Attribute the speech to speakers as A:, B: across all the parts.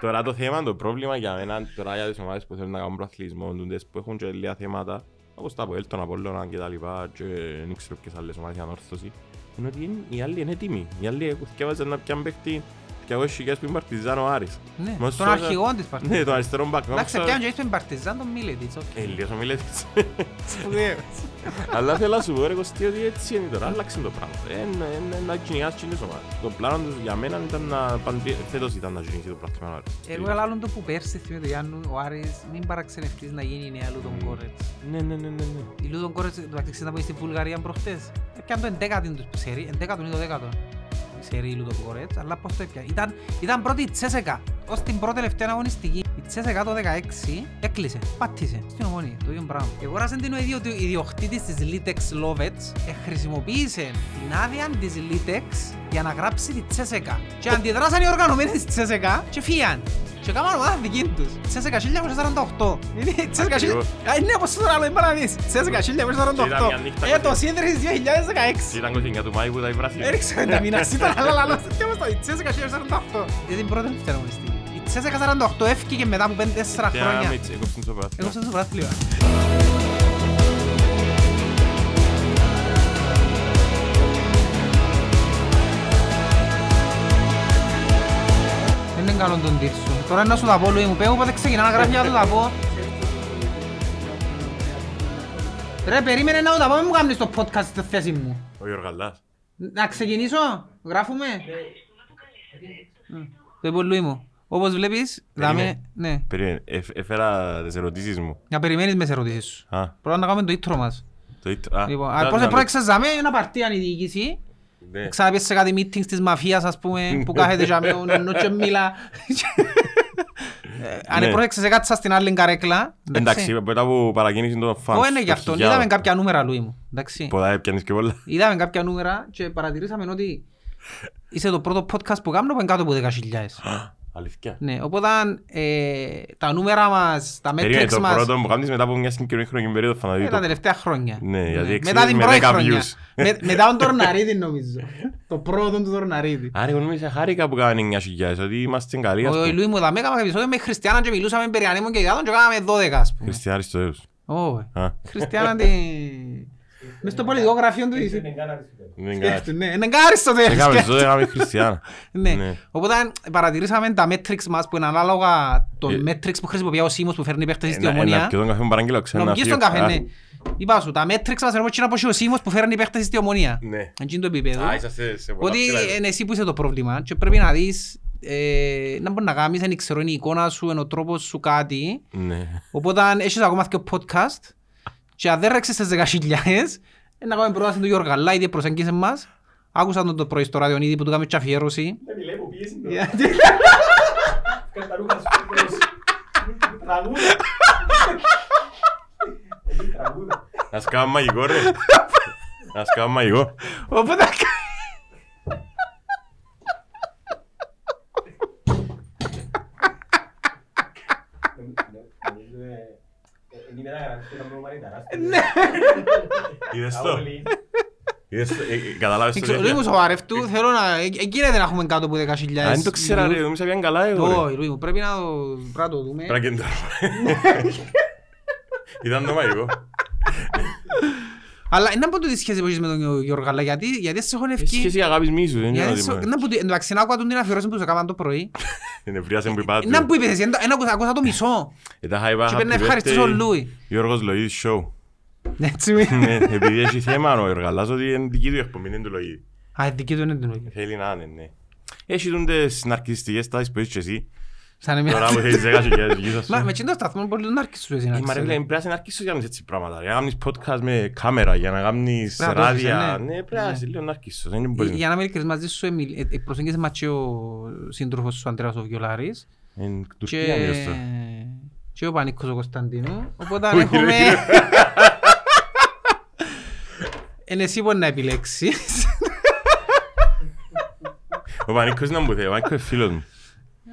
A: Τώρα το θέμα, το πρόβλημα για μένα, τώρα για τις ομάδες που θέλουν να κάνουν προαθλητισμό, τούντες που έχουν και λίγα θέματα, όπως τα Αποέλ, τον Απόλλωνα και τα λοιπά, και δεν ξέρω ποιες άλλες ομάδες για ανόρθωση, είναι ότι είναι- οι άλλοι είναι έτοιμοι. Οι άλλοι έχουν θυκεύαζαν να πιάνουν παίχτη 200.000 που είναι Παρτιζάν ο Άρης.
B: Ναι,
A: Μας
B: τον
A: σώζα-
B: αρχηγό της Παρτιζάν.
A: Ναι, τον αριστερό μπακ.
B: Εντάξει, πιάνω και τον Παρτιζάν τον Μίλετιτς. οκ.
A: Ε, λίγος ο Μιλέτης.
B: Σπουδαίος.
A: Αλλά θέλω να σου πω, ρε Κωστή, ότι έτσι είναι τώρα. Άλλαξε το πράγμα. Ε, ε, ε, Να κυνηγάς κοινές ομάδες. Το πλάνο τους για μένα ήταν να παντρι- φέτος ήταν να κυνηγήσει το πράγμα ο Άρης.
B: Ε, Εγώ λάλλον το που πέρσι θυμίζω του Γιάννου, ο Άρης μην παραξενευτείς να γίνει η νέα Λούτον Κόρετς.
A: Ναι, ναι, ναι, ναι, ναι.
B: Η Λούτον Κόρετς, το μεταξύ ξέρεις να πάει στη Βουλγαρία προχτές. Έπιαν το εντέκατη του σερί, εντέκατον ή το δέκατον. Η σερί η Λούτον Κόρετς, αλλά πώς το έπιαν. Ήταν, ήταν πρώτη η Τσέσεκα, ως την πρώτη τελευταία αγωνιστική. Η Τσέσεκα το 16 έκλεισε, πάτησε στην ομόνη, το ίδιο πράγμα. Εγόρασε την ο ίδιο του ιδιοκτήτης της Litex Lovets, ε, χρησιμοποίησε την άδεια της Litex για να γράψει τη Τσέσεκα. Και αντιδράσαν οι οργανωμένοι της Τσέσεκα και φύγαν. Και κάμαν ομάδα δική τους. Τσέσεκα 1948. Είναι η Τσέσεκα
A: Ακριβώς.
B: Α, Είναι όπως τώρα λέει πάρα να δεις. Τσέσεκα
A: Ήταν
B: 1948.
A: μια νύχτα
B: Ε, το
A: κοντά.
B: σύνδεσης 2016.
A: Ήταν 29 του Μάη που τα υπράσινα.
B: Έριξε τα μήνα σήμερα, αλλά λαλό σε ποιο το η Τσέσεκα 1948. Είναι την πρώτη τελευταία αγωνιστική. Η Τσέσεκα 48 έφυγε μετά από 5-4
A: Και ένα
B: χρόνια.
A: μίτσι, έκοψε το
B: Εγώ
A: πράσινο.
B: ξέρω το πρωτάθλημα. Δεν είναι καλό τον τύρσο. Τώρα είναι να σου τα πω, Λουί μου πέω, οπότε ξεκινάω να γράφει για να του τα πω. Ρε, περίμενε να του τα πω, μην μου κάνεις το podcast στη θέση μου.
A: Ο Γιωργαλάς.
B: Να ξεκινήσω, γράφουμε. Ε, Το είπε ο Λουί μου. Όπως βλέπεις, δάμε,
A: Περίμενε.
B: ναι.
A: Περίμενε, εφ- έφερα τις ερωτήσεις μου.
B: Να περιμένεις μες σε ερωτήσεις σου.
A: Α,
B: Πρώτα να κάνουμε το intro μας.
A: το ήτρα. Α,
B: Λοιπόν,
A: ήταν
B: αν πώς
A: άλλο.
B: προεξεζάμε ένα παρτί αν η διοίκηση.
A: Ναι.
B: Ξαναπιέσαι σε κάτι meetings της μαφίας ας πούμε που κάθεται για μένα ο νότσο μιλά. Ε, Αν
A: Ναι.
B: επρόεξες κάτι σαν στην άλλη καρέκλα.
A: Εντάξει, μετά που παρακίνησε τον φαν.
B: Όχι είναι γι' αυτό. Είδαμε κάποια νούμερα Λουί μου. Εντάξει.
A: Πολλά έπιανες και πολλά.
B: Είδαμε κάποια νούμερα και παρατηρήσαμε ότι είσαι το πρώτο podcast που κάνω που είναι κάτω από 10.000.
A: Αλήθεια.
B: Ναι, οπότε ε, τα νούμερα μας, τα
A: Περίμενε,
B: metrics
A: το
B: μας,
A: πρώτο που κάνεις μετά από μια συγκεκριμένη χρονική περίοδο θα
B: ε, τα
A: αναδεί
B: τελευταία χρόνια.
A: Δηλαδή Ναι, γιατί εξηγείς
B: Μετά την
A: με
B: πρώτη
A: 10
B: χρονιά.
A: views.
B: Με- μετά τον Τορναρίδη νομίζω. το πρώτο του Τορναρίδη.
A: Άρα εγώ νομίζω χάρηκα που κάνανε 9.000, ότι είμαστε καλοί.
B: Ο
A: ας
B: ο
A: πούμε.
B: Λουί μου δαμε έκαμε επεισόδιο με Χριστιανά και μιλούσαμε περί ανέμων και γάτων και κάναμε 12 ας πούμε.
A: Χριστιανά Αριστοτέλους.
B: Ω,
A: Α,
B: Χριστιανά τη... Μες στο πολιτικό γραφείο του είσαι.
A: δεν είναι καλά.
B: Ναι, είναι κάριστο το
A: Έκαμε
B: σκέφτου.
A: ζώα, έκαμε χριστιανά.
B: Ναι.
A: Ναι.
B: Οπότε παρατηρήσαμε τα metrics μας που είναι ανάλογα
A: Ε,
B: των metrics που χρησιμοποιεί ο Σίμος που φέρνει παίχτες στη
A: Ένα- Ένα
B: ομονία.
A: πιω τον καφέ μου παραγγείλω ξένα.
B: Νομικής στον καφέ, ναι. Είπα σου, τα metrics μας είναι όπως και ο Σίμος που φέρνει παίχτες στη ομονία.
A: Ναι.
B: Αν είναι το επίπεδο.
A: Α, είσαστε σε πολλά
B: Ότι
A: ψηλά επίπεδα.
B: είναι εσύ που είσαι το πρόβλημα και πρέπει να δεις ε, να μπορείς να κάνεις, δεν ξέρω, είναι η εικόνα σου, είναι ο τρόπος σου κάτι.
A: Ναι.
B: Οπότε αν έχεις ακόμα και podcast και αν δεν ρέξεις στις 10.000, ε, να κάνουμε πρόταση του Γιώργα Γαλά, ήδη προσέγγισε μας. Άκουσα τον το πρωί στο ραδιονίδι που του κάνουμε τσαφιέρωση.
C: Δεν μιλάει που πιέζει το.
B: Γιατί
C: Κάνε τα ρούχα σου. προς. Τραγούδα. Έχει τραγούδα.
A: Να σου κάνω μαγικό ρε. Να σου κάνω μαγικό.
B: Οπότε...
C: Νομίζω, ε, ε, Είναι μεταγραφή, ήταν πρόβλημα, είναι τεράστιο.
A: Είδες
C: Τα
A: το.
C: όλοι.
A: Είδες το. Ε, ε, Καταλάβες το.
B: Ξέρω, Λίγο σοβαρευτού, θέλω να... ε, Εκείνα δεν έχουμε κάτω από 10.000.
A: Αν το ξέρα ρε, νομίζω πιάνε καλά εγώ ρε.
B: Όχι, Λουί μου, πρέπει να το, πρέπει να το δούμε.
A: Πρέπει να το Ήταν το μαγικό.
B: Αλλά να πω το τι σχέση που έχεις με τον Γιώργο Γαλά, γιατί, γιατί σε έχω
A: Έχει
B: ευκεί.
A: σχέση αγάπης μίσου, δεν είναι
B: Γιατί
A: ότι
B: σε-
A: μόνο.
B: να πω το- Εντάξει, να άκουα τον την αφιερώση που σου έκαναν το πρωί.
A: Ενευρίασε που είπα του.
B: Να που είπες εσύ, εν- εν- άκουσα- άκουσα το μισό.
A: Ε, τα χάιπα,
B: Και πρέπει να
A: happy
B: ευχαριστήσω
A: birthday,
B: τον Λούι.
A: Γιώργος Λοίδης show.
B: Έτσι με.
A: Ναι, Επειδή έχει θέμα ο Εργαλάς ότι είναι δική του εκπομπή, είναι του Λοίδη.
B: Α, η δική του είναι την λόγια.
A: Θέλει να είναι, ναι. Έχει τούντες ναρκιστικές τάσεις που έχεις και εσύ.
B: Σαν εμένα.
A: Τώρα που θέλεις 10.000 views, ας
B: Μα
A: πούμε.
B: με τσιν το σταθμό μπορεί να αρκείς σου εσύ να
A: Ε, Μα ρε
B: ξέρεις.
A: φίλε, πρέπει να συναρκίσεις για να κάνεις έτσι πράγματα. ρε. Για να κάνεις podcast με κάμερα, για να κάνεις
B: Πρέπει να το έχεις,
A: ράδια.
B: ναι.
A: Ναι, πρέπει να είσαι λίγο ναρκίστος, Δεν είναι
B: Ε,
A: πολύ.
B: Για να είμαι ειλικρινής μαζί σου, Εμίλ, ε, ε, προσέγγισε μας και ο σύντροφος σου, ο Αντρέας ο Βιολάρης.
A: Εν Τουρκία
B: Και...
A: μιλωστώ.
B: και ο Πανίκος ο Κωνσταντίνου. Οπότε αν
A: Όχι,
B: έχουμε...
A: ρε.
B: Είναι Ε, ναι, εσύ μπορεί να επιλέξεις.
A: Ο Πανίκος είναι μου θέλει, ο Πανίκος είναι φίλος μου.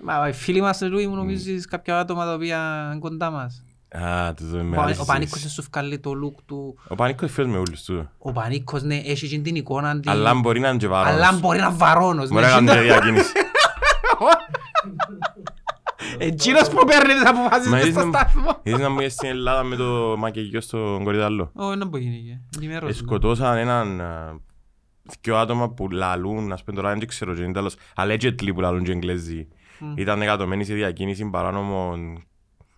B: Μα οι φίλοι μας, Λούι, μου νομίζεις κάποια άτομα τα οποία είναι κοντά μας.
A: Α, το δούμε
B: Ο
A: με
B: Πα-
A: άλλη
B: Ο
A: συζήτηση.
B: Πανίκος δεν σου βγάλει το look του.
A: Ο Πανίκος είναι φίλος με όλους του.
B: Ο Πανίκος, ναι, έχει εκείνη την εικόνα. την-
A: Αλλά μπορεί να είναι και βάρος.
B: ναι. Αλλά μπορεί να είναι βαρώνος.
A: Μπορεί να
B: ναι.
A: κάνουν και διακίνηση.
B: Εκείνος που παίρνει τις αποφάσεις
A: Μα
B: μες
A: είσαι-
B: στο σταθμό.
A: Είδες να μου στην Ελλάδα με το μακεγιό στον κορυδαλό.
B: Ω, δεν μπορεί να γίνει. ε. Ενημερώσου.
A: Σκοτώσαν έναν ε, δυο άτομα που λαλούν, ας πούμε τώρα δεν ξέρω και είναι τέλος, allegedly που λαλούν και εγγλέζοι.
B: Μμ.
A: Ήταν εκατομένοι σε διακίνηση παράνομων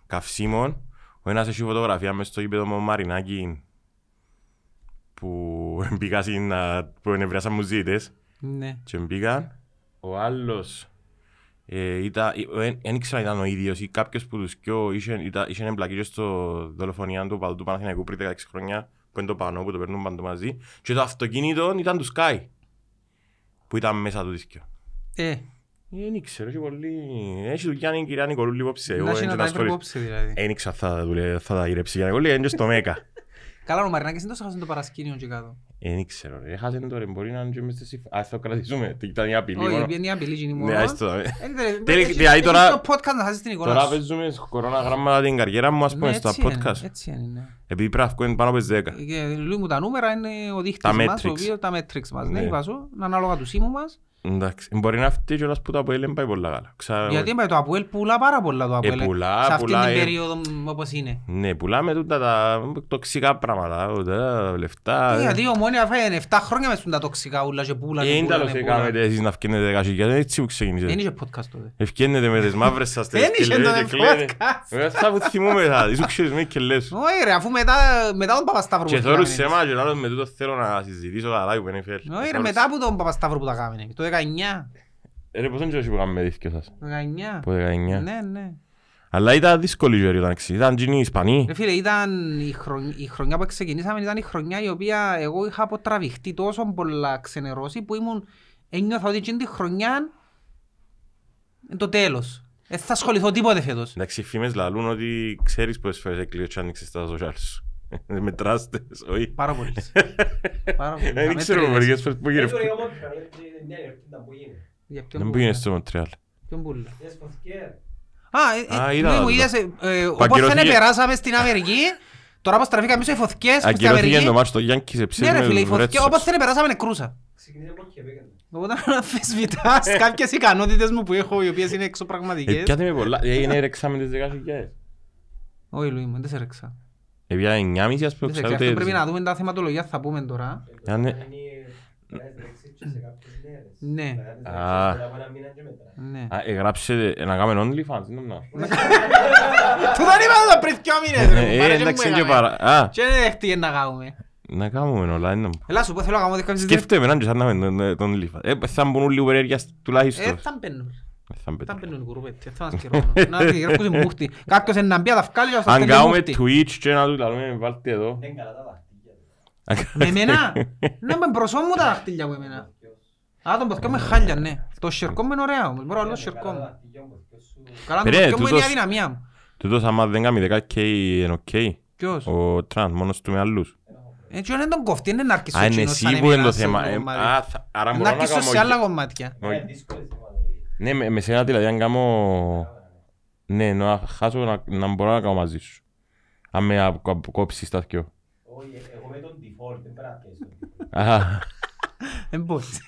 A: καυσίμων. Ο ένας έχει φωτογραφία μες στο γήπεδο μου Μαρινάκη που μπήκα στην, α, που ενευρίασαν μου ζήτες
B: Ναι.
A: και μπήκαν. Ο άλλος ε, ήταν, ε, ε, δεν ήξερα αν ήταν ο ίδιος ή κάποιος που τους δυο είχε, ήταν- είχε εμπλακεί και στο δολοφονία του παλού του Παναθηναϊκού πριν 16 χρόνια που είναι το πανό που το παίρνουν παντού μαζί και το αυτοκίνητο ήταν του Sky που ήταν μέσα του δίσκιο.
B: Ε,
A: Δεν ήξερα, έχει πολύ... Έχει δουλειά η κυρία Νικολούλη υπόψη. Εγώ
B: να έχει
A: δεν
B: να τα βρει
A: ασχολείς.
B: υπόψη δηλαδή.
A: Δεν ήξερα θα, τα δουλε- θα τα γυρέψει η κυρία Νικολούλη, είναι στο ΜΕΚΑ.
B: Καλά ο Μαρινάκης δεν το έχασε το παρασκήνιο και κάτω.
A: Δεν ήξερα, ρε. Έχασε το ρε, μπορεί να είναι και μες στη συμφωνία. Ας το κρατήσουμε, τι ήταν η απειλή. μόνο.
B: Όχι, είναι η απειλή γίνει
A: Ναι,
B: μόνος.
A: ας το δούμε.
B: Ε, δεν-
A: Τέλει-
B: έχεις-
A: δηλαδή
B: έχεις
A: τώρα-
B: το podcast να χάσεις την εικόνα
A: Τώρα
B: σου.
A: παίζουμε στο κορώνα γράμματα την καριέρα μου, ας πούμε,
B: Ναι,
A: στα
B: έτσι είναι,
A: podcast.
B: Έτσι είναι. ναι.
A: Επειδή πρέπει να βγουν πάνω από τις 10.
B: Και Λίγο μου τα νούμερα είναι ο
A: Τα
B: δείχτης μας,
A: metrics.
B: ο οποίος- τα metrics μας. Ναι,
A: Ναι.
B: είπα σου, είναι ανάλογα του σήμου μας.
A: Εντάξει, μπορεί να φταίει κιόλας που το Αποέλ δεν πάει πολλά καλά. Ξα-
B: Γιατί με το Αποέλ πουλά πάρα πολλά το Αποέλ.
A: Ε, πουλά,
B: σε αυτήν
A: πουλά,
B: την
A: ε.
B: περίοδο μ, όπως είναι.
A: Ναι, πουλάμε τούτα τα τοξικά πράγματα, τα λεφτά.
B: Ε, Γιατί η ομόνια φάει 7 χρόνια μες στον τα τοξικά ούλα και πουλά και
A: Ναι. Είναι
B: πουλά
A: τέλος
B: και
A: που
B: πουλά.
A: κάνετε εσείς να βγαίνετε καχυγιά, έτσι που ξεκίνησε.
B: Δεν είχε podcast τότε.
A: Ευκένετε με τις μαύρες σας
B: Δεν
A: τις
B: είχε
A: κελές
B: τότε
A: και κλαίνε.
B: podcast.
A: Ε, Αυτά που θυμούμε θα, ήσουν ξέρεις με κελές.
B: Όχι ρε, αφού μετά, μετά τον Παπασταύρου
A: Και
B: που
A: θέλω
B: τα
A: σε
B: κάμενε.
A: εμάς και λάλλον με τούτο θέλω να συζητήσω καλά που είναι φέρ.
B: Όχι ρε, μετά από τον Παπασταύρου που τα κάμενε. Το 19.
A: Ε, Ρε πόσο είναι που κάνουμε δίσκιο σας.
B: Το 19.
A: Από 19.
B: Ναι, ναι.
A: Αλλά ήταν δύσκολη η ζωή όταν ξύ. Ήταν γίνει οι Ισπανοί.
B: Ρε φίλε, ήταν η, χρονιά, η χρονιά που ξεκινήσαμε ήταν η χρονιά η οποία εγώ είχα αποτραβηχτεί τόσο πολλά ξενερώσει που ήμουν, ένιωθα ότι εκείνη τη χρονιά είναι το τέλος. Δεν θα ασχοληθώ τίποτε φέτος.
A: Εντάξει, οι φήμες λαλούν ότι ξέρεις πόσες φορές έκλειο και άνοιξες τα social σου. Ε, Μετράς τις, όχι.
B: Πάρα πολύ. Πάρα πολύ.
A: Ε, Δεν ξέρω μερικές φορές που
B: Ε,
C: Δεν μπορεί
A: γύρευκε.
C: να μάθει κανένα, δεν είναι αρκετά που είναι.
A: Δεν πήγαινες στο Μοντρεάλ.
B: Ποιον πουλά.
C: Δεν σπαθηκέ.
B: Α,
A: Α,
B: ε, ε,
A: είδα
B: ναι, μου
A: το.
B: είδες, ε, ε,
A: Παγκυρώθηκε.
B: Όποιον περάσαμε στην Αμερική, τώρα πως τραβήκαμε στους εφοθκές στην
A: Ακυρώθηκε
B: Αμερική.
A: το μάτς στο Γιάνκης
B: Ναι ρε
A: εψήφισε
B: φίλε,
A: με Ε,
B: οι
A: τους Red
B: φωτιές,
A: Sox.
B: όπως θέλει περάσαμε νεκρούσα.
C: Ξεκινήσε από και πήγαινε.
B: Οπότε να αμφισβητάς κάποιες ικανότητες μου που έχω, οι οποίες είναι
A: Ε,
B: εξωπραγματικές.
A: Πιάτε με πολλά. Ε, Είναι ρεξάμε τις δεκάσυγγιάες.
B: Όχι Λουί μου, δεν σε ρέξα.
A: Επειδή είναι 9,5 ας πούμε,
B: Δεν σε ρέξα.
A: ξέρω
B: Αυτό πρέπει
A: τι
B: να δούμε τα θεματολογία θα πούμε τώρα.
A: Αν-
B: Ναι.
A: Α.
B: Ναι.
A: Α, ε, Εγράψε να κάνουμε OnlyFans, είναι να.
B: Του δεν είπα εδώ πριν δυο μήνες. Ναι, ρε, μου
A: Ε,
B: πάρε και
A: εντάξει,
B: μου
A: είναι και
B: έκαμε.
A: παρά. Α,
B: Και δεν δέχτηκε να κάνουμε.
A: να κάνουμε όλα, είναι.
B: Ελά σου πω θέλω να κάνω δεκαετίες.
A: Σκέφτομαι έναν και σαν να με τον- ε, τον OnlyFans. Ε, θα μπουν λίγο περιέργεια σ-
B: Ε,
A: τουλάχιστον.
B: θα μπαίνουν.
A: Ε, θα μπει.
B: Θα μπαίνουν κουρούπετ, θα μας κυρώνουν. Να τη γράφουν μούχτη. Κάποιος είναι να μπει, θα βγάλει και θα
A: Αν
B: στέλνει
A: κάνουμε
B: μούχτη.
A: Twitch και να του λαλούμε βάλτε εδώ.
C: Δεν καλά τα δαχτύλια.
B: Με εμένα. Ναι, με μπροσό μου τα δαχτυλιά με εμένα. Α, τον ποθκιό με χάλια, ναι. Το σιρκό μου είναι ωραίο, όμως μπορώ να λέω σιρκό μου. Καλά,
A: Ρε,
B: το ποθκιό μου είναι η
A: τούτος-
B: αδυναμία μου.
A: Τούτος άμα δεν κάνει 10k είναι οκ.
B: Ποιος.
A: Ο τραν, μόνος του με άλλους.
B: Έτσι δεν τον κοφτεί, δεν είναι αρκισό
A: Α, είναι
B: τσίνος, σαν
A: εσύ που είναι το
B: εμένα, σε
A: θέμα.
B: άλλο
A: Ε,
B: κομμάτι.
A: α, θα- Άρα
B: Να
A: μπορώ να
B: αρκισό
A: κάνω...
B: σε άλλα κομμάτια.
A: Όχι.
C: δύσκολες
A: Ναι, με με σένα δηλαδή αν κάνω... Ναι, να χάσω να- να μπορώ να κάνω μαζί σου. Αν με απο- κόψεις τα δυο.
C: Όχι, εγώ με τον default, δεν πρέπει να πιέσεις τον default.
A: Α,
B: Δεν μπορείς.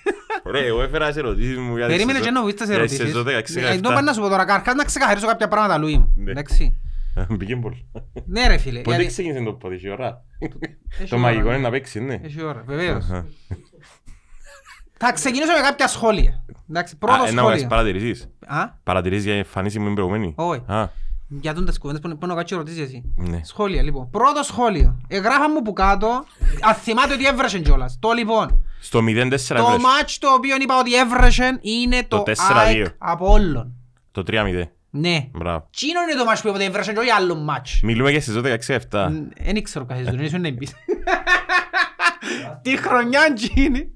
A: Ωραία, εγώ έφερα σε ερωτήσεις μου για τις
B: Ε, Περίμενε
A: σεζόν-
B: και να μου πεις τις
A: για τις
B: ερωτήσεις.
A: σεζόν
B: Ε,
A: 16-17.
B: Εδώ πάνε να σου πω τώρα, καρχάς να ξεκαθαρίσω κάποια πράγματα, Λουί μου.
A: Ναι.
B: Εντάξει.
A: Πήγε πολύ.
B: Ναι ρε φίλε.
A: Πότε
B: γιατί-
A: ξεκίνησε το πόδι, είχε ώρα.
B: Έχει
A: Το
B: ώρα,
A: μαγικό
B: ναι.
A: είναι να παίξεις, ναι.
B: Έχει ώρα, βεβαίως. Θα ξεκινήσω με κάποια σχόλια. Εντάξει, πρώτο
A: Α, ε, Να μου κάνεις
B: σχόλιο.
A: παρατηρήσεις.
B: Α,
A: Παρατηρήσεις για εμφανίσεις μου την προηγούμενη.
B: Όχι.
A: Α,
B: για τον τις κουβέντες που είναι πάνω κάτω και ρωτήσεις εσύ.
A: ναι.
B: Σχόλια, λοιπόν. Πρώτο σχόλιο. Εγγράφα μου που κάτω, αν θυμάται ότι έβρασε κιόλας. Το λοιπόν,
A: Στο 0-4
B: το
A: έβρες.
B: μάτς το οποίο είπα ότι έβρασε είναι το,
A: Το 4-2.
B: ΑΕΚ από όλων.
A: Το 3-0.
B: Ναι.
A: Μπράβο.
B: Τσίνο είναι το μάτς που είπα ότι έβρασε και όχι άλλο μάτς.
A: Μιλούμε για σεζόν 16-17.
B: Ν- Εν ήξερα καθώς τον ήσουν να μπεις. Τι χρονιά τσίνη.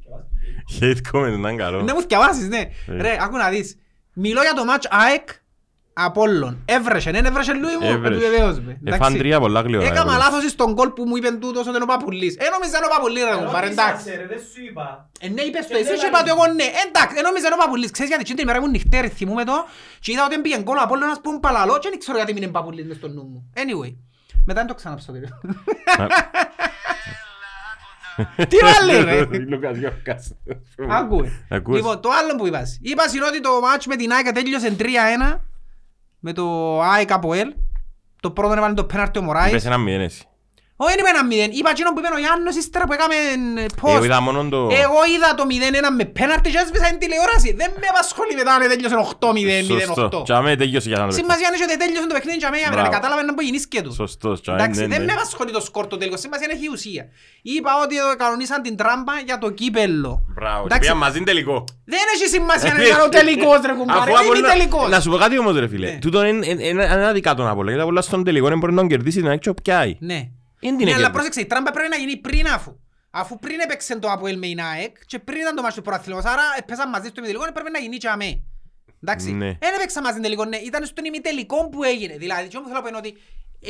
A: Hate comment, να είναι καλό.
B: Να μου θυκευάσεις, ναι.
A: Ε.
B: Ρε, άκου να δεις. Μιλώ για το μάτς ΑΕΚ Απόλλων. Έβρεσε, δεν έβρεσε Λούι μου,
A: Έβρεσε.
B: ε, του βεβαίωσμε.
A: Εφάν τρία πολλά γλυόρα.
B: Έκαμα λάθος στον κόλ που μου είπεν τούτος ότι είναι ο Παπουλής. Ε, νόμιζα είναι ο Παπουλής ρε κομπάρε, εντάξει.
C: Ρε, Δεν σου είπα.
B: Ε, ναι, είπες το
C: Ε,
B: εσύ
C: ναι,
B: και
C: μα-
B: είπα το εγώ ναι. Ε, Εντάξει, ε, νόμιζα είναι ο Παπουλής. Ξέρεις γιατί, εκείνη την ημέρα ήμουν νυχτέρι, θυμούμαι το. Και είδα ότι έμπαιγε γκολ ο Απόλλωνας που ήμουν παλαλός και δεν ξέρω γιατί μείνε Παπουλής μες στο νου μου. Anyway, μετά δεν το ξαναψω. κύριε. Τι βάλε ρε. Άκουε.
A: Ακούς.
B: Λοιπόν, το άλλο που είπας. Είπας είναι ότι το μάτς με την ΑΕΚ τέλειωσε 3-1 με το ΑΕΚ Αποέλ. Το πρώτο έβαλε το πέναρτι ο Μωράης.
A: Είπες ένα μηδέν εσύ.
B: Όχι, είναι ένα μηδέν. Είπα εκείνο που είπε ο Γιάννος ύστερα που έκαμε ε,
A: Εγώ
B: post.
A: είδα μόνο το...
B: Εγώ είδα το 0-1 με πέναρτι και έσβησα την τηλεόραση. Δεν με απασχολεί μετά αν τέλειωσε 8-0, 0-8.
A: Σωστό. Τσάμε τέλειωσε για να το
B: Σημασία είναι ότι τέλειωσε το παιχνίδι για μένα,
A: Μπράβο. ναι,
B: κατάλαβε να μπορεί γεννήσκε του.
A: Σωστός. Τσάμε
B: Εντάξει, δεν με απασχολεί το σκορ το τελικό, σημασία είναι έχει ουσία. Είπα ότι εδώ κανονίσαν την τράμπα για το κύπελλο.
A: Μπράβο.
B: Εντάξει.
A: Πήγαν μαζί τελικό.
B: Δεν έχει σημασία να ήταν ο τελικός ρε κουμπάρε,
A: ναι. Αφού
B: είναι
A: απολύνα-
B: τελικός.
A: Να σου πω κάτι όμως ρε φίλε.
B: Ναι.
A: Τούτον είναι- είναι είναι ένα δικά τον Απόλλωνα. Γιατί απλά στον τελικό δεν μπορεί να τον κερδίσει την και πιάει.
B: Ναι.
A: Δεν την
B: Ναι, αλλά
A: έκερδε.
B: πρόσεξε, η τράμπα πρέπει να γίνει πριν αφού. Αφού πριν έπαιξε το Αποέλ με η ΑΕΚ και πριν ήταν το μάτσο του προαθλήματος, άρα έπαιζαν μαζί στο ημιτελικό, έπρεπε να γίνει και αμέ. Εντάξει,
A: Ναι.
B: δεν έπαιξαν μαζί τελικό, ναι, ήταν στον ημιτελικό που έγινε. Δηλαδή, τι όμως θέλω να πω είναι ότι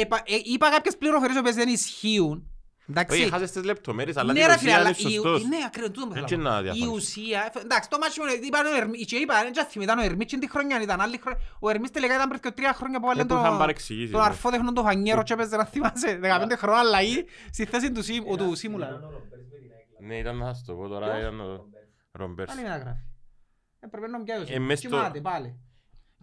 B: επα- ε, είπα κάποιες πληροφορίες οι οποίες δεν ισχύουν.
A: Όχι,
B: Εντάξει,
A: χάσες τις λεπτομέρειες, αλλά
B: ναι,
A: την
B: ρε φίλε,
A: ουσία
B: αλλά
A: είναι
B: η,
A: σωστός.
B: η- ναι, ακριβώς, τούτο με
A: Δεν
B: θέλω
A: και
B: να
A: να
B: πω. Η
A: διαφωνήσω.
B: ουσία, ε, εντάξει, το μάτσο μου είπαν ο Ερμίτσι, και είπαν, δεν τσάθη, ήταν ο Ερμίτσι την χρονιά, ήταν άλλη χρονιά. Ο Ερμίτσι τελικά ήταν πριν και τρία χρόνια που
A: Ε,
B: έβαλε
A: που
B: τον-
A: είχαν παρεξηγήσει,
B: τον
A: ναι.
B: αρφόδεχνο τον Φανιέρο και έπαιζε να θυμάσαι 15 χρόνια αλλαγή στη θέση του Σίμ- του Σίμουλα.
A: Ναι, ήταν να σας το πω τώρα, ήταν ο Ρομπέρς.
B: Πάλι μεταγράφει. Ε, πρέπει να πιάσει.
A: Ε, μες στο-
B: Κοιμάται πάλι.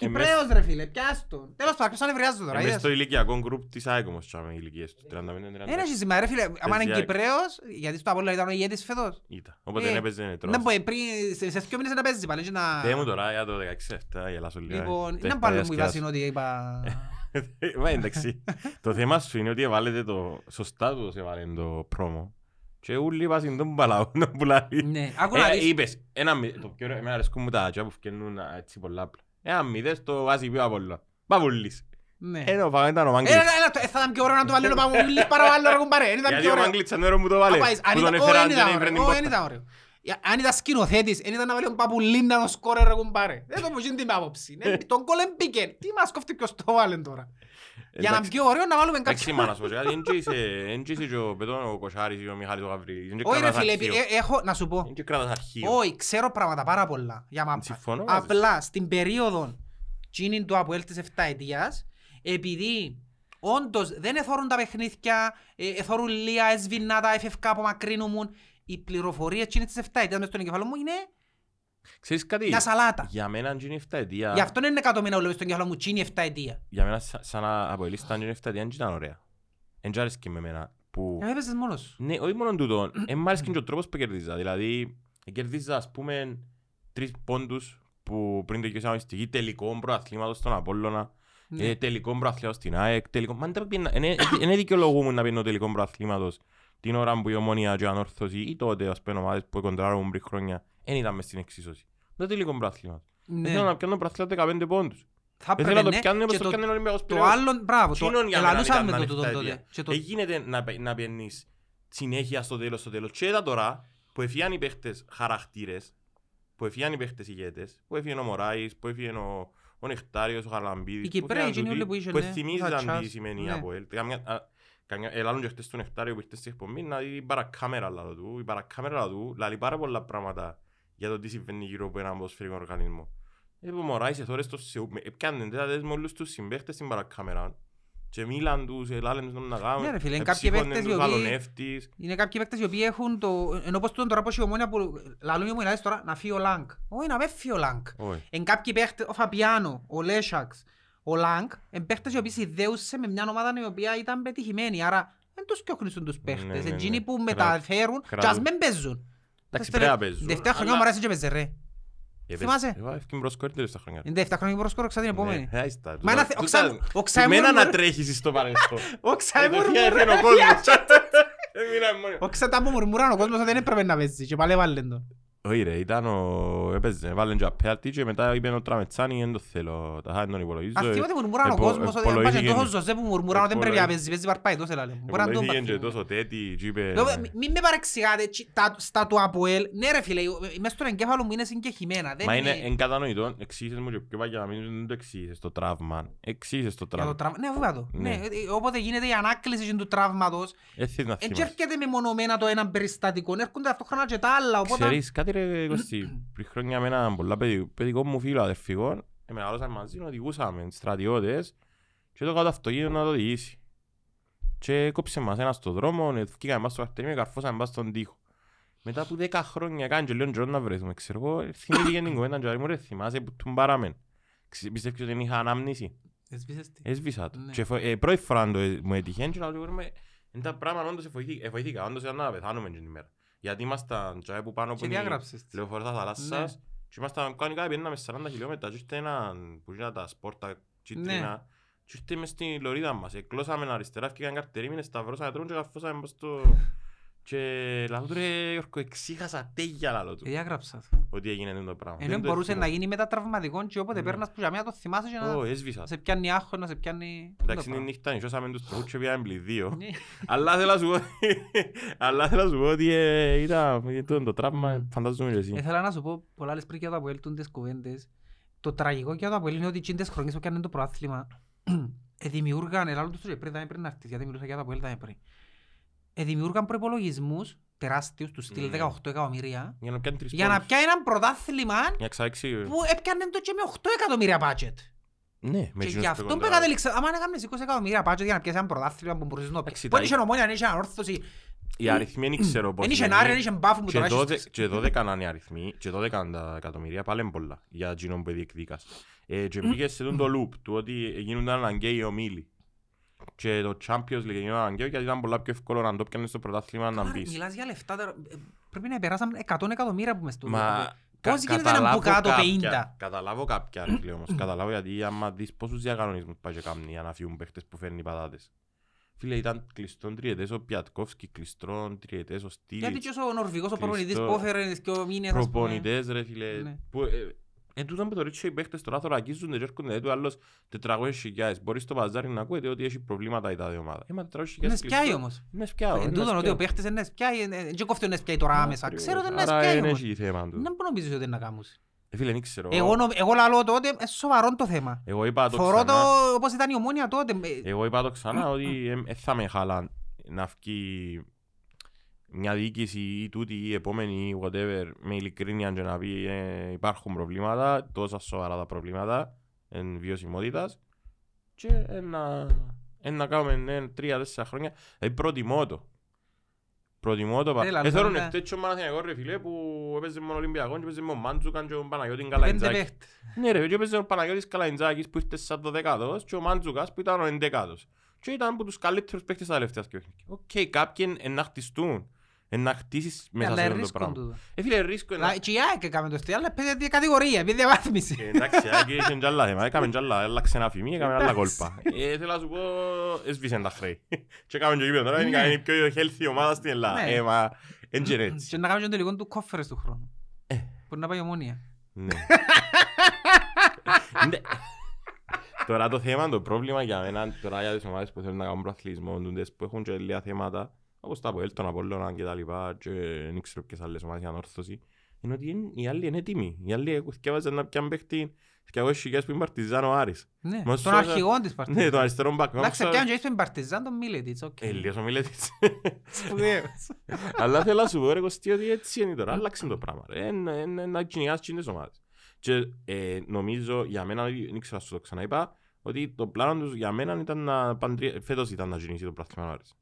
A: Ε, μες-
B: Κυπρέος ρε φίλε, πιάσ' τον. Τέλος πάντων, ποιος ανεβριάζεται τώρα,
A: Εμείς
B: είδες.
A: στο ηλικιακό γκρουπ της ΑΕΚ όμως τσάμε οι ηλικίες τους, 35-30.
B: Ένα έχει σημασία, ρε φίλε, άμα είναι
A: Παιδιάκι.
B: Κυπρέος, γιατί στο Απόλλωνα ήταν ο ηγέτης φέτος.
A: Ήταν. Όποτε
B: Ε,
A: έπαιζε είναι τρόπος.
B: Να μπορεί πριν, σε σε δυο μήνες να παίζει πάλι, και να-
A: Δε μου τώρα για το ε. 16-7 γελάσω λίγο.
B: Λοιπόν,
A: Δεν
B: είναι
A: θα
B: πάλι μου η βάση
A: διασκεδάσω.
B: είναι ότι είπα...
A: Μα εντάξει. Το θέμα σου είναι ότι έβαλετε το σωστά του έβαλε το πρόμο. Και ούλοι βάζουν τον παλαό να πουλάει.
B: Ναι, άκου να
A: Ε,
B: δεις.
A: Είπες, ένα μη- το πιο ωραίο, εμένα αρέσκουν μου τα ατσιά που φκαινούν α, έτσι πολλά απλά. Ε, Ένα μηδές το βάζει πιο απ' όλα. Παβουλής.
B: Ναι.
A: Ένα ο Φαγάν Ε, ήταν ο
B: Έλα,
A: Μάγκλητς.
B: έλα, έλα, το- ε, θα ήταν πιο ωραίο να το βάλει ο Παπαγούλης παρά ο άλλος, ρε κουμπάρε. Δεν ήταν
A: Γιατί
B: πιο
A: ο
B: ωραίο.
A: Μάγκλητς ανέρο μου το βάλε.
B: Α, πάεις, αν
A: Που τον
B: ήταν- ω,
A: έφεραν
B: δεν
A: και
B: ήταν
A: δεν
B: ωραίο.
A: έφεραν
B: Ω,
A: την
B: δεν
A: πόρτα.
B: ήταν ωραίο. Ε, Αν ήταν σκηνοθέτης, δεν ήταν να βάλει τον Παπουλή να τον σκόρε, ρε κουμπάρε. Δεν το μου γίνει την άποψη. Ναι, Τον κόλ εμπήκε. Τι μας κόφτει ποιος το βάλε τώρα. Για να είναι
A: Εντάξει.
B: πιο ωραίο να βάλουμε
A: Εντάξει,
B: κάποιον.
A: μα να σου πω κάτι, εν και είσαι- εν και είσαι και ο Πετών, ο Κοσάρης ή ο Μιχάλης ο Γαβρίλης. Εν και
B: Όχι ρε
A: κράτας
B: φίλε,
A: αρχείο.
B: ε, έχω να σου πω.
A: Εν και κράτας αρχείο.
B: Όχι, ξέρω πράγματα πάρα πολλά για μάπα.
A: Συμφωνώ μαζί σου.
B: Απλά στην περίοδο τσίνιν του Αποέλ της 7 ετίας, επειδή όντως δεν εθώρουν τα παιχνίδια, ε, εθώρουν λία, έσβηνα τα, εφευκά, απομακρύνουν, οι πληροφορίες τσίνιν της 7 ετίας μέσα στον εγκεφαλό μου είναι
A: Ξέρεις κάτι,
B: μια σαλάτα.
A: για μένα αν γίνει εφτά ετία-
B: Γι' αυτό είναι εκατομμύνα που λέω στον εγκεφαλό μου τσίνι 7 ετία.
A: για μένα σα- σαν να αποελίστα αν γίνει εφτά ετία, δεν ήταν ωραία. Εν τζ' άρεσκε με εμένα που-
B: Ε, με έπαιζες μόνος σου.
A: Ναι, όχι μόνο τούτο, εν μ' άρεσκε και ο τρόπος που κερδίζα. Δηλαδή, κερδίζα ας πούμε τρεις πόντους που πριν τελειώσει η αγωνιστική, τελικό προαθλήματος στον Απόλλωνα,
B: Ναι.
A: ε, τελικό προαθλήματος στην ΑΕΚ, τελικό... Μα δεν πήγαινα- εν- εν- εν δικαιολογούμουν να πίνω τελικό προαθλήματος την ώρα που η Ομόνια και η Ανόρθωση ή τότε ας πούμε ομάδες που κοντράρουν πριν χρόνια, δεν ήταν μες στην εξίσωση. Το τελικό προαθλήμα.
B: Ναι.
A: Θέλω να πιάνω προαθλήμα 15 πόντους. Δεν
B: Θα έπρεπε,
A: θέλω να
B: ναι.
A: το πιάνουν
B: Και
A: όπως το
B: το-
A: πιάνουν ο Ολυμπιακός
B: Το άλλο, μπράβο, το
A: Τσίνον για μένα
B: ελαλούσαμε
A: ήταν
B: το
A: ανοιχτά
B: τούτο
A: αιτία.
B: τότε. Και το-
A: Δεν γίνεται να, πα- να πιένεις συνέχεια στο τέλος, στο τέλος. Και είδα τώρα που έφυγαν οι παίχτες χαρακτήρες, που έφυγαν οι παίχτες ηγέτες, που έφυγε ο Μωράης, που έφυγε ο, ο Νεκτάριος, ο Χαραλαμπίδης.
B: Οι Κυπραίοι
A: έφυγαν
B: είναι όλοι
A: τούτοι
B: που είσαν,
A: Που
B: ναι. Ο
A: θυμίζαν τι
B: Χατσάς,
A: σημαίνει
B: ναι.
A: από ελ. Καμιά- α, καμιά- Ελάλουν και χτες του Νεκτάριο που ήρθε στην εκπομπή να δει την παρακάμερα λαλό του. Η παρακάμερα λαλό του λαλεί πάρα πολλά πράγματα για το τι συμβαίνει γύρω από έναν ποδοσφαιρικό οργανισμό. Ε, ο Μωράης εθώρες το Σεού, με- έπιανε τέταρτες με όλους τους συμπαίχτες στην παρακάμερα και μίλαν τους, ελάλεν τους να κάνουν,
B: Ναι, ρε φίλε, είναι κάποιοι
A: εψύχωνεν
B: παίχτες οι
A: τους
B: οποίοι-
A: άλλον εύτης.
B: Είναι κάποιοι παίκτες οι οποίοι έχουν το... Ενώ πως τούτον τώρα πως η ομόνια που... Λαλούν οι ομόνια τώρα να φύγει ο Λάγκ. Όχι, να με φύγει ο Λάγκ.
A: Όχι.
B: Εν κάποιοι παίκτες, ο Φαπιάνο, ο Λέσσαξ, ο Λάγκ, εν παίκτες οι οποίοι συνδέουσαν με μια ομάδα η οποία ήταν πετυχημένη. Άρα δεν τους κιόχνουν τους
A: Ναι, ναι,
B: παίκτες.
A: ναι.
B: Εκείνοι που
A: Κράτ-
B: μεταφέρουν και ας
A: κράτουν.
B: μην παίζουν.
A: Εντάξει,
B: Τα
A: πρέπει να
B: τελευταία-
A: παίζουν,
B: Δευτέρα χρονιά ο
A: αλλά-
B: Μωράς έτσι παίζε ρε.
A: Ε,
B: Θυμάσαι?
A: παίζ- Εγώ έφυγε μπρος κόρη τελευταία χρόνια.
B: Είναι δευτέρα χρονιά μπροσκόρο, ξα την επόμενη.
A: Ναι, άιστα.
B: Μα ένα θε- ο Ξα-
A: Τούτα-
B: ο Ξαεμούρ-
A: Εμένα να Ε, τρέχεις στο παρελθόν.
B: Ο Ξαϊμούρ
A: Παιδιά, έφυγε ο κόσμος. Έμεινα μόνοι.
B: Ο Ξαϊμούρ μουρμουράν ο κόσμος ότι δεν έπρεπε να παίζεις και πάλι έβαλε τον.
A: Όχι ρε, ήταν ο... έπαιζε, βάλε και απέναντι και μετά είπε ο Τραμετσάνη, δεν το θέλω, τα χάρη τον υπολογίζω. ε,
B: Ας θυμάται μουρμουράν ο
A: επο-
B: κόσμος ότι δεν πάει
A: επολογήθηκε-
B: τόσο ζωζέ που μουρμουράν ότι δεν πρέπει να
A: επολογή-
B: παίζει, παίζει βαρπάει, τόσο λαλέ. Μπορεί να το
A: Υπολογήγεν και
B: πάθει.
A: τόσο τέτοι και είπε...
B: Βέβαια, μη- Μην με παρεξηγάτε τσι- τα- στα του Αποέλ. Ναι ρε φίλε, ο- μέσα στον εγκέφαλο μου είναι συγκεχημένα.
A: Μα
B: Δεν
A: είναι
B: είναι...
A: εγκατανοητό, εξήγησες μου και πιο πάει για να μην δεν το εξήγησες το τραύμα. Εξήγησες το
B: Για
A: τραύμα.
B: το τραύμα. Ναι, βέβαια το.
A: Ναι.
B: Ναι, ε, όποτε γίνεται η ανάκληση και του τραύματος,
A: Δεν θες να
B: δεν
A: θυμάσαι.
B: έρχεται μεμονωμένα το ένα περιστατικό, έρχονται αυτόχρονα και τα άλλα. Οπότε...
A: Ξέρεις κάτι ρε Κωστή, πριν χρόνια με έναν πολλά παιδι- παιδικό μου φίλο αδερφικό, ε, μεγαλώσαμε μαζί, οδηγούσαμε στρατιώτες και το κάτω αυτοκίνητο να το οδηγήσει. Και κόψε μας ένας στον δρόμο, ε, βγήκαμε μας στο καρτεμίο, καρφώσαμε μας στον τοίχο. Μετά από δέκα χρόνια κάνει και λέω να βρεθούμε, ε, ξέρω εγώ, θυμήθηκε την κουβέντα και λέει μου ρε θυμάσαι που τον παράμεν. Ξε- Πιστεύεις ότι δεν είχα ανάμνηση.
B: Έσβησες τη.
A: Έσβησα το.
B: Ναι.
A: Και φο- ε, πρώτη φορά το, ε, μου έτυχε και λέω «Είμαι- είναι τα πράγματα όντως εφοηθεί- εφοηθήκα, όντως ήταν να πεθάνουμε την ημέρα. Γιατί ήμασταν τσάι που πάνω που
B: Και
A: είναι η
B: διάγραψες τη.
A: λεωφορεία θαλάσσας
B: Ναι.
A: και ήμασταν κανονικά πήγαιναμε 40 χιλιόμετρα και ήρθε ένα που ήταν τα σπόρτα
B: Ναι.
A: κίτρινα και ήρθε μες στην λωρίδα μας. Εκλώσαμε αριστερά, έφυγαν καρτερί, μείνε σταυρώσαμε τρώνε και καφώσαμε προς το... Και λαλό του ρε Γιώργο, εξήχασα τέγια λαλό του
B: Ε, διάγραψα το.
A: ότι έγινε το πράγμα.
B: Ενώ
A: Δεν το
B: μπορούσε
A: εθιμώ.
B: να γίνει μετατραυματικό και όποτε
A: Ναι.
B: παίρνας που για μένα το θυμάσαι και να
A: Ω, έσβησα.
B: σε πιάνει άγχος, να σε πιάνει...
A: Εντάξει, είναι η νύχτα, νησώσαμε τους τροχούς και πήγαμε πληθείο. Αλλά θέλω να σου πω, αλλά θέλω να σου πω ότι ε, ήταν ήταν το τραύμα, φαντάζομαι και εσύ.
B: Ήθελα Ε, να σου πω πολλά λες πριν για το Αποέλ, τούντες κουβέντες. Το τραγικό για το Αποέλ είναι ότι τσίντες χρονιές που έκανε το προάθλημα ε, δημιούργαν, ελάλλον τους πριν, δάμε πριν να έρθεις, γιατί μιλούσα για το Αποέλ, δάμε πριν. Ε, Δημιούργαν προϋπολογισμούς τεράστιους, του στυλ
A: Ναι.
B: 18 εκατομμύρια,
A: Για να πιάνει τρεις
B: για να
A: πόντους.
B: πιάει ένα πρωτάθλημα
A: Για ξάξι, ε,
B: που έπιανε το και με 8 εκατομμύρια μπάτζετ.
A: Ναι, με
B: Και
A: εκείνους
B: γι' αυτό
A: που
B: που
A: κοντά.
B: κατέληξα, άμα να κάνεις 20 εκατομμύρια μπάτζετ για να πιάσεις ένα πρωτάθλημα που μπορείς να
A: Εντάξει, τα
B: πιάσεις. Πότε είχε ομόνια, αν είχε ανόρθωση,
A: Οι αριθμοί δεν ξέρω πώς
B: δεν είχε
A: είναι.
B: άρια, δεν είχε μπάφου που
A: Και
B: τον έχεις
A: δώδε-
B: στις-
A: Και εδώ δεν κάνανε αριθμοί, και εδώ δεν κάνανε τα εκατομμυρία, πάλι είναι πολλά για εκείνον που διεκδίκας. Ε, Και πήγες σε τον το loop του ότι γίνονταν αναγκαίοι ομίλοι. Και το Champions League γίνονταν αναγκαίο γιατί ήταν πολλά πιο εύκολο να το πιάνεις στο πρωτάθλημα να
B: Άρα,
A: μπεις.
B: Μιλάς για λεφτά, τώρα. Ε, πρέπει να περάσαμε 100 εκατομμύρια που μες στο Ε,
A: Μα
B: Πώς
A: κα-
B: γίνεται να
A: καταλάβω
B: μπουν κάτω
A: κάποια-
B: 50?
A: Καταλάβω κάποια ρε φίλε όμως. Καταλάβω γιατί άμα δεις πόσους διακανονισμούς πάει και κάνει για να φύγουν παίχτες που φέρνει οι πατάτες. Φίλε ήταν κλειστόν τριετές ο Πιατκόφσκι, κλειστόν τριετές ο
B: Γιατί
A: Στήλιτς.
B: και ο Νορβηγός
A: Χριστό.
B: ο προπονητής που έφερες τις δυο μήνες, ας πούμε.
A: Προπονητές ρε φίλε.
B: Ναι.
A: που, ε, Εν τούτο που το ρίξε οι παίχτες τώρα θωρακίζονται και έρχονται έτου άλλος 400.000. Μπορείς στο παζάρι να ακούετε ότι έχει προβλήματα η τάδε ομάδα. Είμα 400.000
B: Είναι
A: κλειστό.
B: σπιάει Ναι,
A: Ναι,
B: όμως.
A: Είναι σπιάω,
B: Εν
A: είναι
B: τούτον ότι
A: σπιάω.
B: ο παίχτης είναι σπιάει, ε, ε, και κόφτει ο να σπιάει τώρα άμεσα.
A: Ακριβώς.
B: Ξέρω ότι είναι
A: Άρα
B: σπιάει
A: είναι
B: όμως.
A: εκεί θέμα του.
B: Δεν μπορώ να πεις ότι είναι να κάνεις.
A: Ε, Φίλε, δεν ξέρω.
B: Εγώ νο- Εγώ λαλώ το ότι είναι σοβαρό το θέμα.
A: Εγώ είπα το
B: Θωρώ το
A: ξανά.
B: όπως ήταν η ομόνια τότε. ε,
A: Εγώ είπα το ξανά ότι δεν θα με χαλά να βγει μια διοίκηση ή τούτη ή η επόμενη ή whatever με ειλικρίνεια και να πει ε, υπάρχουν προβλήματα, τόσα σοβαρά τα προβλήματα εν βιωσιμότητας και ε, να, ε, να κάνουμε ε, τρία-τέσσερα χρόνια. Δηλαδή προτιμώ το. Προτιμώ το.
B: Έλα,
A: Ε, θέλω
B: ναι.
A: να χτέτσω ο Παναθηναϊκός ρε φίλε που έπαιζε μόνο Ολυμπιακό και έπαιζε μόνο Μάντζουκαν και ο Παναγιώτην
B: Πέντε
A: Καλαϊντζάκης.
B: παίχτες.
A: Ναι ρε, και έπαιζε ο Παναγιώτης Καλαϊντζάκης που ήρθε σαν δωδεκάδος και ο Μάντζουκας που ήταν ο εντεκάδος. Και ήταν από τους καλύτερους παίχτες τα τελευταία και όχι. Οκ, κάποιοι εν- εν να χτιστούν, εν να χτίσεις μέσα
B: Αλλά
A: σε
B: είναι
A: αυτό το
B: ρίσκο
A: πράγμα.
B: τούτο.
A: Ε, φίλε, ρίσκο είναι.
B: Λα- και η ΑΕΚ έκαμε το στυλ, αλλά παίζει κατηγορία, επειδή διαβάθμισε.
A: Ε, Εντάξει, άκη, είχε κι άλλα θέματα, έκαμε κι άλλα, άλλαξε ένα φημί, έκαμε άλλα
B: Εντάξει.
A: κόλπα. Ε, Θέλω να σου πω, έσβησαν τα χρέη. Και έκαμε και γήπεδο, τώρα είναι η πιο healthy ομάδα στην Ελλάδα.
B: Ναι.
A: Ε, μα, εν και είναι έτσι. Ε.
B: Και να κάνουμε και το τελικό του κόφερες του χρόνου. Μπορεί να πάει η ομόνια.
A: Ναι. Ναι. Τώρα το θέμα, το πρόβλημα για μένα, τώρα για τις ομάδες που θέλουν να κάνουν προαθλισμό, τούντες που έχουν και λίγα θέματα, όπως τα Αποέλ, τον Απόλλωνα και τα λοιπά, και δεν ξέρω ποιες άλλες ομάδες για ανόρθωση, είναι ότι είναι- οι άλλοι είναι έτοιμοι. Οι άλλοι έχουν θυκεύαζαν να πιάνουν παίχτη 200.000 που είναι Παρτιζάν ο Άρης.
B: Ναι,
A: Μας
B: τον
A: σώζα-
B: αρχηγόν της Παρτίζαν.
A: Ναι, τον αριστερό μπακ.
B: Εντάξει,
A: Όξα-
B: πιάνε και είσαι Παρτίζαν, τον Μίλετιτς, οκ.
A: Ε, λίγος ο Μιλέτης.
B: Σπουδαίος.
A: Αλλά θέλω να σου πω ρε Κωστή ότι έτσι είναι τώρα. Άλλαξε το πράγμα. ρε. Ε, να- ε, να- Να κυνηγάς κοινές ομάδες. Και ε, νομίζω για μένα, δεν ξέρω αν σου το ξαναείπα, ότι το πλάνο τους για μένα ήταν να πάνε τρία- φέτος ήταν να κυνηγήσει το πράγμα Άρης.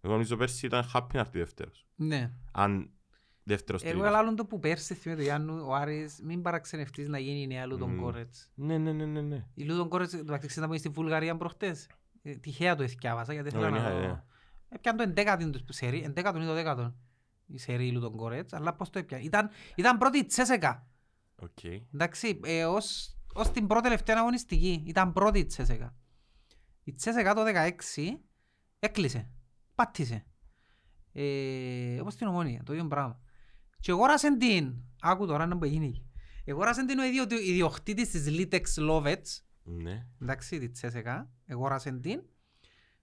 A: Εγώ νομίζω πέρσι ήταν happy να έρθει δεύτερος.
B: Ναι.
A: Αν δεύτερος
B: Εγώ
A: τρίτος.
B: λάλλον το που πέρσι θυμίζω του Γιάννου, ο Άρης, μην παραξενευτείς να γίνει η νέα Λούτον
A: Μμμ.
B: Κόρετς.
A: Ναι, ναι, ναι, ναι, ναι.
B: Η Λούτον Κόρετς, το μεταξύ, ξέρεις να πω, στη Βουλγαρία προχτές. Ε, Τυχαία το εθιάβασα, γιατί
A: Ναι,
B: θέλω να
A: ναι, ναι.
B: δω. Έπιαν το εντέκατον τους σερί, εντέκατον ή το δέκατον. Η σερί η Λούτον Κόρετς, αλλά πώς το έπιαν. Ήταν, ήταν πρώτη η Τσέσεκα.
A: Οκ.
B: Εντάξει, ε, ως, ως την πρώτη τελευταία αγωνιστική ήταν πρώτη η Τσέσεκα. Η Τσέσεκα το 16 έκλεισε, πάτησε. Ε, όπως την ομόνια, το ίδιο πράγμα. Και αγόρασαν την, άκου τώρα να μου γίνει. Αγόρασαν την ο ίδιο ο ιδιοκτήτης της Litex Lovets,
A: Ναι.
B: εντάξει, τη Τσέσεκα, αγόρασαν την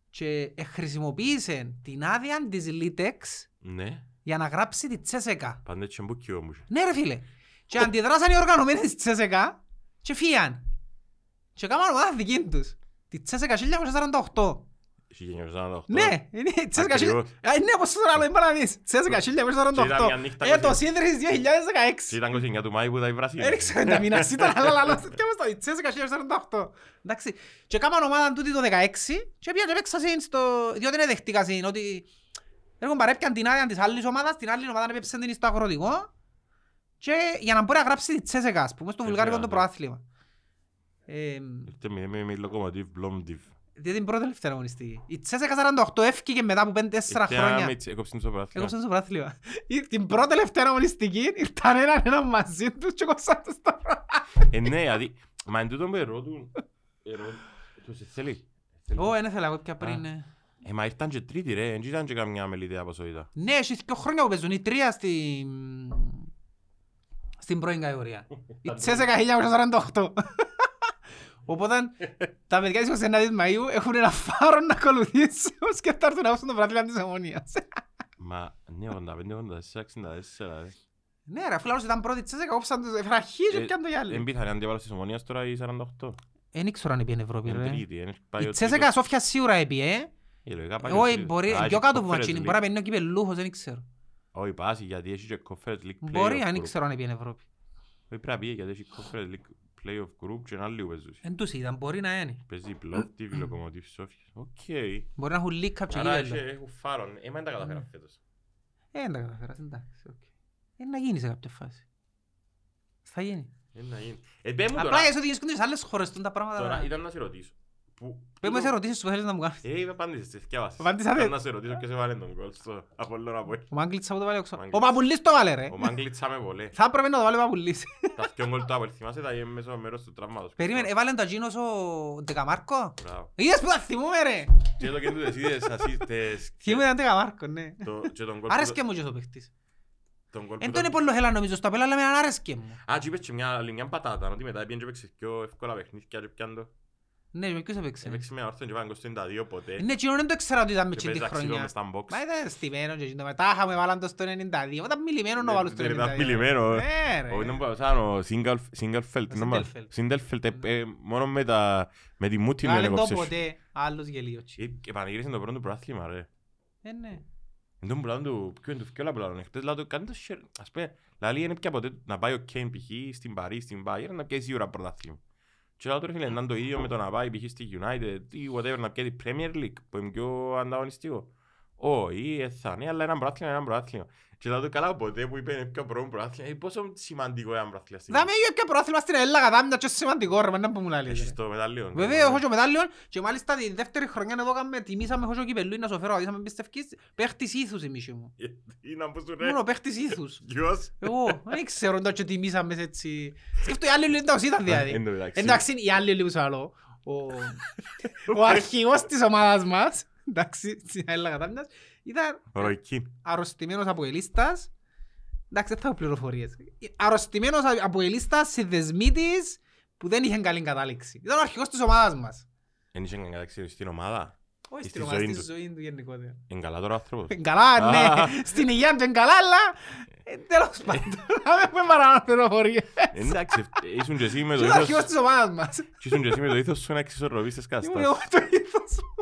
B: και χρησιμοποίησε την άδεια της Litex
A: Ναι.
B: για να γράψει τη Τσέσεκα.
A: Πάντα έτσι εμπούκιο όμως.
B: Ναι ρε φίλε.
A: Ε.
B: Και αντιδράσαν οι οργανωμένοι της Τσέσεκα και φύγαν. Και κάμαν ομάδα δική τους. Τη Τσέσεκα 1948.
A: 1948.
B: Ναι, είναι η Τσέσεκα 1948.
A: Ακριβώς.
B: Ναι, όπως το άλλο, είπα να δεις. Τσέσεκα
A: Και ήταν μια
B: 1948.
A: νύχτα
B: Έτος
A: κοσι-
B: ίδρυσης
A: Και
B: 2016.
A: ήταν 29 του Μάη που ήταν η Βραζιλία.
B: Δεν ξέρω τα μήνας ήταν, αλλά λαλώς. Και όμως το η Τσέσεκα 1948. Εντάξει. Και κάμαν ομάδα τούτη το 16 και πήγαν και παίξαν στο... Διότι δεν δεχτήκα συν ότι... Έργο παρέπιαν την άδεια της άλλης ομάδας, την άλλη ομάδα έπαιξαν την στο αγροτικό και για να μπορεί να γράψει τη Τσέσεκα, ας πούμε, στο
A: Ε,
B: βουλγάρικο
A: βέβαια,
B: το
A: ναι.
B: προάθλημα. Ε,
A: Ήρθε με- με- με Lokomotiv Plovdiv.
B: διότι την πρώτη τελευταία αγωνιστική. Η Τσέσεκα 48 έφυγε μετά από 5-4
A: Ήρθε ένα
B: χρόνια.
A: μίτς, έκοψε το πρωτάθλημα.
B: Έκοψαν στο πρωτάθλημα. Ή- Την πρώτη τελευταία αγωνιστική ήρθαν έναν έναν μαζί τους και κόψαν τους τα πράγματα.
A: Ε, ναι, δηλαδή, μα εν τούτο που ερώτουν, ερώ- τους θέλει. θέλει.
B: Ω, δεν ήθελα εγώ πια πριν.
A: Α.
B: ε.
A: Ε, μα ήρθαν και τρίτη ρε, δεν ήταν και καμιά μελιτέα ποσότητα.
B: Ναι, έχει δύο χρόνια που παίζουν. Η τρία στη... στην πρώην κατηγορία. Η Τσέσεκα 1948. Οπότε τα παιδιά της 29 Μαΐου έχουν ένα φάρο να ακολουθήσουν και θα έρθουν να δώσουν το βράδυ της Ομόνιας.
A: Μα ναι, 85, 84, 64. ρε.
B: Ναι ρε, αφού λάρος ήταν πρώτη Τσέσεκα, κόψαν τους εφραχή και
A: Ε,
B: πιάνε το
A: Εν
B: γυάλι.
A: πιθανή αντίπαλος της Ομονίας τώρα η 48.
B: Δεν ήξερα αν πήγαινε Ευρώπη
A: Είναι
B: ρε.
A: τρίτη, είναι Ε, πάει
B: Η
A: ο
B: Τσέσεκα
A: τρίτος.
B: Σόφια σίγουρα πήγε.
A: Ε, λογικά πάει ο
B: Όχι,
A: τρίτος.
B: μπορεί, ε,
A: Α,
B: πιο
A: έχει
B: κάτω που
A: Conference
B: ματσίνει,
A: League.
B: μπορεί να παίρνει ο κυπελούχος, δεν ξέρω.
A: Όχι, πάση, γιατί έχει και Conference League
B: Μπορεί,
A: Playoff
B: αν
A: Group.
B: ήξερα αν πήγαινε Ευρώπη.
A: Όχι, πρέπει να πήγε, γιατί έχει Conference League Playoff Group και ένα λίγο παίζουν.
B: Εν τους είδα, μπορεί να είναι.
A: Παίζει η Plovdiv, η Lokomotiv Sofia. Οκ.
B: Μπορεί να έχουν leak cup και
A: Άρα
B: γύρω.
A: έχει- έχουν φάρον. Ε, μα δεν τα
B: Ναι.
A: καταφέραν φέτος.
B: Ε, δεν τα καταφέρας, εντάξει, οκ. Ε, να γίνει σε κάποια φάση. Θα γίνει.
A: Ε, να γίνει. Ε, πέ μου τώρα.
B: Απλά γιατί γίνεις κοντινές άλλες χώρες, τούν τα
A: Τώρα
B: πράγματα.
A: ήταν να σε ρωτήσω. Που...
B: Πες μου
A: τούτο-
B: σε ερωτήσεις που θέλεις να μου κάνεις.
A: Ε, είπα απάντησες, τις θκιάβασες.
B: Απάντησα, δε.
A: Ήταν να σε ρωτήσω και σε βάλε τον κόλ στο Απόλλωνα από
B: Ο Μάγκλητς από το βάλε
A: Ο
B: όξο. Ο
A: Μάγκλητς.
B: Παπουλής το βάλε ρε.
A: Ο Μάγκλητς άμε πολύ.
B: Θα έπρεπε να το βάλε ο Παπουλής.
A: Τα δυο γκολ του Απόλλ, θυμάσαι τα γέμι μέσω μέρος του τραύματος.
B: Περίμενε, έβαλε το Αγίνος ο Ντεκαμάρκο.
A: Μπράβο.
B: Είδες που τα θυμούμαι ρε.
A: Και το κέντρο της ίδιας ασίστες.
B: Θυμούμαι τον Ντεκαμάρκο, ναι.
A: Το- και τον γκολ που-
B: Άρεσκε μου και ο παίχτης.
A: τον γκολ που
B: Εν
A: τον-
B: τον πολύ χέλα νομίζω στο πέλα, αλλά με έναν άρεσκε μου.
A: Α, και είπες και μια άλλη μια πατάτα, ότι μετά πήγαινε και παίξε πιο εύκολα παιχνίδια και πιάνε το.
B: Ναι, με ποιος έπαιξε.
A: Έπαιξε με ένα όρθιο και πάνε 22 ποτέ.
B: Ναι, εκείνο δεν το ήξερα ότι ήταν με
A: Και
B: εκείνη τη
A: παίζει αξιλό
B: χρονιά.
A: μες στα box.
B: Μα ήταν στημένο και εκείνο. Μετά είχαμε βάλαν το στο 92. Όταν μιλημένο να
A: Ναι,
B: βάλω στο 92.
A: δεν ήταν μιλημένο, ε.
B: Ναι,
A: Ο
B: ρε.
A: ήταν παρουσιάζαν ο Σίγκαλφ- Σίγκαλφελτ,
B: Ο
A: νόμα-
B: Σίντελφελτ.
A: Σίντελφελτ, ε, ε, μόνο με τα- με τη μούτη
B: Βάλε
A: είναι
B: το
A: έκοψες.
B: ποτέ. Άλλος γελίος.
A: Ε, Και πανηγύρισε το πρώτο πρωτάθλημα ρε.
B: Ε, ναι.
A: Εν τω πουλάν του, ποιο είναι το πιο λαμπλάνο, χτες λάδω κάνει το share, ας πούμε, λαλή είναι πια ποτέ να πάει ο Κέιν π.χ. στην Παρί, στην Bayern να πιέσει σίγουρα πρωτάθλημα. Και λάδω ρε φίλε, να είναι το ίδιο με το να πάει π.χ. στη United ή whatever να πιέσει Premier League που είναι πιο ανταγωνιστικό. Όχι, ε, θα είναι, αλλά ένα πρωτάθλημα είναι ένα πρωτάθλημα. Και λάδω καλά ποτέ που είπε είναι πιο πρώτο πρωτάθλημα, ε, πόσο σημαντικό είναι ένα πρωτάθλημα. στην
B: Δάμε για ποια πρόθυμα στην Ελλάδα κατάμυνα και σημαντικό ρε, μάνα που μου λάλλει.
A: Ελλάδα. Έχεις το ναι. μετάλλιο.
B: Βέβαια, έχω και μετάλλιον και μάλιστα τη δεύτερη χρονιά εδώ κάνουμε, τιμήσαμε έχω και κυπελούι να σου φέρω, αδίσαμε πιστευκής, παίχτης ήθους η μίση μου.
A: Ή να πω σου ρε,
B: Μόνο παίχτης ήθους.
A: γιος.
B: Εγώ, δεν ξέρω εντός και τιμήσαμε σε έτσι. Σκέφτω οι άλλοι όλοι εντός ήταν δηλαδή.
A: Εν τω μεταξύ.
B: Εντάξει, οι άλλοι λίγο σου άλλο. Ο, ο αρχηγός της ομάδας μας, εντάξει, της Αέλα Κατάμινας, ήταν
A: Ο Ροϊκίν.
B: αρρωστημένος από ελίστας. Εντάξει, δεν θα έχω πληροφορίες. Αρρωστημένος από ελίστας σε δεσμοί της που δεν είχε καλή κατάληξη. Ήταν ο αρχηγός της ομάδας μας.
A: Εν είχε κανένα ταξίδι στην ομάδα.
B: Όχι
A: Στη
B: στην ομάδα,
A: ζωή
B: στη
A: του.
B: ζωή του γενικότερα.
A: Είναι καλά τώρα ο άνθρωπος.
B: Καλά,
A: Α.
B: ναι. Στην υγεία του είναι καλά, αλλά ε, τέλος πάντων, να μην πούμε παραπάνω πληροφορίες.
A: Εντάξει, ευ- ήσουν και εσύ με Ε, το
B: Και ο αρχηγός
A: ήθος
B: της ομάδας μας.
A: και ήσουν και εσύ με το ήθος σου να εξισορροπείς τις
B: Ήμουν εγώ
A: καταστάσεις.
B: το ήθος μου.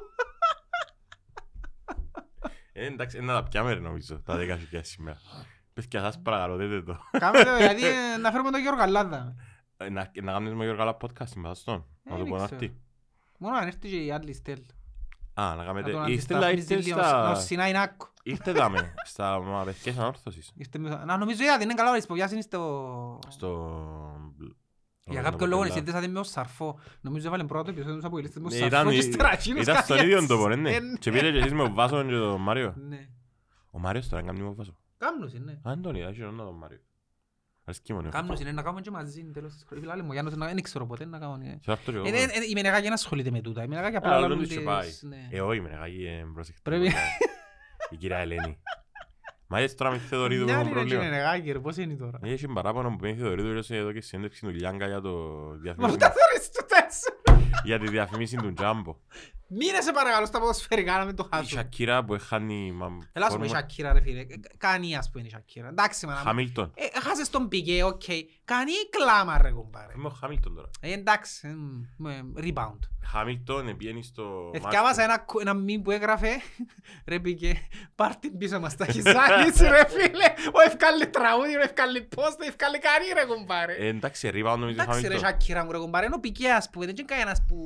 A: Ε, Εντάξει, να τα πιάμε ρε νομίζω, τα δέκα σου πια σήμερα. Πες και σας παρακαλώ, δέτε το.
B: Κάμε δηλαδή ε, να φέρουμε τον Γιώργο Αλλάδα.
A: Ε, Να να κάνεις με Γιώργο καλά podcast συμπαθάς τον. Να
B: Ε,
A: το πω να
B: δεν
A: έρθει.
B: Μόνο αν έρθει και η άλλη στέλ.
A: Α, να
B: Να τον
A: κάνετε. Ήρθε λα-
B: αντισταθμίζει
A: ήρθε
B: λίγο. Ο
A: στα...
B: Σινάι Νάκο.
A: Ήρθε δάμε, στα μαπαιδικές ανόρθωσης.
B: Ήρθε μέσα- Να νομίζω είδα, δεν είναι καλά ο Αρισποδιάς είναι στο...
A: Στο...
B: Για κάποιο λόγο συνδέσατε με ως σαρφό. Νομίζω έβαλε πρώτο επεισόδιο τους αποελίστες με ως
A: Ναι,
B: σαρφό
A: Ήταν
B: και ύστερα εκείνος
A: ήταν στον
B: κάτι
A: ίδιο
B: έτσι.
A: τόπο, ρε, ναι.
B: Ε, ναι.
A: Και πήρε και εσείς με τον Βάσο και τον Μάριο.
B: Ναι.
A: Ο Μάριος τώρα κάνει με τον Βάσο.
B: Κάμνος είναι.
A: Α, δεν τον είδα, χειρονά τον Μάριο. Αρέσκει μόνο.
B: Κάμνος είναι να κάνουμε και μαζί είναι τέλος της χρόνου. Φίλε, άλλοι μου, ο Γιάννος να- δεν ξέρω ποτέ να κάνω, ναι.
A: Σε αυτό και εγώ. Ε,
B: Ε, δεν- ε, Η Μενεγάκη δεν ασχολείται με τούτα. Η Μενεγάκη απλά
A: Α,
B: λαλούν
A: όλο τους
B: τις-
A: πάει.
B: ναι.
A: Ε, όχι, με ρεγάγει, ε, προσεκτή.
B: Πρέπει-
A: Η κυρία Ελένη. Μα έτσι τώρα με τη Θεοδωρίδου
B: Μια
A: έχω
B: άλλη είναι και η
A: πρόβλημα. Ναι,
B: Μενεγάκη, ρε, πώς είναι τώρα.
A: Έχει παράπονο που παίρνει η Θεοδωρίδου λέει, εδώ και συνέντευξη του Λιάγκα για, το
B: Μα
A: διαφήμιση-
B: τα θεωρείς τούτα έτσι.
A: για τη διαφημίση του Τζάμπο.
B: Μείνε σε παρακαλώ στα ποδοσφαιρικά να μην το
A: Η
B: χάσουμε.
A: Σακύρα που χάνει μα,
B: Ελάς πούμε η
A: φόρμα-
B: Σακύρα ρε φίλε. Ε, Κανεί ας πούμε η Σακύρα. Εντάξει μάνα. μου.
A: Χάμιλτον.
B: Ε, Χάσες τον πηγέ, οκ. Κανεί κλάμα ρε κουμπάρε.
A: Είμαι ο Χάμιλτον τώρα.
B: Ε, Εντάξει, εμ, ε, rebound.
A: Χάμιλτον πήγαινε στο μάτς
B: Εθιάβασα ένα, κο- ένα μήνυμα που έγραφε, ρε πήγε, πάρ' την πίσω μας, τα έχεις άνοιξει, ρε φίλε, ο ευκάλλει τραγούδι, ο ευκάλλει πόστο, ο ευκάλλει κανεί ρε
A: του.
B: κουμπάρε.
A: Ε, Εντάξει, rebound νομίζω
B: Εντάξει ρε
A: Χάμιλτον.
B: Σακύρα μου ρε κουμπάρε, ενώ πικέ ας πούμε, δεν είναι κανένας που...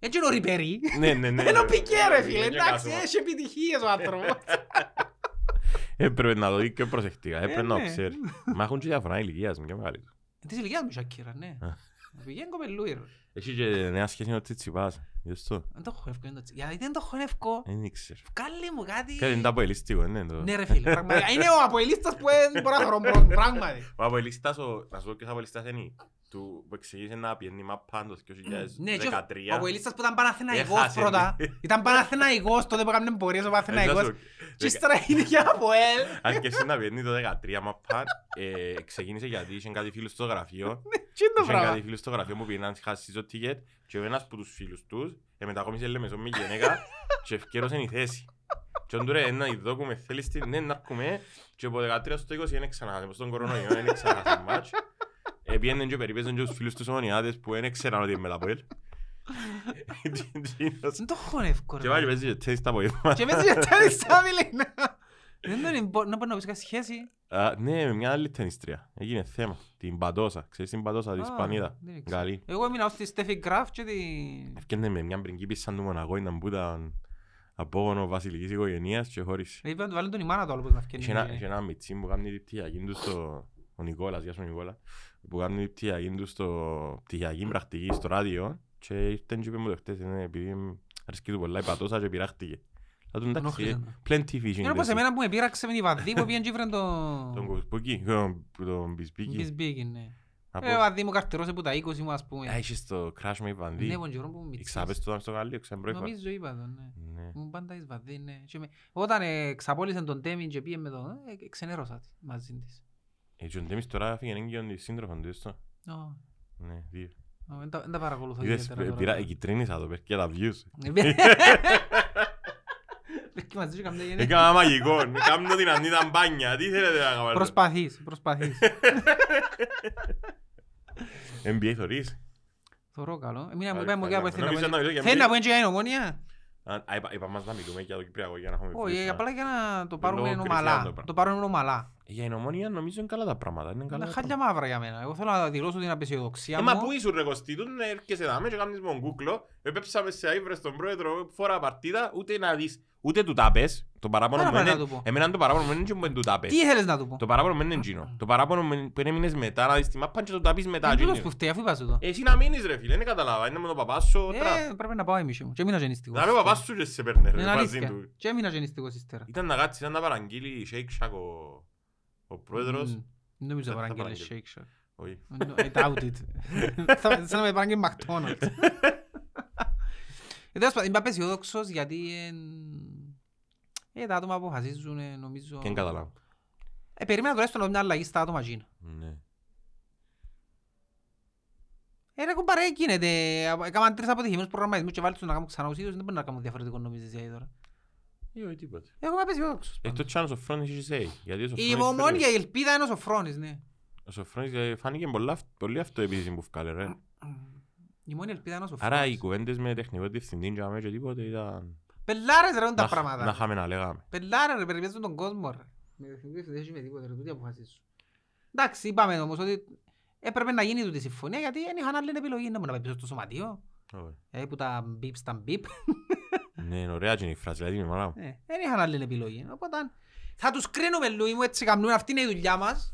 B: Έτσι είναι ο Ριπερί,
A: Ναι, ναι, ναι.
B: ενώ
A: ναι.
B: πικέ ρε φίλε,
A: Είναι
B: εντάξει,
A: κάθομαι.
B: έχει επιτυχίες ο άνθρωπος.
A: Έπρεπε Ε, να το δει και προσεκτικά, έπρεπε να το
B: ναι.
A: ξέρεις. Μα έχουν και διαφορά ηλικίας, μια μεγάλη.
B: Της ηλικίας μου η Σακύρα, ναι. Πηγαίνει κοπελούι, ρε.
A: Έχει και νέα σχέση με ο Τσιτσιπάς. Είδες το.
B: Δεν το χωνεύκω, είναι το τσι- Γιατί δεν το χωνεύκω,
A: Ε, Δεν ήξερα.
B: βγάλε μου κάτι.
A: Κάτι Ε. είναι τα αποελιστικό, ναι. το-
B: Ναι ρε φίλε, πραγματικά. Είναι ο αποελίστας που δεν μπορεί να θωρώ μπρο- πράγματι.
A: Ο αποελιστάς, ο- να σου πω ποιος αποελιστάς είναι. Του που εξηγήσε να πιένει μαπάν το
B: Ναι, και
A: 2013.
B: ο αποελίστας που ήταν Παναθηναϊκός
A: Έχασε,
B: πρώτα.
A: ναι.
B: Ήταν Παναθηναϊκός τότε που έκαναν πορείες ο Παναθηναϊκός.
A: Εντάξει,
B: Και ύστερα είναι για αποέλ.
A: Ε, Αν και εσύ να πιένει το 13 μαπάν, ε, ξεκίνησε γιατί είχε κάτι φίλους στο γραφείο.
B: Τι είναι το
A: Είχε
B: πράγμα.
A: κάτι φίλους στο γραφείο που πήγαιναν χάσει το τίγετ και ο ένας από τους φίλους τους ε, μετακόμισε λέμε με γυναίκα και ευκαιρώσαν η θέση. Και όντου ρε, να ειδόκουμε, θέλεις την, ναι, να έρχομαι και από 13 στο 20 είναι ξανά, μες τον κορονοϊό είναι ξανά στο μάτς. Επιέναν και περιπέζαν και τους φίλους τους ομονιάδες που δεν ξέραν ότι είμαι λαποέλ.
B: Δεν το χωνεύκω
A: Και πάλι
B: ρε.
A: παίζει και τέσεις τα απογεύματα.
B: Και μέσα για τέλη σάμιλινα. Δεν τον εμπο- να μπορεί να βρεις κάτι σχέση.
A: Α, Ναι, με μια άλλη ταινίστρια. Έγινε θέμα. Την Πατόσα. Ξέρεις την Πατόσα, την
B: Α,
A: Ισπανίδα.
B: δεν ήξερα.
A: Καλή.
B: Εγώ έμεινα ως τη Στέφη Γκραφ και τη...
A: Έφτιανε με μια πριγκίπισσα του Μονακό, ήταν που ήταν απόγονο βασιλικής οικογένειας και χωρίς.
B: Είπε να του βάλουν τον η μάνα του άλλο πώς να
A: Είχε ένα-
B: φκένει.
A: είχε ένα μιτσί που κάνει την πτυχιακή του στο... Ο Νικόλας, γεια σου Νικόλα. Που κάνει την πτυχιακή του στο... Πτυχιακή πρακτική στο ράδιο και ήρθε και είπε μου το χτες, είναι επειδή μ, αρέσκει του πολλά η πατώσα και πειράχτηκε. Θα του
B: Ενόχλησε
A: εντάξει, ε,
B: τον.
A: plenty fishing.
B: Είναι όπως
A: δεν
B: εμένα που με πείραξε με τη βαδί που πήγαινε και ήβρε
A: είναι.
B: το...
A: Τον κουσπούκι, τον- τον μπισπίκι.
B: Μπισμπίκι, ναι.
A: Να πω,
B: Ρε, Ο Βαδί μου καρτερώσε που τα 20 μου ας
A: «Α,
B: πούμε.
A: Έχεις το crash με η
B: Ναι,
A: Βανδί.
B: τον καιρό που μητσής.
A: Ξάπες το ήταν στο Γαλλίο, ξαμπρόκειπα.
B: Νομίζω είπα το, ναι.
A: Ναι.
B: Μου πάντα εις Βαδί, ναι. Και με- Όταν ε, ξαπόλυσαν τον Τέμιν και πήγε με τον, ε, ε, ξενέρωσα τη- μαζί της.
A: Ε, και ο Ντέμις τώρα έφυγε έγκυον τη σύντροφον του, έστω.
B: Ω,
A: Ναι, δύο.
B: ω, Δεν τα- δεν τα παρακολουθώ
A: Είδες,
B: ιδιαίτερα
A: ε,
B: τώρα. Ε,
A: πήρα, ε, κυτρίνησα το πέρα και τα views.
B: Πήρε Ε, μαζί σου καμιά γενιά.
A: Έκανα μαγικό, ναι, κάνω την ανίδα μπάνια, τι θέλετε να κάνω.
B: Προσπαθείς, προσπαθείς.
A: NBA θωρείς.
B: Θωρώ καλό. Ε, Εμείνα μου
A: Καλή,
B: είπα μου και
A: καλά.
B: από εθνικά
A: Νόμιζα
B: που-
A: να μιλώ για
B: Θέλει
A: NBA.
B: να βγει και για η νομονία.
A: Α, α, είπα- Είπα μας να μιλούμε για το Κυπριακό για να έχουμε views,
B: Όχι, ε,
A: να-
B: απλά για να το
A: Λόγω
B: πάρουμε
A: κρίσεων το
B: νομαλά.
A: πράγμα.
B: Το πάρουμε νομαλά.
A: Για η νομονία νομίζω είναι καλά τα πράγματα. Είναι καλά
B: Είναι
A: τα
B: χάλια
A: πράγματα.
B: μαύρα για μένα. Εγώ θέλω να δηλώσω την απεσιοδοξία
A: Ε,
B: μου.
A: μα πού ήσουν ρε Κωστή, τούτο να έρχεσαι δάμε και κάνεις μον κούκλο, επέψαμε σε αύριο στον πρόεδρο φορά παρτίδα, ούτε να δεις, ούτε του τα πες. Το παράπονο
B: Άρα
A: μου
B: πρέπει
A: είναι-
B: να το πω.
A: εμένα το παράπονο μου είναι και που δεν του τα πες.
B: Τι ήθελες να του πω.
A: Το παράπονο μου είναι εκείνο. Το παράπονο μου είναι που είναι μήνες μετά να δεις τη μάπα και το τα πεις μετά.
B: Είναι Ε, τούτος
A: εκείνο.
B: που φταίει, αφού είπας σου το.
A: Εσύ να μείνεις ρε φίλε, δεν καταλάβα. Είναι με τον παπάς σου τραπ.
B: Ε, πρέπει να πάω εμείς μου. Και έμεινα γεννηστικός.
A: Να με ο παπάς σου και σε παίρνε ρε
B: Είναι
A: μαζί
B: αλήθεια.
A: του.
B: Και έμεινα γεννηστικός ύστερα.
A: Ήταν να κάτσεις, ήταν να παραγγείλει Shake Shack ο- ο πρόεδρος.
B: Μμμ. Δεν Νομίζω
A: Δεν θα
B: παραγγέλνει
A: παραγγείλει.
B: shake shack.
A: Όχι.
B: No, I doubt it. Θα- Σαν να με παράγγει McDonald's. Ε, τέλος πάντων, Είμαι απεσιόδοξος γιατί εν- ε, τα άτομα αποφασίζουν ε, νομίζω...
A: Και δεν καταλάβω.
B: Ε, περίμενα τουλάχιστον μια αλλαγή στα άτομα εκείνα.
A: Ναι.
B: Ε, ρε κουμπάρε, γίνεται. Έκαναν τρεις αποτυχημένους προγραμματισμούς και βάλει τους να κάνουν ξανά τους ίδιους. Δεν μπορεί να κάνουν διαφορετικό νομίζεις εσύ τώρα.
A: Ή όχι τίποτε.
B: Εγώ είμαι απεσιόδοξος.
A: Έχει το chance ο Φρόνης είχε say. Γιατί ο
B: Η
A: Σοφρόνης
B: μόνη
A: θέλει-
B: και η ελπίδα είναι ο Σοφρόνης, ναι.
A: ο Σοφρόνης, ε, φάνηκε πολλά- πολύ αυτοεπίθεση που βγάλε, ρε.
B: Η μόνη ελπίδα είναι ο Σοφρόνης.
A: Άρα οι κουβέντες με τεχνικό διευθυντή και αμέ και τίποτε ήταν...
B: Πελάρες ρε είναι τα
A: να χ-
B: πράγματα.
A: Να χάμε να λέγαμε.
B: Πελάρα ρε, περιπέζουν τον κόσμο ρε. Με εθνικές δεν έχει με τίποτα ρε, τούτοι αποφασίζουν. Εντάξει, είπαμε όμως ότι έπρεπε να γίνει τούτη συμφωνία γιατί δεν είχαν άλλη επιλογή να μου να πάει πίσω στο σωματείο.
A: Ωραία.
B: Ε, που τα μπιπ στα μπιπ.
A: Ναι, είναι ωραία και είναι η φράση, δηλαδή είναι μάνα μου.
B: Ε, δεν είχαν άλλη επιλογή. Οπότε θα τους κρίνουμε Λουί μου, έτσι καμνούμε, αυτή είναι η δουλειά μας.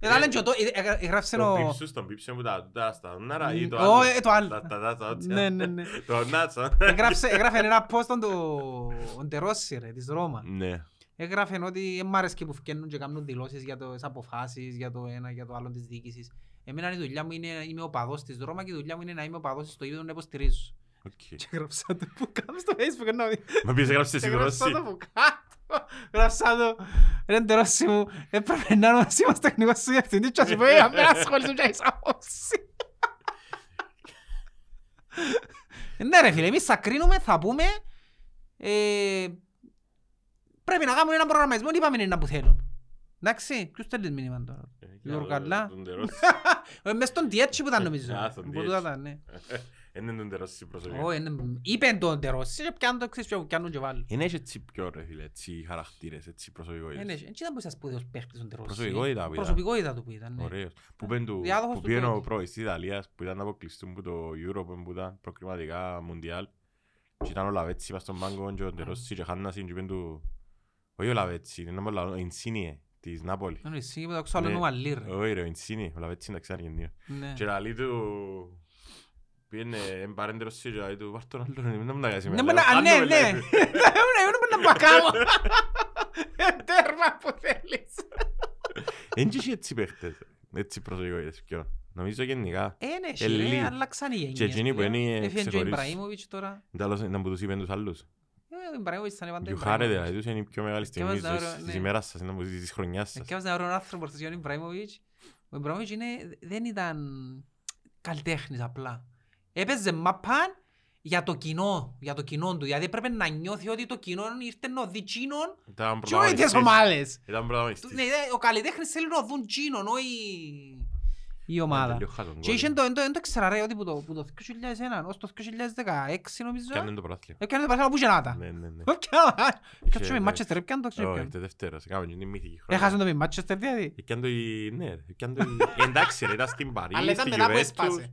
B: Μετά
A: Ε,
B: λένε και ο το- ε, ε, ε, γράφησε
A: Τον
B: ο...
A: πίψου, τον πίψου μου τα τα στανάρα ή το
B: Ω,
A: άλλο.
B: ε, το άλλο.
A: Τα- τα- τα- τα ότσια.
B: Ναι, ναι, ναι.
A: Το νάτσα.
B: Έγραψε- Έγραφε ένα post τον του- ο Ντερόσι ρε, της Ρώμα.
A: Ναι.
B: Έγραφε ότι δεν μ' άρεσε και που φκένουν και κάνουν δηλώσεις για τις αποφάσεις, για το ένα, για το άλλο της διοίκησης. Εμένα η δουλειά μου είναι είμαι ο παδός της Ρώμα και η δουλειά μου είναι να είμαι ο παδός στο ίδιο να υποστηρίζω.
A: Οκ.
B: Και έγραψα το που κάτω στο facebook να μην...
A: Μα πεις έγραψες εσύ
B: Έγραψα
A: Ρώση.
B: το που κάτω. Έγραψα το. Ρε ντερόσι μου, έπρεπε να είμαι μαζί μας τεχνικός σου διευθυντής και ας πω «Ε, αμέ ασχοληθούν και έχεις άποψη». Ναι ρε φίλε, εμείς θα κρίνουμε, θα πούμε. ε, Πρέπει να κάνουμε έναν προγραμματισμό, είπαμε είναι ένα που θέλουν. Εντάξει, ποιος θέλεις μήνυμα τώρα.
A: Eh,
B: Γιώργο Καλά.
A: Τον τερόσι.
B: Ε, Μες στον Διέτσι που ήταν
A: Ε,
B: νομίζω.
A: α, στον
B: Που τούτα
A: DH.
B: ήταν, ναι.
A: Είναι τον τερόσι προσωπικά.
B: Ω, είναι- Είπε τον ντερόσι και πιάνουν το εξής και πιάνουν και βάλουν.
A: Είναι έτσι έτσι πιο ρε φίλε, έτσι χαρακτήρες, έτσι προσωπικότητες.
B: Δεν ήταν που είσαι σπουδαίος παίχτης στον Τερόσι.
A: Προσωπικότητα που ήταν.
B: Προσωπικότητα του που ήταν. ναι.
A: Ωραίος. Που πεν του-
B: Διάδοχος
A: που
B: του
A: πήγαινε ο
B: Τόκιο.
A: πρώην της Ιταλίας που ήταν να αποκλειστούν που το Euro που ήταν προκριματικά Μουντιάλ. Και ήταν ο Λαβέτσι, είπα στον πάγκο και ο Ντερόσι και χάνασαν και πεν του- Όχι ο Λαβέτσι, είναι ένα άλλο, ο Insigne. της Νάπολης.
B: Είναι εσύ που τα άκουσα άλλο
A: Ναι.
B: όνομα Λίρ.
A: Όχι ρε, ο Ινσίνη, ο Λαβέτσι είναι Αργεντίνος.
B: Ναι.
A: Και λαλεί του... Πήγαινε εν παρέντερος και λαλεί του, «Βάρ' τον άλλον, ρε, μην να μου τα κάνεις
B: Ναι,
A: εμένα».
B: μπλα- α, ναι,
A: Άλλο,
B: ναι.
A: λέει.
B: Ήμουν να μπακάμω. Τέρμα που θέλεις.
A: Εν και εσύ έτσι παίχτες, έτσι προσεγγοίδες πιο. Νομίζω γενικά.
B: Είναι
A: Ε,
B: εσύ, ρε,
A: Λίρ.
B: αλλάξαν οι γενιές.
A: Και εκείνοι που
B: πλέον.
A: είναι
B: Έφυγε και ο
A: ξεχωρίς.
B: Ιμπραήμοβιτς τώρα.
A: Εντάλλως να μου τους είπαν τους άλλους.
B: Ε, Ο Ιμπραήμοβιτς ήταν πάντα
A: You had it,
B: Ιμπραήμοβιτς.
A: δηλαδή τους είναι η πιο μεγάλη στιγμή της
B: Διαβάζω
A: ζωής,
B: τώρα,
A: της
B: ναι. Ε,
A: ημέρας σας, είναι να μου ζήσεις της χρονιάς σας.
B: Εκέβαζα έναν άνθρωπο χθες για τον Ιμπραήμοβιτς. Ο Ιμπραήμοβιτς είναι- δεν ήταν καλλιτέχνης απλά. Έπαιζε μαπάν για το κοινό, για το κοινό του. Δηλαδή έπρεπε να νιώθει ότι το κοινό ήρθε να δει τσίνον
A: Ήταν
B: και όχι τις
A: πρωταγωνιστής.
B: ομάδες.
A: Ήταν
B: Του-
A: πρωταγωνιστής.
B: ναι, δε, Ο καλλιτέχνης θέλει να δουν τσίνον, όχι
A: Ε,
B: η ομάδα.
A: Τελείως χαζόν
B: Και
A: γκολ.
B: είχε το, εν το, εν το ξέρα ρε, ότι που το, που το 2001 ως το 2016 νομίζω.
A: Κάνε το πρωτάθλημα.
B: Έπιανε το παρθένα που γεννάτα.
A: Ναι, ναι, ναι.
B: Κάτσε με
A: Είχε-
B: Μάτσεστερ, έπιανε το ξέρω
A: Όχι,
B: ποιον.
A: το δεύτερο, σε κάνουμε, είναι η μύθικη χρονιά.
B: Έχασαν το με Μάτσεστερ δηλαδή.
A: Έπιαν το η- ναι, ρε, έπιαν το η- Εντάξει ρε, ήταν στην Παρί,
B: Αλλά ήταν
A: στη
B: μετά που
A: Juventus.
B: έσπασε.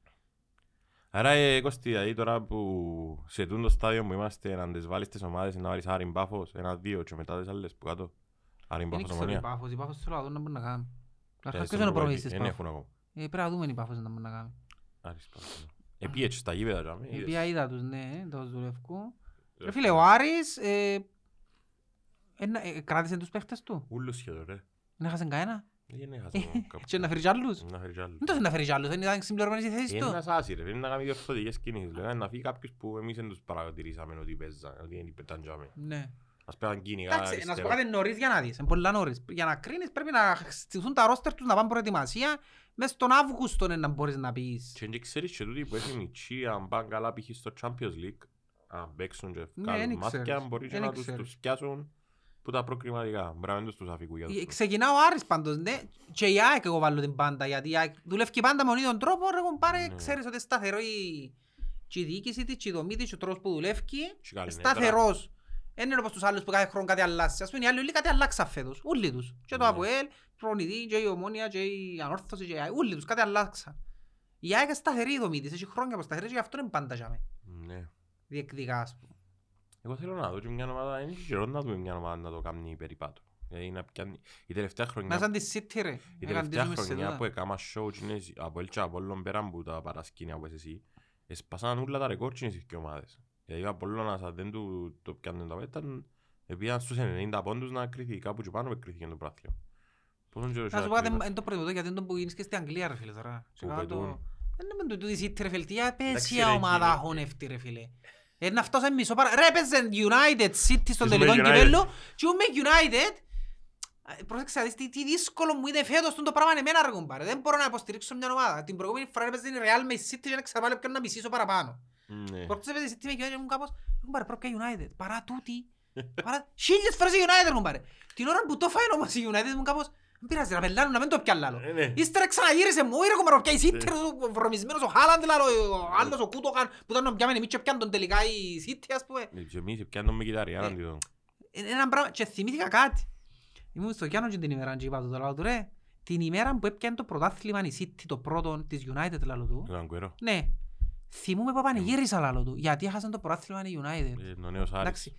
A: Άρα, ε, Κώστη, δηλαδή τώρα που σε τούτο στάδιο που είμαστε, να τις βάλεις τις ομάδες, να βάλεις Άρη Μπάφος, ένα-δύο και μετά τις άλλες που κάτω. Άρη
B: Δεν
A: Μπάφος,
B: ξέρω η
A: ομονία.
B: Πάφος, η Πάφος θέλω να δω να μπορεί να κάνει. Αρχάς
A: Ε,
B: ποιος είναι ο
A: στην Ευρωπαϊκή.
B: προμηθευτής
A: Δεν
B: Πάφος.
A: έχουν ακόμα.
B: Ε, Πρέπει να δούμε η Πάφος να μπορεί να κάνει.
A: Άρης Πάφος, ναι. Επίε και στα γήπεδα, τζάμε,
B: Η
A: είδες.
B: οποία είδα τους, ναι, τους δουλευκού.
A: Ε,
B: Ρε φίλε, ο Άρης ε, ένα- ε, κράτησε τους παίχτες του.
A: Ούλους σχεδόν, ρε.
B: Δεν έχασαν κανένα.
A: Δεν έχασαν κάπου.
B: Ε, Και να φέρεις κι άλλους.
A: Να φέρεις κι άλλους.
B: Δεν το να φέρεις κι άλλους, δεν ήταν συμπληρωμένες οι θέσεις
A: Είναι
B: του.
A: ένας άσυρε, πρέπει να κάνει διορθωτικές κινήσεις. Δηλαδή, να φύγει κάποιος που εμείς δεν τους παρατηρήσαμε ότι παίζαν, ότι δεν ήταν τζάμε.
B: Ναι.
A: Ας πέραν κίνηγα
B: Εντάξει, να σου πω
A: αριστερά.
B: κάτι νωρίς για να δεις. Είναι πολλά νωρίς. Για να κρίνεις πρέπει να χτιστούν τα ρόστερ τους να πάνε προετοιμασία. Μες τον Αύγουστο είναι να μπορείς να πεις.
A: Και δεν ξέρεις και τούτοι που έχουν μητσί, αν πάνε καλά π.χ. στο Champions League, ah, αν παίξουν και
B: Ναι,
A: κάνουν
B: δεν
A: μάτια,
B: ξέρεις.
A: μπορεί και
B: Δεν
A: να τους,
B: ξέρεις.
A: τους πιάσουν που τα προκριματικά. Μπράβο, δεν τους τους αφήκουν για
B: Ε,
A: τους.
B: Ξεκινά ο Άρης πάντως, ναι. Και η ΑΕΚ εγώ βάλω την πάντα, γιατί η ΑΕΚ δουλεύει πάντα με τον ίδιο τρόπο, ρε κομπάρε,
A: Ναι.
B: ξέρεις ότι είναι σταθερό η... και η διοίκηση της, και η δομή της, και ο τρόπος που δουλεύει.
A: Και καλή νέα,
B: σταθερός. Δεν είναι όπως τους άλλους που κάθε χρόνο κάτι αλλάζει. Ας πούμε οι άλλοι όλοι κάτι αλλάξαν φέτος. Όλοι τους. Και το
A: Ναι.
B: ΑΠΟΕΛ, προνηδί, και η Ομόνια, και η Ανόρθωση, και η ΑΕΚ. Όλοι τους κάτι αλλάξαν. Η ΑΕΚ είναι σταθερή η δομή της. Έχει χρόνια που σταθερή και γι' αυτό είναι πάντα για μέ.
A: Ναι.
B: Διεκδικά ας πούμε.
A: Εγώ θέλω να δω και μια ομάδα, είναι καιρό να δούμε μια ομάδα να το κάνει περίπατο. Δηλαδή να πιάνει... Η τελευταία
B: Να
A: χρονιά,
B: σαν τη City ρε.
A: η Ναι. τελευταία
B: Εγκαντίζουμε σε
A: χρονιά
B: τούτα.
A: που έκανα show τσινές, από Ελ και Απόλλων πέραν που τα παρασκήνια που είσαι εσύ, εσπάσαν όλα τα ρεκόρ τσινές οι ομάδες. Δηλαδή ο Απόλλωνας αν δεν του το πιάνουν τα πέτα, επήγαν στους 90 πόντους να κρυθεί κάπου και πάνω με κρυθήκε το πράθλιο. Πόσον καιρό
B: Να σου
A: να
B: πω κάτι,
A: κρυβάς.
B: είναι το προτιμητό γιατί είναι το που γίνεις και στην Αγγλία ρε φίλε τώρα. Σε
A: Που
B: κάτω-
A: πετούν.
B: Δεν είναι με το τούτη City ρε φίλε, τι απέσια
A: ρε, κύριε.
B: ομάδα χωνεύτη ρε φίλε. Ε, να φτάσαμε μισό παρα... Ρε έπαιζε United City στον
A: Είσαι
B: τελικό
A: με United.
B: κυπέλλο και εγώ με United. Ε, Πρόσεξε να δεις τι, τι δύσκολο μου είναι φέτος τον το πράγμα εμένα ρε κομπάρε. Δεν μπορώ να υποστηρίξω μια ομάδα. Την προηγούμενη φορά έπαιζε η Real με η City και να ξαναπάλω ποιον να μισήσω παραπάνω.
A: Ναι.
B: Προχτές έπαιζε η City με United και ήμουν κάπως, ήμουν πάρε πρόκειται United, παρά τούτη. Παρά χίλιες φορές η United μου πάρε. Την ώρα που το φάει όμως η United ήμουν κάπως, δεν πειράζει να πελάνουν να μην το πιάλλω.
A: Ε, ναι.
B: Ύστερα ξαναγύρισε μου, ρε κομμάρο, πιάει City, ο βρωμισμένος ο Χάλαντ, λαλό, ο άλλος ο Κούτογαν, που ήταν ο πιάμενη μη και πιάνε τον τελικά η City, ας πούμε.
A: Και εμείς πιάνουμε με κυταριάνα
B: Ε.
A: τίτον.
B: Ε, Ένα πράγμα, και θυμήθηκα κάτι. Ήμουν στο Γιάννο και την ημέρα και είπα του, το λαλό του, ρε, την ημέρα που έπιανε το πρωτάθλημα η City, το πρώτο της United, λαλό του.
A: Τον Αγκουέρο.
B: Ναι, θυμούμαι που πανηγύρισα λαλό του, γιατί έχασαν το πρωτάθλημα η United.
A: Ε, ο νέος Άρης.
B: Εντάξει.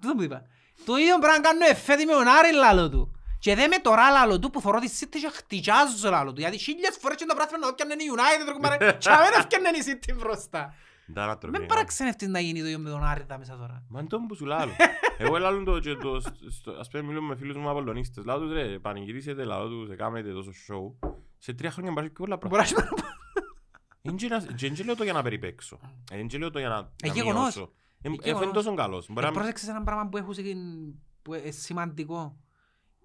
B: Τούτο που είπα. Το ίδιο πράγμα κάνω εφέτη με τον Άρη λαλό του. Και δε με τώρα λαλό του που θωρώ τη City και χτυκιάζω λαλό του. Γιατί χίλιες φορές και το πράγμα να πιάνε η United ρε κουμπάρε. Και αμένα έφτιανε η City μπροστά.
A: Ήταν ανατροπή,
B: Με
A: ναι.
B: παραξενευτείς να γίνει το ίδιο με τον Άρη τα μέσα τώρα.
A: Μα είναι τον που σου λάλλω. Εγώ λάλλω το και το... στο- Ας πούμε μιλούμε με φίλους μου Απολλωνίστες. Λάλλω τους ρε, πανηγυρίσετε, λάλλω τους, κάνετε τόσο show. Σε τρία χρόνια μπαράζει και πολλά πράγματα.
B: Μπορείς να πας.
A: Εν και να- και Εν και λέω το για να περιπέξω. Εν και λέω το για να- να
B: Ε, γεγονός.
A: μειώσω. Εμ-
B: Ε,
A: Έφερε
B: γεγονός.
A: τόσο καλός. Μπορεί να μην-
B: Πρόσεξες ένα πράγμα που έχουν σε- που είναι σημαντικό.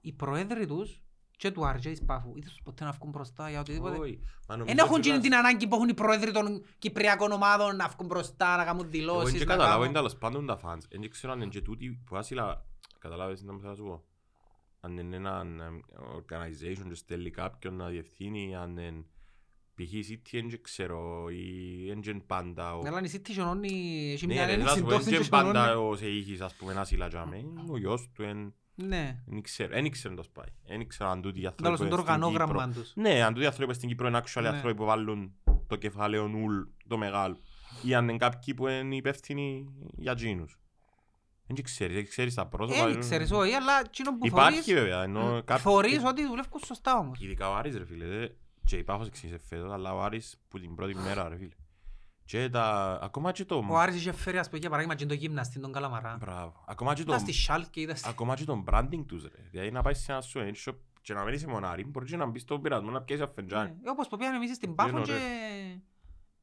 B: Οι προέδροι τους και του Άρη και της Πάφου είδες τους ποτέ να βγουν μπροστά για οτιδήποτε.
A: Όχι. Μα νομίζω
B: Δεν έχουν
A: κιόλας-
B: γίνει την ανάγκη που έχουν οι πρόεδροι των Κυπριακών ομάδων να βγουν μπροστά, να κάνουν
A: Εγώ εν
B: δηλώσεις.
A: και
B: να
A: καταλάβω,
B: κάνουν-
A: είναι τέλος πάντων τα fans. Εν και ξέρω αν είναι και τούτοι που άσυλα... Καταλάβες τι να μου θέλω να σου πω. αν είναι ένα organization και στέλνει κάποιον να διευθύνει, αν είναι π.χ. η City, δεν ξέρω, η Engine Panda. ο-
B: Αλλά η City σιωνώνει, έχει
A: Ναι,
B: μια
A: ρε,
B: έννοια
A: να σου πω,
B: συντόξη
A: Engine
B: και σιωνώνει.
A: Panda ο Σεΐχης, ας πούμε, να σιλατζάμε, ο γιος του, εν-
B: Ναι,
A: εν ξέρω, εν ξέρω το σπάει, εν ξέρω αν τούτοι οι
B: να
A: άνθρωποι
B: δώσουν το
A: στην Κύπρο-
B: οργανόγραμμα τους.
A: ναι, αν τούτοι οι άνθρωποι στην Κύπρο είναι actually
B: Ναι.
A: άνθρωποι που βάλουν το κεφάλαιο νουλ, το μεγάλο. Ή αν είναι κάποιοι που είναι υπεύθυνοι για τζίνους. Δεν ξέρεις, δεν ξέρεις τα πρόσωπα.
B: Ε, ξέρεις, όχι, αλλά εκείνο που
A: ναι. Υπάρχει
B: φορείς, Ε,
A: βέβαια, ενώ κάποιοι-
B: φορείς ότι δουλεύουν σωστά όμως.
A: Ειδικά ο Άρης ρε φίλε, δε- και η Πάφος εξήγησε φέτος, αλλά ο Άρης που την πρώτη μέρα ρε φίλε. Και τα... Ακόμα και το...
B: Ο Άρης είχε φέρει, ας πούμε, για παράδειγμα, και το γυμναστή, τον Καλαμαρά.
A: Μπράβο. Ακόμα και το...
B: Ήταν στη Σάλκε, ήταν στη...
A: Ακόμα και το branding τους ρε. Δηλαδή να πάεις σε ένα souvenir shop και να μένεις σε μονάρι, μπορεί και να μπεις στον πειρασμό να πιέσεις αφεντζάνι.
B: Ε, Όπως που πήγαμε εμείς στην
A: Είναι
B: Πάφον
A: ωραίο.
B: και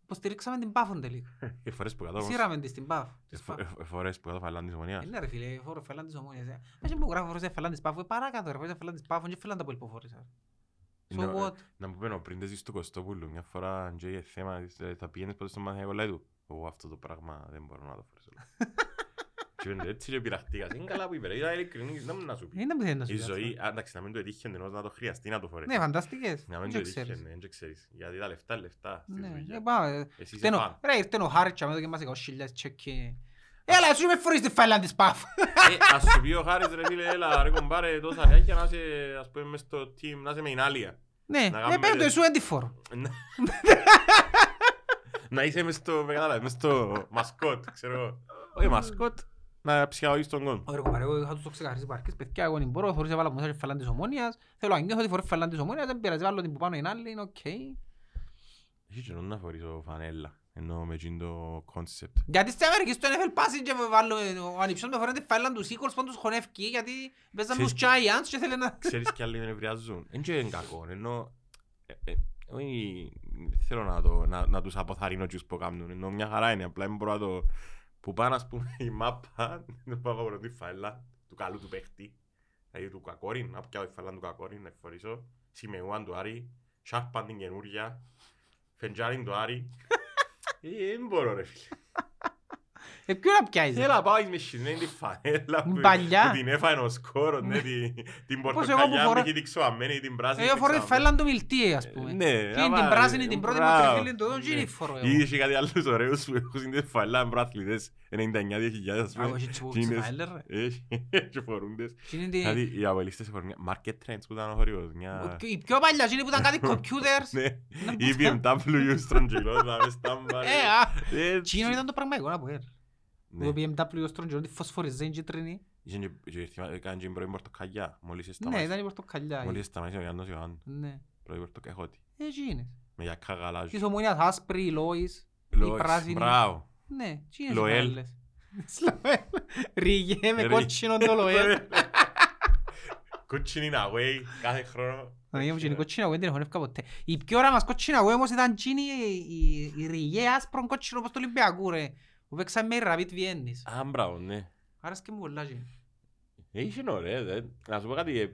B: υποστηρίξαμε την Πάφον τελικά.
A: Ε, φορές που κάτω όμως.
B: Σύραμε της την Πάφ.
A: Ε, φο- ε, ε, φορές που κάτω φαλάνε της
B: Ε,
A: Ομονίας.
B: ναι, ρε φίλε, φόρο φελάν της ομόνιας. ε. Ας μην που γράφω φορές φελάν της Πάφου, ε, παράκατω ρε, φορές φελάν της Πάφου και φελάν τα που υπόφορες. ε.
A: Ναι,
B: So
A: ε,
B: what?
A: Να μου πένω πριν τες στο Κωστόπουλου, μια φορά και είχε θέμα, ε, θα πηγαίνεις ποτέ στον μαθηματικό λαϊ του. Εγώ αυτό το πράγμα δεν μπορώ να το φορέσω. Και πέντε έτσι και πειραχτήκα. Είναι καλά που είπε, ρε. Ήταν ειλικρινής, δεν μου να σου πει.
B: Ε, Είναι που θέλει να σου
A: Η
B: πει αυτό.
A: ζωή, α, εντάξει, να μην το ετύχει ενός να το χρειαστεί να το
B: Ναι,
A: φορέσει.
B: φανταστικές.
A: Να μην το
B: Δεν
A: ετύχει,
B: ξέρεις.
A: δεν ξέρεις. Γιατί τα λεφτά, λεφτά στη
B: Ναι, ε,
A: δουλειά.
B: πάμε, ε.
A: Εσύ είσαι
B: Φταίνω-
A: φαν.
B: Ρε, ήρθε ο Χάριτσα με το και μας έκανε 8.000 τσέκι. Έλα, εσύ με φορείς τη φέλα της Πάφ.
A: Ε, Ας σου πει ο Χάρης ρε φίλε, έλα ρε κομπάρε τόσα διάκια να είσαι ας πούμε μες στο team, να είσαι με Ινάλια.
B: Ναι,
A: Να
B: ε,
A: κάνουμε
B: παίρνει το
A: ρε.
B: Ιησού έντιφορο.
A: Να- Να είσαι μες στο, με κατάλαβες, μες στο μασκότ, ξέρω εγώ. Όχι μασκότ, να ψυχαγωγείς τον κόλ.
B: Ωραία, κομπάρε, εγώ είχα τους το ξεκαθαρίσει παρκές, παιδιά, εγώ δεν μπορώ, θωρείς έβαλα μουσά και φαλάν της ομόνιας, θέλω να νιώθω ότι φορώ φαλάν της ομόνιας, δεν πειράζει, βάλω την που πάνω είναι άλλη, είναι οκ.
A: Έχει καιρό να φορήσω φανέλα, ενώ με εκείνο το κόνσεπτ.
B: Γιατί στην Αμερική στο NFL passing και βάλω, ο ανυψιός με φοράει τη φαλάν τους Eagles, πάντως χωνεύκει, γιατί παίζαν με τους Giants και θέλει να...
A: Ξέρεις κι άλλοι με νευριάζουν. Εν και είναι κακό, ενώ... ε, ε, Όχι, θέλω να, το, να, να τους αποθαρρύνω τους που κάνουν, ενώ μια χαρά είναι, απλά δεν μπορώ να το... Που πάνε, ας πούμε, η μάπα, δεν πάω από τη φαίλα του καλού του παίχτη, δηλαδή του κακόριν, να πιάω τη φαίλα του κακόριν, να φορήσω, σημεούαν του Άρη, σάρπαν την καινούρια, φεντζάριν του Άρη. Ε, Δεν μπορώ ρε φίλε.
B: Ε, ποιο να πιάσεις,
A: Έλα Ναι, πάω με σχισμένη τη φανέλα που,
B: Παλιά.
A: που την έφανε ο σκόρος, ναι, τη- την
B: Όπως εγώ που
A: πορτοκαλιά
B: φορώ-
A: που έχει τη ξωαμένη, την πράσινη.
B: ε, εγώ
A: την
B: φορώ τη
A: ξωαμένη.
B: φαλάν του Μιλτίε, ας πούμε.
A: Ναι,
B: Εκείνη
A: άμα,
B: την πράσινη,
A: ε,
B: την πρώτη
A: μπράβο.
B: μου τριφύλλη, το δω, εκείνη
A: Ναι.
B: φορώ εγώ.
A: Ή είχε κάτι άλλους ωραίους που έχουν συνδέσει φαλά με προαθλητές 99-2000 ας
B: Α, εγώ
A: πούμε.
B: έχει τσιπού-
A: Κίνες.
B: τσιφάιλερ, ρε.
A: Έχει και φορούν τες.
B: Εκείνη την-
A: Δηλαδή οι απολύστες φορούν μια market trends που ήταν ο χορηγός.
B: Ο
A: Μια...
B: πιο- Η πιο παλιά εκείνη που ήταν κάτι computers.
A: Ναι,
B: Να
A: η BMW στρογγυλό να με στάμπαρε.
B: Ε, α,
A: Έτσι.
B: εκείνο ήταν το πραγματικό, να πω, ε.
A: Ναι.
B: Το BMW στρογγυλό, τη φωσφοριζένη κίτρινη.
A: Είχε και- και ήρθε- έκανε και την πρώτη πορτοκαλιά, μόλις
B: Ναι,
A: σταμάτησε.
B: ήταν η πορτοκαλιά.
A: Μόλις σταμάτησε ο Γιάννος Ιωάννου,
B: Ναι.
A: πρώτη πορτοκαχώτη.
B: Εκείνες.
A: Με γιακά γαλάζ.
B: Της ομονίας άσπρη, η Λόης, η
A: Λόης,
B: πράσινη.
A: Μπράβο.
B: Ναι, εκείνες οι
A: Λοέλ.
B: μεγάλες. Λοέλ. Ρίγε με
A: Ρί-
B: κότσινο το Λοέλ.
A: Κούτσινη είναι away κάθε χρόνο.
B: Ναι, μου γίνει κότσινα, εγώ δεν την χωνεύκα ποτέ. Η πιο ώρα μας κότσινα, εγώ όμως ήταν εκείνη η- η- η ριγέ άσπρον κότσινο όπως το Ολυμπιακού ρε. Που παίξαμε με η Rapid Βιέννης.
A: Α, μπράβο, ναι.
B: Άρεσκε μου πολλά εκείνη.
A: Είχε ωραία, δε. Να σου πω κάτι, ε,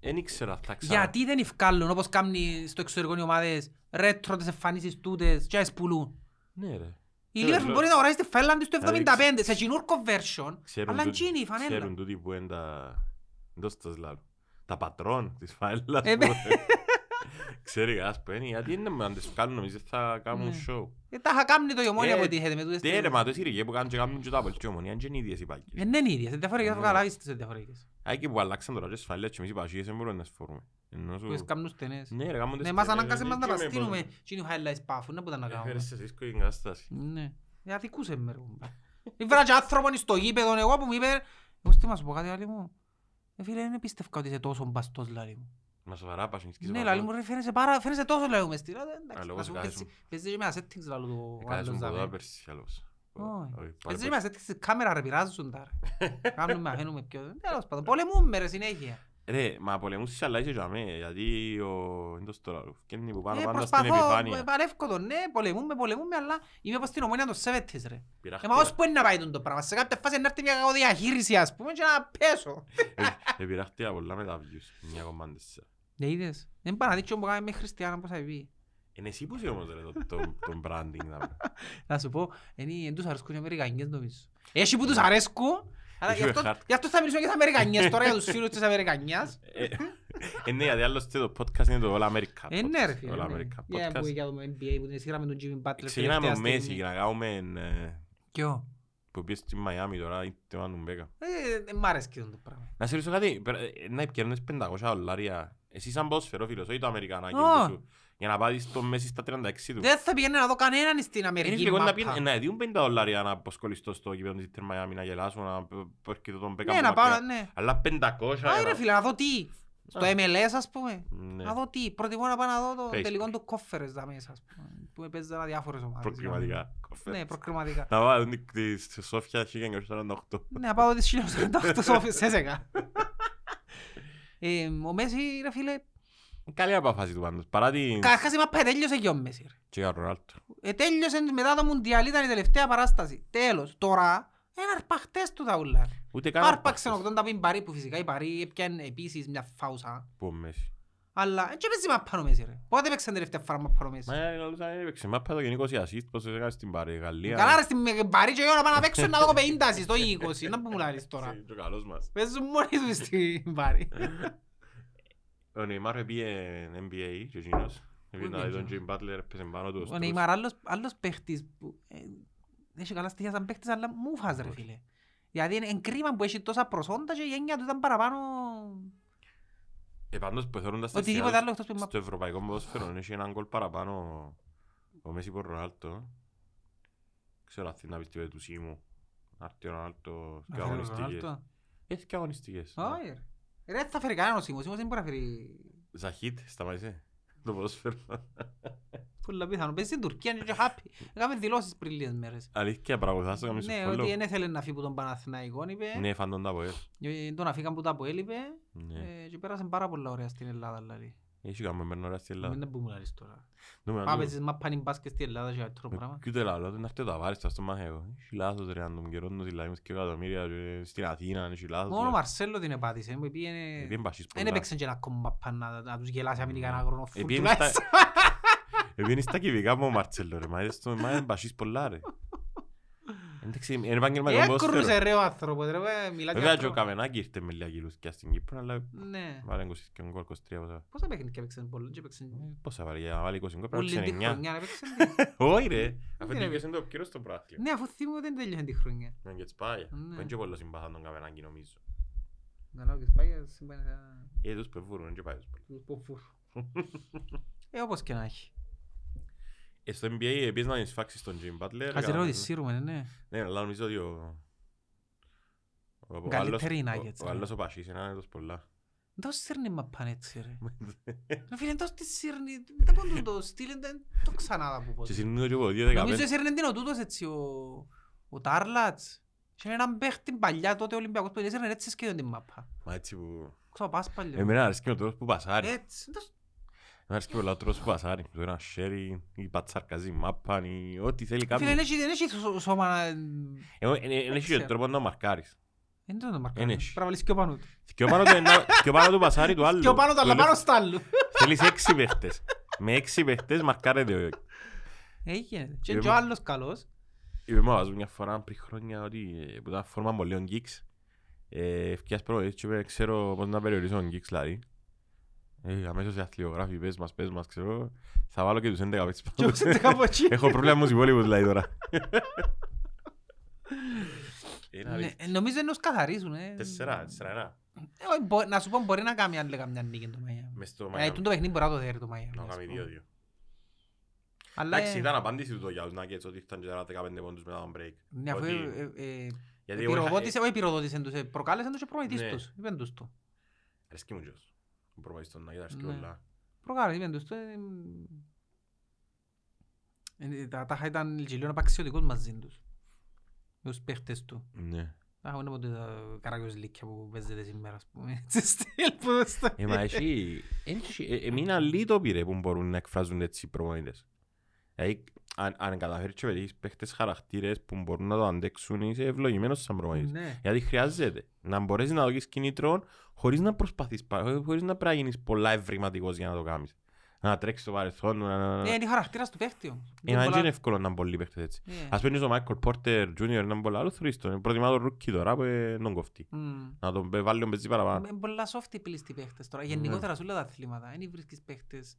A: δεν ήξερα αν θα ξανά.
B: Γιατί δεν ευκάλλουν όπως κάνει στο εξωτερικό οι ομάδες ρέτρο τις εμφανίσεις τούτες και ας πουλούν.
A: Ναι, ρε.
B: Η
A: Ε,
B: Liverpool
A: λέω.
B: μπορεί να αγοράσει τη Φέλαν της το
A: Να δείξει.
B: 75 σε κοινούρκο version,
A: Ξέρουν
B: αλλά
A: τούτοι-
B: εκείνη η φανέλα.
A: Ξέρουν τούτοι που είναι τα... εντός της λάβου. Τα πατρόν της φανέλας.
B: Ε,
A: που-
B: ναι.
A: Ξέρει, ας πούμε, γιατί είναι να τις βγάλουν, νομίζω θα κάνουν
B: Ναι.
A: show.
B: Ε, τα είχα κάνει το η ομόνια
A: Ε,
B: που έτυχε με τούτες
A: Τι
B: τις-
A: ρε, μα το σύριγε που κάνουν και κάνουν και τα απολυτή ομονία, είναι και είναι ίδιες οι πάκες.
B: Ε, ναι, είναι ίδιες, είναι διαφορετικές, θα
A: Ναι.
B: καταλάβεις τις διαφορετικές.
A: Α, εκεί που αλλάξαν τώρα και τις φανέλες και εμείς οι πασίες δεν μπορούμε να τις φορούμε. Ενώ σου-
B: Που τις κάνουν στενές.
A: Ναι, ρε, κάνουν τις
B: Ναι, μας
A: φανέλες,
B: ανάγκασε μας να
A: δεν
B: τα
A: ξέρουμε
B: στείλουμε.
A: πώς-
B: Τι είναι οι highlights πάφουν, δεν μπορούμε να κάνουμε.
A: Έφερες σε δύσκολη κατάσταση.
B: Ναι. Ε, αδικούσε με ρε. κομπά. Ήβρα και άνθρωπον στο γήπεδο εγώ που μου είπε «Εγώ τι να σου πω κάτι άλλη μου». Ε, φίλε, δεν πίστευκα ότι είσαι τόσο μπαστός λάλη μου.
A: Μα σοβαρά πασχιστικής
B: Ναι,
A: παθόλου.
B: λαλή μου ρε φαίνεσαι πάρα, φαίνεσαι τόσο λαλή μου μες στην
A: Α,
B: εντάξει,
A: λόγω
B: να σου
A: σε
B: πω
A: κάθε
B: έτσι, παίζει και με ένα settings λαλού το
A: Ε,
B: ο άλλος
A: κάθεσαι μου που εδώ
B: δάμε.
A: πέρσι, άλλος.
B: Όχι.
A: Όχι, ε, πάλι
B: Παίζει και με ένα settings κάμερα ρε πειράζουν τα ρε. Κάνουμε, αφήνουμε πιο, τέλος πάντων, πολεμούμε ρε συνέχεια.
A: Ρε, μα πολεμούσες αλλά είσαι για μέ, γιατί ο... Είναι το στόλο, φκένει που πάνω
B: Ε,
A: πάντα στην
B: προσπαθώ, ε,
A: επιφάνεια.
B: παλεύω το, ναι, πολεμούμε, πολεμούμε, αλλά είμαι όπως την ομόνια των 70's ρε. Ε, μα
A: Πειράχτηκα.
B: ως πού είναι να πάει το πράγμα, σε κάποια φάση να έρθει μια κακοδιαχείριση ας πούμε και να πέσω.
A: Ε, ε, πειράχτηκα πολλά με τα views. Μια κομμά τέσσερα.
B: Ναι, είδες. Δεν πάνε να δείξω που κάνουμε χριστιανά πώς θα πει.
A: Είναι εσύ που είσαι όμως ρε, το- το- το branding. να πούμε.
B: Να σου πω, είναι, εν τους αρέσκουν οι Αμερικανικές νομίζω. Έχει που τους αρέσκουν Άρα
A: Είχε
B: γι' αυτό-
A: χάρτη.
B: γι' αυτό θα μιλήσουμε για τις Αμερικανιές τώρα, για τους φίλους της Αμερικανιάς.
A: Eh, Ε, ναι, γιατί άλλωστε το podcast είναι το All America.
B: Ε, ναι, ρε φίλε,
A: All
B: ναι.
A: America
B: Για να πούμε
A: podcast.
B: για το NBA που την σύραμε τον Jimmy Butler
A: Ξεκινάμε
B: τελευταία
A: ο Μέση
B: στιγμή.
A: και να κάνουμε ε,
B: Ποιο?
A: που πήγε στη Μαϊάμι τώρα ή τη Μανουμπέκα.
B: Ε, δεν μ' αρέσει και το πράγμα.
A: Να σε ρωτήσω κάτι, πέρα- ε, να επικαιρνείς 500 δολάρια. Εσύ σαν ποδοσφαιρό φίλος, όχι το Αμερικανάκι
B: Ω.
A: σου, για να πάρεις το Μέση στα 36 του.
B: Δεν θα πηγαίνω να δω κανέναν στην
A: Είναι
B: Αμερική
A: λίγο να
B: μάπα. Ναι,
A: πει να δίνουν 50 δολάρια να αποσκολιστώ στο κήπεδο της Ιντερ Μαϊάμι, να γελάσω, να έρχεται τον Μπέκα
B: Ναι, να
A: από
B: πάω,
A: μακριά.
B: ναι.
A: Αλλά 500 για
B: Άι
A: να-
B: ρε φίλε, να δω τι. Στο
A: Α.
B: MLS ας πούμε.
A: Ναι.
B: Να δω τι. Προτιμώ να πάω να δω το
A: Facebook.
B: τελικό του κόφερες δα μέσα. ας πούμε, Που παίζανε διάφορες ομάδες.
A: Προκριματικά.
B: Ναι, προκριματικά.
A: Να πάω την- τη- στη Σόφια 1948.
B: Ναι, να πάω τις 1948 στο Σέζεκα. Ε, Ο Μέση ρε φίλε,
A: Καλή αποφάση του πάντως. Παρά την...
B: καταρχάς η μάπα τέλειωσε και ο Μέση. ρε.
A: Και για Ρονάλτο.
B: Ε, τέλειωσε μετά το Μουντιάλ, ήταν η τελευταία παράσταση. Τέλος. Τώρα, ένα αρπαχτές του τα ούλα.
A: Ούτε καν
B: Άρπαξε
A: αποφάσεις
B: 80 πριν Παρί που φυσικά η Παρί έπιαν επίσης μια φάουσα.
A: Που ο Μέση.
B: Αλλά δεν παίζει μάπα ο Μέση ρε. Πότε παίξε την τελευταία φορά μάπα ο Μέση.
A: Μα ε, λαλούσα, ε, έπαιξε μάπα το γενικός σε assist, πώς έκανε στην Παρή, Γαλλία.
B: Καλά ρε στην Παρί και εγώ να πάω να παίξω να δω 50 ασίστ, όχι 20. Να που μου λάρεις τώρα.
A: Είναι ο καλός μας.
B: Παίζουν μόνοι τους στην Παρί.
A: Ο Νεϊμάρ έπιε NBA και εκείνος. Έπιε να δει τον
B: εκείνος?
A: Jim Butler, pues, έπαιζε πάνω του.
B: Ο
A: στους-
B: Νεϊμάρ άλλος- άλλος παίχτης που ε, έχει καλά στοιχεία σαν παίχτης αλλά μου φας ρε
A: Όχι.
B: φίλε. Γιατί είναι είναι κρίμα που έχει τόσα προσόντα και η έννοια του ήταν παραπάνω
A: Ε, πάντως, που θεωρούντας τα
B: οτιδήποτε
A: εστιατόρια-
B: άλλο εκτός του
A: Στο ευρωπαϊκό ποδόσφαιρο έχει έναν γκολ παραπάνω ο- ο Μέση που ο Ρονάλτο. Ξέρω αν θέλει να πιστεύετε του Σίμου. Άρτη ο Ρονάλτο και αγωνιστικές.
B: Ρονάλτο.
A: Έχει και αγωνιστικές. ναι.
B: Όχι, ρε. Ρε, δεν θα φέρει κανέναν ο Σίμος. Ο Σίμος δεν μπορεί να φέρει
A: Ζαχίτ, σταμάτησε. Το ποδόσφαιρο.
B: πολλά πιθανό. Παίζει στην Τουρκία είναι και happy. Έκαμε δηλώσεις πριν λίγες μέρες.
A: Αλήθεια, πραγματικά στο καμίσο
B: Ναι,
A: φόλο.
B: ότι δεν ήθελε να φύγει που τον Παναθηναϊκό, είπε.
A: Ναι, φαντών τα ποέλ.
B: Ε, Τον αφήκαν που τα αποέλειπε.
A: Ναι.
B: Ε, Και πέρασαν πάρα πολλά ωραία στην Ελλάδα, δηλαδή.
A: Έχει κάνει μεν ώρα στην
B: Μην
A: Ελλάδα.
B: τα πούμε λάρεις τώρα.
A: Δούμε να Ναι.
B: Πάμε
A: δούμε.
B: στις μαπάνι μπάσκετ στην Ελλάδα και άλλο
A: Με
B: πράγμα.
A: Ποιο το λαλό, δεν έρθει ο Ταβάρης, θα στο μάθει εγώ. Έχει λάθος ρε, αν τον καιρό του δηλαδή, με δυο εκατομμύρια ε, στην Αθήνα, έχει λάθος.
B: Μόνο ο
A: ρε.
B: Μαρσέλο την επάτησε. μου πήγαινε-
A: Επειδή εμπασχείς
B: Δεν
A: πολλά.
B: έπαιξε και ένα ακόμα μαπά να- να τους γελάσει να μην είναι
A: Ναι.
B: κανένα αγρονόφουλ
A: Επειδή είναι στα-
B: τουλάχιστον.
A: Επειδή στα κυβικά μου ο Μαρτσέλο ρε, μα είναι στο- μα είναι μπασίς πολλά ρε. Εντάξει, είναι επαγγελματικό
B: Έκρουσε
A: ποδόσφαιρο.
B: Ε, ρε ο άνθρωπος. ρε, ε, μιλάτε για
A: Βέβαια και ο
B: άνθρωπο.
A: Καβενάκη ήρθε με λίγα κιλούθηκια στην Κύπρο,
B: Eh.
A: αλλά
B: Ναι.
A: βάλε 20 και γκολ, 23 πόσα.
B: Πόσα παιχνίδια έπαιξαν πολύ και έπαιξαν
A: Ε, Πόσα βάλε, για να βάλει 20 γκολ, πρέπει
B: όλη
A: να
B: τη
A: ξέρει 9.
B: χρονιά να παίξαν. τη-
A: Όχι ρε, αφού
B: είναι,
A: τελείωσε το κύριο στο πράθλιο.
B: Ναι, αφού θυμούμαι δεν τελειώνει τη χρονιά.
A: Με και τσπάγια.
B: Ναι.
A: Δεν και πολλά συμπαθάν τον Καβενάκη νομίζω.
B: Καλά, ο Κεσπάγιας σύμπανε θα-
A: Ε, τους πεβούρουν, δεν και πάει τους πολλά.
B: τους πω φουρ. Ε, όπως και να έχει.
A: Ε, στο NBA επίσης να εισφάξεις τον Jim Butler.
B: Ας
A: έκαναν-
B: ρώτη, σύρουμε, ναι.
A: Ναι, αλλά νομίζω ότι ο... ο- ο
B: Καλύτεροι
A: άλλος-
B: οι Nuggets,
A: ο- Ο
B: ναι.
A: άλλος ο Πασίς είναι άνετος πολλά.
B: Δεν τους σύρνει μαπάν έτσι, ρε. Ρε φίλε, δεν τους σύρνει. Δεν μπορούν να το στείλουν, δεν το ξανά θα πω
A: Και
B: ποτέ.
A: συνήθως και από δύο
B: Νομίζω
A: δεκαπέντε.
B: ότι σέρνε την ο τούτος έτσι, ο, ο Τάρλατς. Και έναν παίχτη παλιά τότε ο Ολυμπιακός που έσαιρνε έτσι σχεδόν την μάπα.
A: Μα έτσι που...
B: Ξαπάς παλιά.
A: Εμένα αρέσκει ο τρόπος που πασάρει. Εμένα
B: Έτσι. εντός-
A: αρέσκει πολλά ο τρόπος που πασάρει. Το ένα σέρι, η πατσαρκαζή μάπα, η- ό,τι θέλει
B: Φίλε, δεν
A: κάποιος. Ε,
B: έχει- δεν έχει σω- σώμα να...
A: Δεν έχει και
B: ξέρω.
A: τρόπο να μαρκάρεις.
B: Δεν το
A: Εν
B: μαρκάρεις.
A: έχει.
B: Πρέπει να βάλεις πιο πάνω του.
A: Πιο πάνω του ένα- πιο πάνω του πασάρει του άλλου.
B: Πιο πάνω του, αλλά
A: Του λέω,
B: πάνω στα άλλου.
A: Θέλεις έξι παίχτες. Με έξι παίχτες μαρκάρεται ο
B: Έγινε. Και
A: Ε,
B: και ο
A: μα-
B: άλλος καλός.
A: Είπε μου βάζω μια φορά πριν χρόνια ότι ε, που ήταν φόρμα Ε, πολλών γκίξ Ευκιάς προβολής και είπε ξέρω πώς να περιορίσω τον γκίξ δηλαδή ε, Αμέσως οι αθλιογράφοι πες μας πες μας ξέρω Θα βάλω και τους 11 παίκτες
B: Και
A: πάνω
B: όπως είναι κάπου εκεί.
A: Έχω πρόβλημα με τους υπόλοιπους δηλαδή τώρα Είναι
B: Ναι,
A: αλήθεια.
B: ε, Νομίζω να τους καθαρίζουν. ε.
A: Τέσσερα, τέσσερα ένα
B: Ε, όχι, μπο- Να σου πω μπορεί να κάνει αν λέγαμε μια νίκη το Μαϊάμι.
A: Μες στο
B: Ε,
A: Μαϊάμι.
B: τούτο παιχνίδι μπορεί να το δέρει το
A: Να
B: Μαϊάμι. ας
A: κάνει
B: πούμε.
A: δύο-δύο
B: Αλλά,
A: Εντάξει
B: ε,
A: ήταν απάντηση του το για τους Nuggets ότι ήρθαν και τώρα 15 πόντους μετά τον break
B: ναι, αφού,
A: ότι-
B: ε, ε, ε,
A: Γιατί εγώ είχα-
B: Πυροδότησε, όχι πυροδότησε τους, ε, προκάλεσαν τους και
A: Ναι.
B: προμηθείς τους. Είπεν τους το.
A: Αρέσκει μου κιόλας. Ο προπονητής των Nuggets αρέσκει
B: Ναι.
A: πολλά.
B: Προκάλεσαν, είπεν τους το. ε, ε, ε, Τα τάχα ήταν γελίων απαξιωτικός μαζί τους. Με τους παίχτες του.
A: Ναι.
B: Τα Έχουμε από τα καράγιος λίκια που παίζεται σήμερα, ας πούμε. Έτσι στυλ που δεν στα-
A: Ε, μα εσύ, εν τυχε- ε, ε, μείνα λίγο πήρε που μπορούν να εκφράζουν έτσι οι προπονητές. Δηλαδή, αν, αν καταφέρεις και πετύχεις παίχτες χαρακτήρες που μπορούν να το αντέξουν, είσαι ευλογημένος σαν προπονητής.
B: Ναι.
A: Γιατί χρειάζεται να μπορέσεις να δώσεις κινήτρων χωρίς να προσπαθείς, πα- χωρίς να πρέπει να γίνεις πολλά ευρηματικός για να το κάνεις. να τρέξεις το παρελθόν του, να- να- να-
B: Ε, Είναι χαρακτήρας του παίχτη όμως.
A: Ε, μα
B: πολλά-
A: δεν είναι εύκολο να πολλοί παίχτες έτσι.
B: Ναι.
A: Ας πένεις ο Μάικλ Πόρτερ Τζούνιορ να πολλά άλλο θωρείς τον. Προτιμά τον ρούκι τώρα που ε, τον κοφτεί.
B: Μμ.
A: Να τον πε- βάλει τον πεζί παραπάνω.
B: Με πολλά soft οι πλήστοι παίχτες
A: Ναι.
B: τώρα. Γενικότερα σε όλα τα αθλήματα. Δεν βρίσκεις παίχτες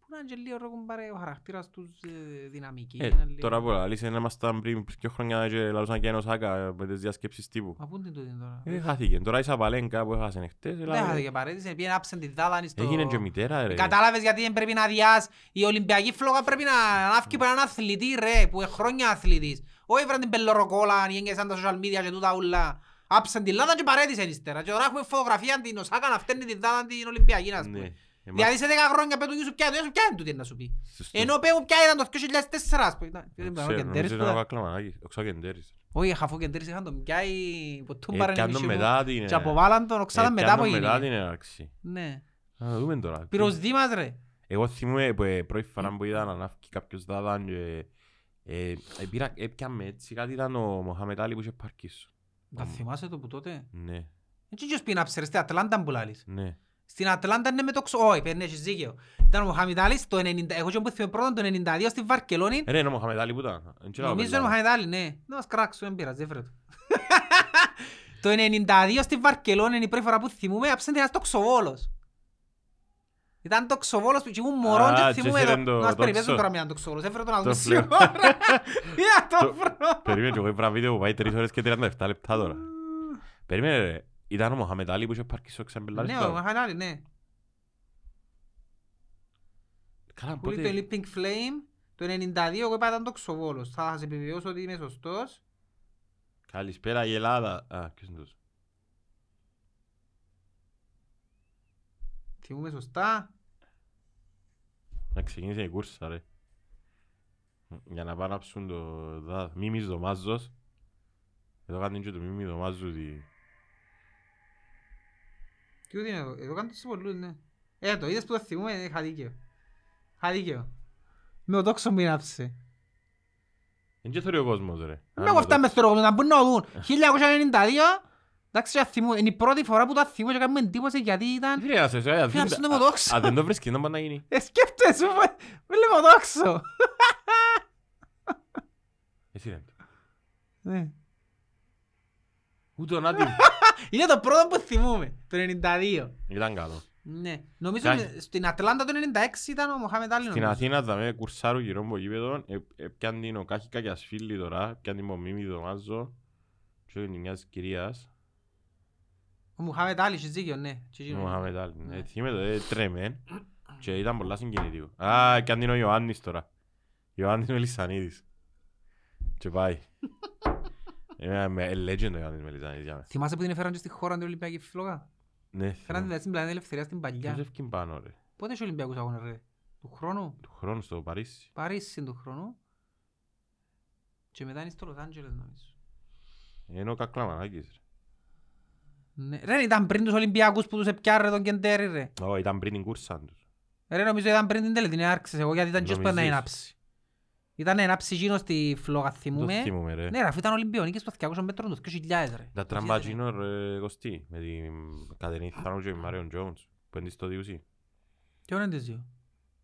B: που να είναι και λίγο ρε κουμπάρε, ο χαρακτήρας τους ε, δυναμική.
A: Ε,
B: είναι λίγο-
A: Τώρα που λαλείς να ήμασταν πριν δύο χρόνια και λαλούσαν και ένας Σάκα με τις διασκέψεις τύπου.
B: Μα πού είναι τούτη τώρα.
A: Ε, χάθηκε. Τώρα η Σαπαλέγκα που έχασαν χτες. έλαβε-
B: Δεν είχατε και παρέτηση, πήγαινε άψεν τη δάλανη στο...
A: Έγινε και μητέρα ρε.
B: Κατάλαβες γιατί δεν πρέπει να διάς. Η Ολυμπιακή φλόγα πρέπει να ανάφκει από έναν αθλητή ρε, που είναι χρόνια αθλητής. Όχι βραν την πελωροκόλα, οι έγκαισαν τα social media και τούτα ούλα. Άψαν τη λάδα και παρέτησαν ύστερα. Και τώρα έχουμε φωτογραφία την Οσάκα να φταίνει τη δάλα την Ολυμπιακή, ας
A: Ναι.
B: πούμε.
A: Ε,
B: Δηλαδή σε 10 χρόνια πέτω σου ποιά, σου ποιά είναι τούτη να σου πει.
A: στους-
B: Ενώ πέμπω ποιά ήταν το 2004, ας πούμε. Ήταν-
A: Δεν
B: ήταν ο
A: ξέρω,
B: Κεντέρης
A: νομίζω
B: που
A: ήταν ο
B: ήταν-
A: Κακλαμανάκης, ο Ξακεντέρης.
B: Όχι, αφού ο Κεντέρης είχαν τον πιάει, που
A: Ε,
B: τούμπαραν
A: κάνουν
B: εμείς
A: μετά την-
B: και και αποβάλλαν τον,
A: Ε,
B: οξάλαν μετά
A: κάνουν
B: από
A: μετά
B: γίνει.
A: την έναρξη.
B: Ναι.
A: Να δούμε τώρα.
B: Πυροσδήμας
A: Ναι.
B: ρε.
A: Εγώ θυμούμαι που ε, πρώτη φορά που είδα να ανάφκει κάποιος δάδαν και ε, ε, πήρα- έπιαμε έτσι κάτι ήταν ο Μοχάμετ Άλι που είχε παρκίσω.
B: Τα θυμάσαι το που τότε.
A: Ναι,
B: Έτσι ποιος πει να ψερες, στην Ατλάντα που λάλλεις.
A: ναι.
B: Στην Ατλάντα είναι με το ξο... Όχι, παίρνει, έχεις δίκαιο. Ήταν ο Μοχάμιτ Άλης το 90... Εγώ και που θυμάμαι πρώτον το 92 στη Βαρκελόνη.
A: Ε, Ρε, είναι ο Μοχάμετ Άλι που ήταν. Εν ξέρω
B: Νομίζω
A: τα
B: είναι ο
A: παιδιά.
B: Μοχάμιτ Άλη, ναι. Να μας κράξουν, δεν πειράζει, δεν φέρε το. Το 92 στη Βαρκελόνη είναι η πρώτη φορά που θυμούμε, άψε ένας τοξοβόλος. Ήταν τοξοβόλος που και ήμουν μωρό
A: Α,
B: και
A: και
B: θυμούμε
A: έφερε
B: το...
A: το-
B: Να μας
A: το
B: περιπέζουν
A: ξο.
B: τώρα με έναν τοξοβόλος, έφερε τον
A: Το
B: αγούσιο.
A: φλερ.
B: Για το
A: Το-
B: βρω.
A: Περίμενε, εγώ έβρα βίντεο που πάει τρεις ώρες και 37 λεπτά τώρα. Περίμενε ρε, ήταν ο Μοχάμετ Άλι που είχε παρκίσω ξαμπελάρις.
B: Ναι, ο Μοχάμιτ Άλη, ναι.
A: Καλά,
B: Πούλη το
A: πότε...
B: Leaping Flame το 92 εγώ είπα ήταν το ξοβόλος. Θα σε επιβεβαιώσω ότι είμαι σωστός.
A: Καλησπέρα η Ελλάδα. Α, ποιος είναι τούτος.
B: Θυμούμε σωστά.
A: Να ξεκινήσει η κούρσα ρε. Για να πάνε να ψουν το δάδ. Μίμης Δωμάζος. Εδώ κάνει και το Μίμη Δωμάζου ότι...
B: Και ούτε είναι εδώ. Εδώ κάνουν τόσο πολλούς, ναι. Ε, το είδες που το θυμούμε, ε, είχα δίκαιο. Είχα δίκαιο. Με ο τόξο μου γράψε.
A: Εν και θωρεί ο κόσμος ρε.
B: Με εγώ αυτά με θεωρώ, να μπουν να δουν. 1992, εντάξει, θα θυμούμε. Είναι η πρώτη φορά που τα θυμούμε και κάνουμε εντύπωση γιατί ήταν...
A: Φίλε, να σε- α,
B: Φίλε, να
A: δεν-
B: ψήνω με
A: α-
B: δόξα.
A: α, δεν το βρίσκεις, να μπορεί να γίνει.
B: Ε, σκέφτεσαι, μου- με λέμε ο τόξο.
A: Εσύ δεν το.
B: Ναι.
A: Ούτε ο Νάτι.
B: Είναι το πρώτο που θυμούμε, το 92.
A: Ήταν καλό.
B: Ναι. Νομίζω
A: Κάτι.
B: ότι στην Ατλάντα το 96 ήταν ο Μοχάμετ ναι. Άλλη.
A: Στην
B: νομίζω.
A: Αθήνα δαμε κουρσάρου γύρω από γήπεδο. Έπιαν την ο Κάχικα και ασφίλη τώρα. Έπιαν την Μομίμη Δωμάζο. Και την μιας κυρίας.
B: Ο Μουχάμετ Άλλη, έχεις δίκιο, ναι. Και εκείνο.
A: Μοχάμετ Άλλη.
B: Ναι.
A: Ε, Θυμάμαι το, ε, τρέμεν. Και ήταν πολλά συγκινητικό. Α, έπιαν την ο Ιωάννης τώρα. Ιωάννης Μελισανίδης. Και πάει. Ε, με- ε, Legend ο Ιωάννης Μελισανίδης για μένα.
B: Θυμάσαι που την έφεραν και στη χώρα την Ολυμπιακή φλόγα.
A: Ναι,
B: Φέραν
A: θυμάμαι.
B: την δηλαδή, στην πλανήτη ελευθερίας στην
A: Ποιος
B: παλιά.
A: έφυγε πάνω, ρε.
B: Πότε είχε Ολυμπιακούς αγώνες ρε. Του χρόνου.
A: Του χρόνου στο Παρίσι.
B: Παρίσι είναι του χρόνου. Και μετά είναι στο Λος Άντζελες νομίζω.
A: Ε, Είναι ο Κακλαμανάκης, ρε.
B: Ναι. Ρε ήταν πριν τους Ολυμπιακούς που τους έπιάρε τον Κεντέρι ρε.
A: Ω, ήταν πριν την κούρσα τους.
B: Ρε νομίζω ήταν πριν την τηλετηνάρξη εγώ γιατί ήταν και ώσπου να
A: Νομίζεις?
B: ενάψει. Ήταν να ενάψει εκείνο στη φλόγα
A: Το
B: θυμούμε.
A: θυμούμαι ρε.
B: Ναι ρε αφού ήταν Ολυμπιονίκες στο 200 μέτρων το 2000 ρε.
A: Τα τραμπατζίνο ρε κοστί ε, με την Κατερίνη Θάνο και Μάριον Τζόουνς που είναι στο διούσι.
B: Ποιο είναι τις δύο.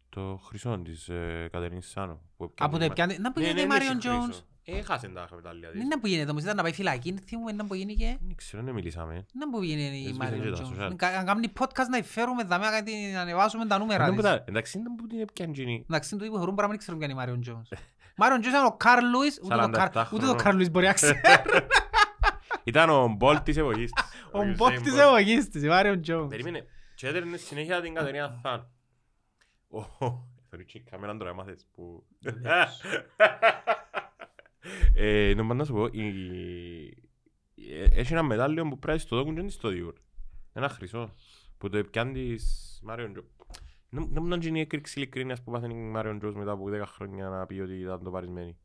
A: Το χρυσό της ε, Κατερίνης Θάνο. που έπιανε
B: Από το
A: τη Μα-
B: έπιανε. Να που
A: Ναι,
B: γίνεται
A: ναι, ναι,
B: η Μάριον
A: έχει
B: Τζόνς.
A: χρυσό. Έχασε τα μετάλλια
B: Δεν
A: της.
B: είναι που γίνεται όμως, ήταν να πάει φυλακή, θυμούμε να που γίνει και...
A: Δεν ξέρω, δεν μιλήσαμε.
B: Να που γίνει η
A: Έσβησε
B: Μάριον
A: και τα
B: Τζόνς.
A: social.
B: Να κα- Να κάνει podcast να φέρουμε δαμέ, να κάτι- να ανεβάσουμε τα νούμερα
A: Δεν που
B: της.
A: τα- Εντάξει, ήταν που την έπιανε εκείνη.
B: Εντάξει, είναι το τύπο χωρούν παρά μην ξέρουμε ποια είναι η Μάριον Τζόνς. Μάριον Τζόνς ήταν ο Καρλ Λούις, ούτε το Καρ-
A: 47
B: ούτε το
A: χρονών.
B: Καρλ Λούις μπορεί να ξέρει.
A: Ήταν ο Μπολ της εποχής της.
B: Ο
A: Usain
B: Μποκ της εποχής της, η Μάριον Τζόνς.
A: Περίμενε. Και έδερνε συνέχεια την Κατερίνα Θάνο. Ω, θεωρεί και η κάμερα τώρα έμαθες που... Ε, Νομίζω να σου πω, η- ε, έχει ένα μετάλλιο που πράζει στο δόκουν και είναι στο διούρ. Ένα χρυσό. Που το έπιαν της Μάριον Τζο. Δεν μου είναι η έκρηξη ειλικρίνειας που πάθαινε η Μάριον Τζος μετά από 10 χρόνια να πει ότι ήταν το παρισμένη.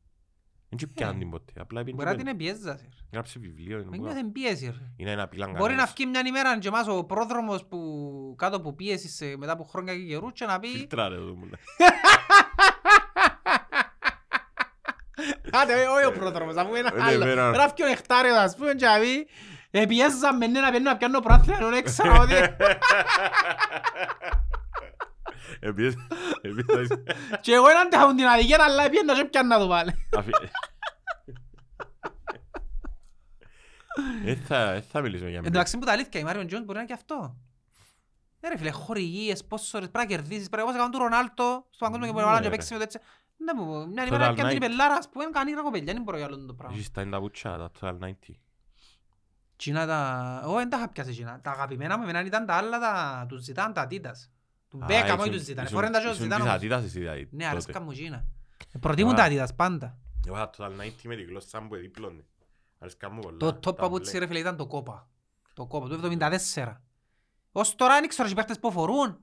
A: Δεν την πιάνει την ποτέ. Απλά
B: Μπορεί να την
A: έπινε.
B: επιέζεσαι, ρε.
A: Γράψε βιβλίο. δεν
B: Μα
A: μπορώ.
B: νιώθεν πίεση, ρε.
A: Είναι ένα πιλάνγκα.
B: Μπορεί να βγει μια ημέρα και εμάς ο πρόδρομος που κάτω από πίεσης σε- μετά από χρόνια και καιρούς και να πει
A: Φίλτρα ρε εδώ μου λέει.
B: Άντε, όχι ο πρόδρομος, να πούμε ένα
A: Ε, ναι,
B: άλλο.
A: πέρα.
B: Ένα πιο νεκτάριος, ας πούμε, και «Ε, να πει «Επιέζαμε, ναι, να πιένω να πιάνω πρόθυρα, ενώ δεν ξέρω ότι...»
A: Επίσης, επίσης,
B: Και εγώ έναν τεχαούν την αδικία, αλλά πιέντα και πιάννα το πάλι.
A: αφι- Ε, θα- ε, θα μιλήσουμε για
B: Εν τω
A: μπλε.
B: μεταξύ που τα αλήθεια, η Μάριον Τζόνς μπορεί να είναι και αυτό. Ναι ρε φίλε, χορηγίες, πόσορες, πρέπει να κερδίσεις, πρέπει να κάνουν του Ρονάλτο στο παγκόσμιο
A: Ναι,
B: και μπορεί να
A: ρε.
B: παίξεις με τέτοια. Ναι μου, μια
A: Total
B: ημέρα έπιαν την
A: night.
B: υπελάρας που δεν κάνει ρακοπέλια, δεν μπορώ για άλλο το πράγμα.
A: Έχεις τα είναι τα πουτσιά, τα Total 90.
B: Τζίνα τα... Εγώ δεν τα είχα πιάσει τζίνα. Τα αγαπημένα μου εμένα ήταν τα άλλα, τα... τους ζητάν τα τίτας. Του
A: Α,
B: Μπέκα
A: ήσουν-
B: μόνο τους ζητάνε.
A: ήσουν-
B: Φορέν τα και τους
A: ήσουν
B: ζητάνε
A: της
B: όμως.
A: Adidas εσύ, δηλαδή,
B: Ναι,
A: τότε.
B: αρέσκαν μου τζίνα. Ε, Προτιμούν
A: Α.
B: τα τίτας πάντα.
A: Εγώ τα Total 90 με την γλώσσα μου που εδίπλωνε. Αρέσκαν μου πολλά.
B: Το
A: Τα
B: top παπούτσι
A: μπλε.
B: ρε φίλε ήταν το κόπα. Το κόπα του 74. Ως τώρα δεν ξέρω οι παίχτες που φορούν.